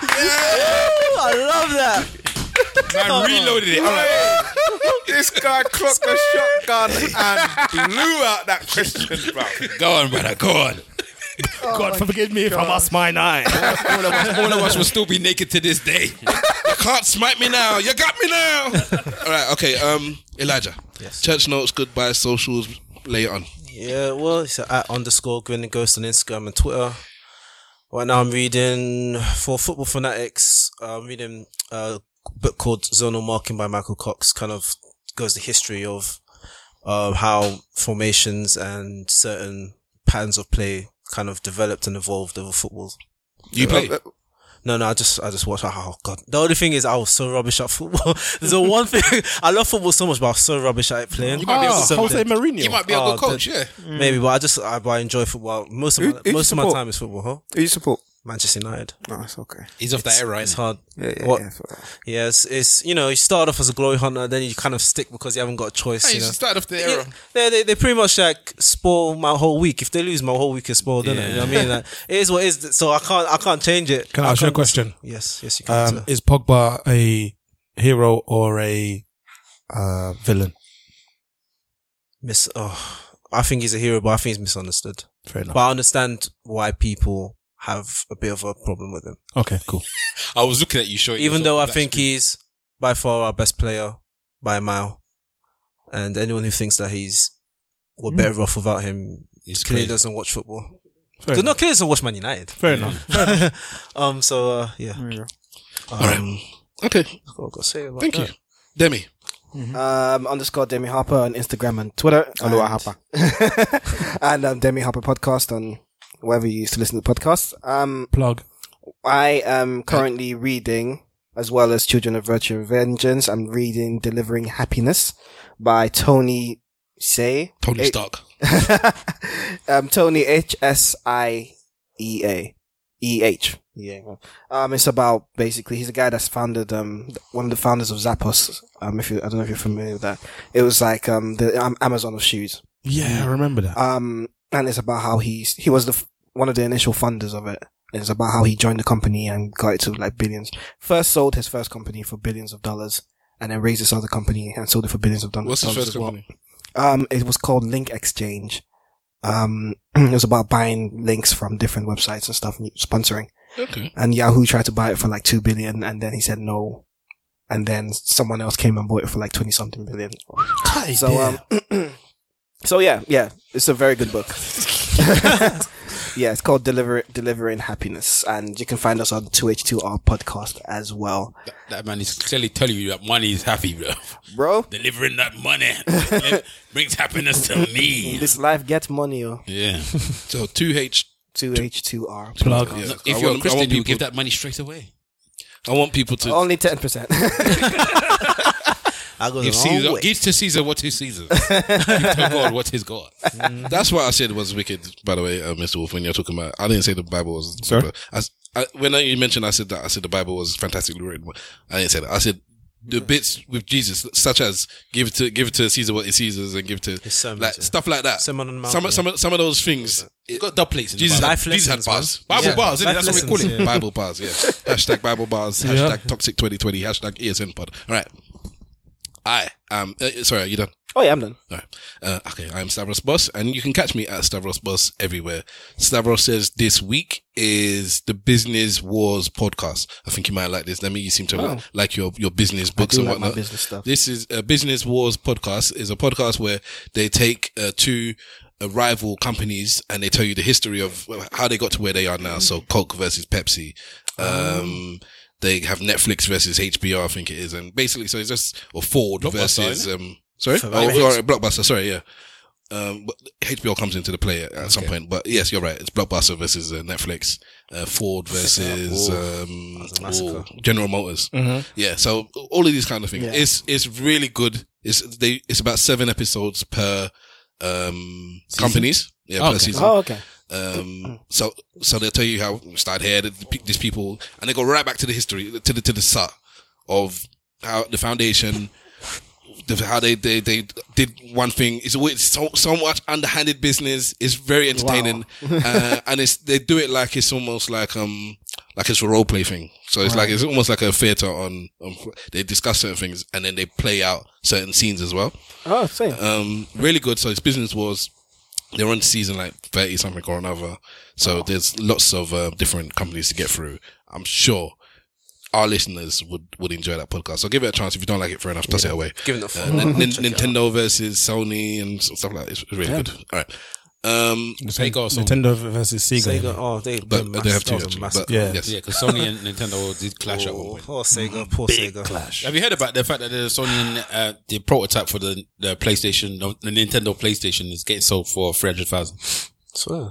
Speaker 5: I love that.
Speaker 3: I reloaded it. All right.
Speaker 10: this guy clocked a shotgun and blew out that Christian bro.
Speaker 3: Go on, brother. Go on.
Speaker 4: God forgive me if I lost my eye.
Speaker 3: All of, us, all of us will still be naked to this day. You can't smite me now. You got me now.
Speaker 1: All right, okay. Um, Elijah. Yes. Church notes, goodbye, socials, later on.
Speaker 5: Yeah, well, it's at underscore grin and ghost on Instagram and Twitter. Right now, I'm reading for football fanatics. uh, I'm reading a book called Zonal Marking by Michael Cox. Kind of goes the history of um, how formations and certain patterns of play kind of developed and evolved over football.
Speaker 1: You
Speaker 3: Uh,
Speaker 1: play.
Speaker 5: No, no, I just, I just watch. Oh god, the only thing is, I was so rubbish at football. There's the one thing I love football so much, but I was so rubbish at it playing. So
Speaker 4: Jose
Speaker 5: dead.
Speaker 4: Mourinho.
Speaker 3: You might be a
Speaker 5: Oh,
Speaker 3: good coach,
Speaker 5: the-
Speaker 3: yeah.
Speaker 5: Maybe, but I just I, but I enjoy football. Most of
Speaker 10: Who-
Speaker 5: my,
Speaker 10: who do you
Speaker 5: most of my
Speaker 10: support?
Speaker 5: time is football, huh?
Speaker 10: Who you support?
Speaker 5: Manchester United.
Speaker 10: No, it's okay.
Speaker 3: He's off that era, right?
Speaker 5: It's hard.
Speaker 10: Yeah, yeah,
Speaker 5: What-
Speaker 10: yeah, it's all right.
Speaker 5: Yes, it's you know you start off as a glory hunter, then you kind of stick because you haven't got a choice.
Speaker 3: Hey,
Speaker 5: you
Speaker 3: you
Speaker 5: know,
Speaker 3: started off the
Speaker 5: Yeah,
Speaker 3: era.
Speaker 5: they, they they pretty much like spoil my whole week. If they lose, my whole week is spoiled, isn't it? You know what I mean? Like, it is what it is. So I can't I can't change it.
Speaker 4: Can I ask you a
Speaker 5: can't-
Speaker 4: question?
Speaker 5: Yes, yes, you can.
Speaker 4: Um,
Speaker 5: sir.
Speaker 4: is Pogba a hero or a uh, villain?
Speaker 5: Miss, oh, I think he's a hero, but I think he's misunderstood.
Speaker 4: Fair enough.
Speaker 5: But I understand why people have a bit of a problem with him.
Speaker 4: Okay, cool.
Speaker 3: I was looking at you, showing.
Speaker 5: even though I think he's by far our best player by a mile, and anyone who thinks that he's
Speaker 4: Hmm.
Speaker 5: we're better off without him
Speaker 3: It's
Speaker 5: clearly
Speaker 3: crazy.
Speaker 5: doesn't watch football.
Speaker 4: Fair
Speaker 5: So,
Speaker 4: enough.
Speaker 5: no, clearly doesn't watch Man United.
Speaker 4: Fair enough. Hmm.
Speaker 5: um. So uh, yeah. Um,
Speaker 1: Okay,
Speaker 5: I've got- I've got to say about
Speaker 1: thank you.
Speaker 5: that.
Speaker 1: Demi.
Speaker 9: Um, underscore Demi Harper on Instagram and Twitter.
Speaker 10: Hello,
Speaker 9: and,
Speaker 10: Harper.
Speaker 9: and um, Demi Harper podcast on wherever you used to listen to podcasts. Um,
Speaker 4: Plug.
Speaker 9: I am currently reading, as well as Children of Virtue and Vengeance, I'm reading Delivering Happiness by Tony Say.
Speaker 1: Tony
Speaker 9: Eh.
Speaker 1: Stark.
Speaker 9: um, Tony H S I E A E H. Yeah. Um, it's about basically he's a guy that's founded um one of the founders of Zappos. Um, if you I don't know if you're familiar with that, it was like um the um, Amazon of shoes.
Speaker 4: Yeah, I remember that.
Speaker 9: Um, and it's about how he's he was the f- one of the initial funders of it. And It's about how he joined the company and got it to like billions. First sold his first company for billions of dollars, and then raised this other company and sold it for billions of dollars.
Speaker 1: What's his
Speaker 9: dollars
Speaker 1: first
Speaker 9: as well.
Speaker 1: company?
Speaker 9: Um, it was called Link Exchange. Um, it was about buying links from different websites and stuff, and sponsoring.
Speaker 1: Okay.
Speaker 9: And Yahoo tried to buy it for like two billion, and then he said no. And then someone else came and bought it for like twenty something billion. so um, so yeah, yeah, it's a very good book. yeah, it's called Deliver Delivering Happiness, and you can find us on Two H Two R podcast as well,
Speaker 3: that, that man is clearly telling you that money is happy, bro.
Speaker 9: bro.
Speaker 3: Delivering that money brings happiness to me.
Speaker 9: This life gets money, oh.
Speaker 3: Yeah.
Speaker 1: So 2H.
Speaker 9: Two H Two R.
Speaker 4: Plug.
Speaker 1: Yeah. I
Speaker 3: If
Speaker 1: want-
Speaker 3: you're a
Speaker 1: I
Speaker 3: Christian,
Speaker 1: want
Speaker 3: you
Speaker 1: people-
Speaker 3: give that money straight away.
Speaker 1: I want people to.
Speaker 9: Only ten percent.
Speaker 5: I go the
Speaker 1: Give
Speaker 5: wrong
Speaker 1: Caesar,
Speaker 5: way.
Speaker 1: give to Caesar what is Caesar. give to God what is God.
Speaker 5: Mm.
Speaker 1: That's what I said was wicked. By the way, uh, Mr. Wolf, when you're talking about, I didn't say the Bible was. Sorry. I, I, when I, you mentioned, I said that I said the Bible was fantastically written. but I didn't say that. I said the bits with Jesus, such as give to give to Caesar what is Caesar's, and give to like, stuff like that. Some
Speaker 5: the Mount,
Speaker 1: some,
Speaker 5: yeah.
Speaker 1: some, of- some of those things. It, got double plates.
Speaker 5: in the
Speaker 1: Jesus,
Speaker 5: Bible.
Speaker 1: had,
Speaker 5: Life
Speaker 1: Jesus had
Speaker 5: lessons,
Speaker 1: bars.
Speaker 5: man.
Speaker 1: Bible
Speaker 5: Yeah.
Speaker 1: bars. Isn't it?
Speaker 5: Life
Speaker 1: That's what we call
Speaker 5: lessons,
Speaker 1: it.
Speaker 5: yeah.
Speaker 1: Bible bars. Yeah. hashtag Bible bars.
Speaker 5: Yeah.
Speaker 1: Hashtag Toxic Twenty Twenty. Hashtag ESN Pod. All right. I am. Uh, sorry, are you done?
Speaker 9: Oh, yeah, I'm done.
Speaker 1: All right. Uh, okay, I'm Stavros Boss, and you can catch me at Stavros Boss everywhere. Stavros says this week is the Business Wars podcast. I think you might like this. Let me. You seem to
Speaker 9: Oh.
Speaker 1: like, like your your business books
Speaker 9: do
Speaker 1: and
Speaker 9: like my
Speaker 1: whatnot.
Speaker 9: business stuff.
Speaker 1: This is a Business Wars podcast. is a podcast where they take uh, two uh, rival companies and they tell you the history of how they got to where they are now. So Coke versus Pepsi.
Speaker 9: Oh.
Speaker 1: Um, They have Netflix versus HBO, I think it is, and basically, so it's just or Ford
Speaker 3: Blockbuster,
Speaker 1: versus
Speaker 3: innit?
Speaker 1: um, sorry,
Speaker 3: For
Speaker 1: oh,
Speaker 3: H-
Speaker 1: sorry, Blockbuster, sorry, yeah. Um, but HBO comes into the play at, at some point, but yes, you're right. It's Blockbuster versus uh, Netflix, uh, Ford versus
Speaker 3: Whoa.
Speaker 1: um,
Speaker 3: That's a massacre.
Speaker 1: whoa, General Motors.
Speaker 3: Mhm.
Speaker 1: Yeah, so all of these kind of things.
Speaker 3: Yeah.
Speaker 1: It's it's really good. It's they it's about seven episodes per um
Speaker 3: Season?
Speaker 1: companies. Yeah, per
Speaker 3: Okay.
Speaker 1: season.
Speaker 3: Oh, okay.
Speaker 1: Um, so so they'll tell you how we started here, the, pe- these people, and they go right back to the history, to the to the start of how the foundation, the, how they, they they did one thing. It's always so so much underhanded business. It's very entertaining,
Speaker 3: Wow.
Speaker 1: uh, and it's they do it like it's almost like um like it's a role play thing. So it's like
Speaker 3: Right.
Speaker 1: it's almost like a theater on, on they discuss certain things and then they play out certain scenes as well.
Speaker 9: Oh, same.
Speaker 1: Um, really good. So it's Business Wars. They're on season like 30 something or another. So there's lots of uh, different companies to get through. I'm sure our listeners would, would enjoy that podcast. So give it a chance. If you don't like it, fair enough. Toss it away.
Speaker 5: Give it a
Speaker 1: Uh,
Speaker 5: follow.
Speaker 1: Nin- Nin-
Speaker 5: Check it out.
Speaker 1: Nintendo versus Sony and s- stuff like that. It's it's really
Speaker 5: Yeah.
Speaker 1: good. All right. Um,
Speaker 4: Nintendo, Nintendo versus Sega.
Speaker 5: Sega, oh, they-
Speaker 1: But
Speaker 5: they're
Speaker 1: they have
Speaker 5: massive.
Speaker 1: two.
Speaker 5: That was a
Speaker 1: actually,
Speaker 5: massive-
Speaker 1: but
Speaker 4: Yeah.
Speaker 1: yes.
Speaker 3: Yeah, because Sony and Nintendo did clash at one point.
Speaker 5: Poor Sega, poor Sega.
Speaker 3: Clash. Have you heard about the fact that the Sony and uh, the prototype for the, the PlayStation, the Nintendo PlayStation, is getting sold for three hundred thousand? uh,
Speaker 5: Swear.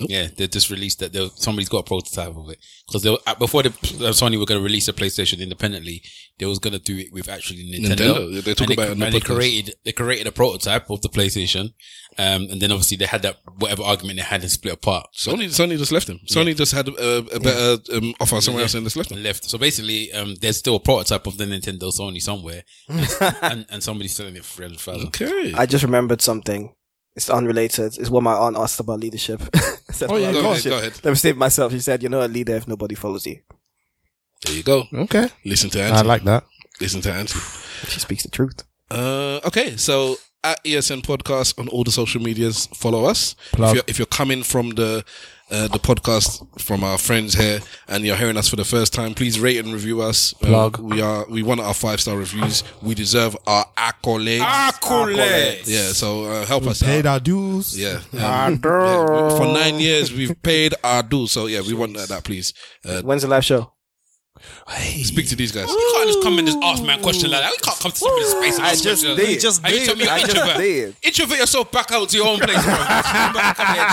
Speaker 3: Yeah, they just released that. There, somebody's got a prototype of it because before the uh, Sony were going to release the PlayStation independently, they was going to do it with actually Nintendo.
Speaker 1: Nintendo, yeah, they talk
Speaker 3: and
Speaker 1: about it on the
Speaker 3: and they
Speaker 1: podcast.
Speaker 3: created they created a prototype of the PlayStation, um, and then obviously they had that whatever argument they had and split apart.
Speaker 1: Sony, Sony just left him. Sony just had a, a better um, offer somewhere else and just left him.
Speaker 3: Left. So basically, um, there's still a prototype of the Nintendo Sony somewhere, and, and, and somebody's selling it for 300,000.
Speaker 1: Okay.
Speaker 9: I just remembered something. It's unrelated. It's what my aunt asked about leadership. It's
Speaker 1: Oh, yeah,
Speaker 9: about
Speaker 1: go ahead,
Speaker 9: leadership.
Speaker 1: go ahead.
Speaker 9: Let me state myself. She said, "You're not a leader if nobody follows you."
Speaker 1: There you go.
Speaker 9: Okay.
Speaker 1: Listen to
Speaker 9: I
Speaker 1: Angie.
Speaker 9: like that.
Speaker 1: Listen to Angie.
Speaker 9: She speaks the truth.
Speaker 1: Uh, okay, so at ESN Podcast on all the social medias, follow us.
Speaker 4: Plug.
Speaker 1: If you're, if you're coming from the uh, the podcast from our friends here and you're hearing us for the first time, please rate and review us. Um,
Speaker 4: Plug.
Speaker 1: we are we want our five star reviews. We deserve our accolades.
Speaker 4: Accolades.
Speaker 1: Yeah. So uh, help us out.
Speaker 4: Paid our dues.
Speaker 1: Yeah. Um, yeah,
Speaker 4: Our dues.
Speaker 1: For nine years, we've paid our dues. So yeah, we want that, that please. Uh,
Speaker 9: When's the live show?
Speaker 1: Speak to these guys.
Speaker 3: You can't just come and just ask man a question like that. You can't come to somebody's space and
Speaker 1: I
Speaker 3: ask
Speaker 1: just
Speaker 3: questions.
Speaker 1: did. You just
Speaker 3: And you
Speaker 1: did.
Speaker 3: tell me you're
Speaker 1: I just
Speaker 3: introvert.
Speaker 1: did.
Speaker 3: Introvert yourself back out to your own place, bro. come here,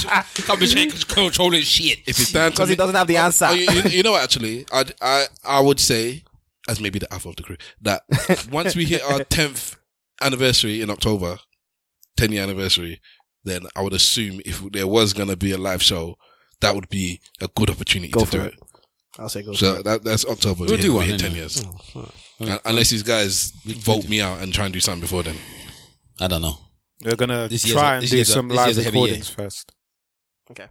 Speaker 3: come here, shake, control this shit.
Speaker 1: If it's down to
Speaker 3: Because he
Speaker 1: me-
Speaker 3: doesn't have the
Speaker 1: Oh,
Speaker 3: answer.
Speaker 1: oh, you, you- you know, what, actually, I'd, I I would say, as maybe the alpha of the crew, that once we hit our tenth anniversary in October, ten year anniversary, then I would assume if there was gonna be a live show, that would be a good opportunity
Speaker 9: Go
Speaker 1: to
Speaker 9: for
Speaker 1: do
Speaker 9: it.
Speaker 1: it.
Speaker 9: I'll say go.
Speaker 1: So
Speaker 9: for it.
Speaker 1: that, that's October.
Speaker 3: We'll do
Speaker 1: hit-
Speaker 3: one,
Speaker 1: hit
Speaker 3: innit?
Speaker 1: ten years,
Speaker 3: Oh,
Speaker 1: Un- unless these guys vote me out and try and do something before then.
Speaker 3: I don't know.
Speaker 6: We're gonna
Speaker 1: This year's
Speaker 6: try
Speaker 1: a-
Speaker 6: and
Speaker 1: this
Speaker 6: do
Speaker 1: year's a-
Speaker 6: some
Speaker 1: this
Speaker 6: live
Speaker 1: year's a heavy year.
Speaker 6: recordings first.
Speaker 9: Okay.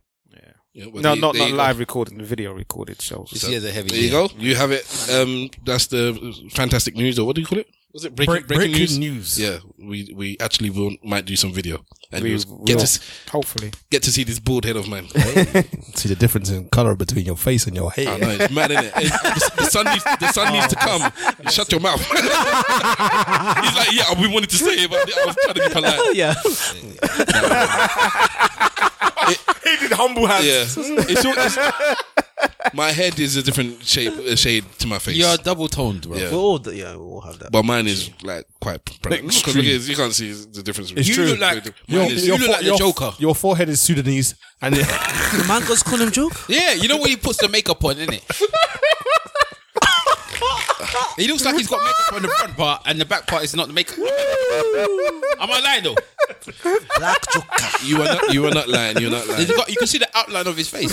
Speaker 1: Yeah, well,
Speaker 6: No,
Speaker 1: there-
Speaker 6: not
Speaker 1: there
Speaker 6: not
Speaker 1: you go.
Speaker 6: live recorded, video recorded shows.
Speaker 1: So, There you go. You have it. Um, that's the fantastic news, or what do you call it? Was it breaking,
Speaker 4: Break-
Speaker 1: breaking,
Speaker 4: breaking
Speaker 1: news? Yeah, we we actually will might do some video and
Speaker 6: We
Speaker 1: we get
Speaker 6: will.
Speaker 1: to s-
Speaker 6: Hopefully.
Speaker 1: get to see this bald head of mine.
Speaker 4: See the difference in color between your face and your hair.
Speaker 1: I know it's mad, innit? It's- the, the sun needs the sun needs to come. Shut your mouth. He's like, yeah, we wanted to say it, but I was trying to be polite.
Speaker 5: Yeah.
Speaker 1: he did humble hands. Yeah, it's, all- it's- my head is a different shape uh, shade to my face.
Speaker 3: You're double toned, bro.
Speaker 1: Yeah.
Speaker 5: We're all, yeah, we all have that.
Speaker 1: But mine is like quite. pronounced.
Speaker 4: It's
Speaker 1: 'Cause
Speaker 4: true.
Speaker 1: look at this, you can't see the difference.
Speaker 4: It's
Speaker 1: you
Speaker 4: true.
Speaker 1: Look like,
Speaker 4: Your-
Speaker 1: mine is,
Speaker 4: your
Speaker 1: you look
Speaker 4: fo-
Speaker 1: like the
Speaker 4: your-
Speaker 1: Joker.
Speaker 4: Your forehead is Sudanese, and
Speaker 5: the man goes call him joke.
Speaker 3: Yeah, you know when he puts the makeup on, innit? He looks like he's got makeup on the front part and the back part is not the makeup. Am I lying though?
Speaker 5: Black Joker.
Speaker 1: You are not. You are not lying. You're not lying.
Speaker 3: He's got- you can see the outline of his face.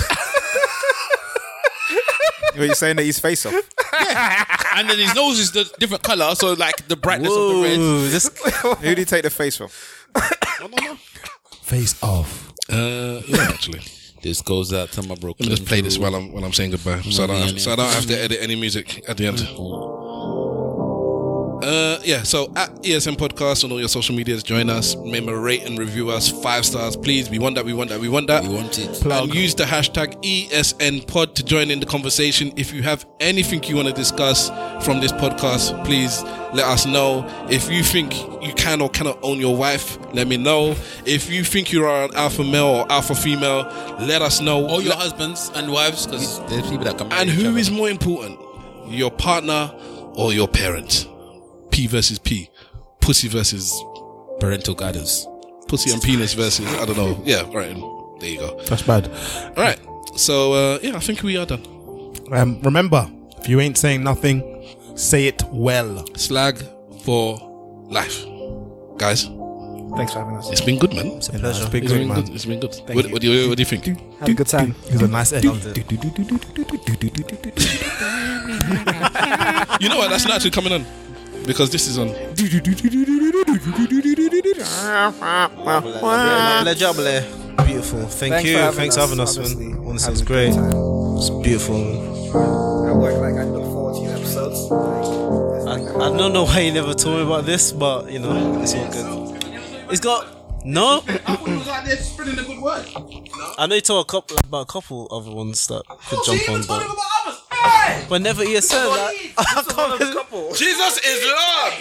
Speaker 10: Are you saying that he's face off?
Speaker 3: and then his nose is the different color, so like the brightness of the red.
Speaker 10: Who did he take the face from?
Speaker 4: Face off.
Speaker 1: Uh, yeah, actually.
Speaker 3: This goes out to my broken.
Speaker 1: Let's play this while I'm while I'm saying goodbye, so I don't have, so I don't have to edit any music at the end. Uh, yeah, so at ESM Podcast on all your social medias, join us. Remember, rate and review us five stars, please. We want that. We want that. We want that. We
Speaker 3: want it.
Speaker 1: And use the hashtag ESN Pod to join in the conversation. If you have anything you want to discuss from this podcast, please let us know. If you think you can or cannot own your wife, let me know. If you think you are an alpha male or alpha female, let us know.
Speaker 3: All your
Speaker 1: Let-
Speaker 3: husbands and wives, because there's people that come.
Speaker 1: and who is more important, your partner or your parent? P versus P, pussy versus
Speaker 3: parental guidance,
Speaker 1: pussy and penis versus I don't know. Yeah, right. There you go.
Speaker 4: That's bad.
Speaker 1: All right. So uh, yeah, I think we are done.
Speaker 4: Um, remember, if you ain't saying nothing, say it well.
Speaker 1: Slag for life, guys.
Speaker 11: Thanks for having us.
Speaker 1: It's been good, man. It's
Speaker 5: a pleasure.
Speaker 4: been
Speaker 1: It's
Speaker 4: good,
Speaker 1: been
Speaker 4: man.
Speaker 1: good. It's been good.
Speaker 11: Thank
Speaker 1: What,
Speaker 11: you.
Speaker 1: what do you What do you think?
Speaker 11: Had a good time.
Speaker 4: It was a nice edit.
Speaker 1: you know what? That's not actually coming on because this is on.
Speaker 5: Jabble, jabble. Beautiful. Thank
Speaker 11: Thanks
Speaker 5: you.
Speaker 11: for having
Speaker 5: Thanks for
Speaker 11: us,
Speaker 5: having us,
Speaker 11: honestly.
Speaker 5: man. Honestly,
Speaker 11: Had
Speaker 5: it's
Speaker 11: a good
Speaker 5: great.
Speaker 11: time.
Speaker 5: It's beautiful. man.
Speaker 11: I work like I look forward to these episodes.
Speaker 5: I, I don't know why you never told me about this, but you know, it's all good. It's got no. I know you told a couple about a couple other ones that could jump on, but but never ESL. Like,
Speaker 3: Jesus is Lord.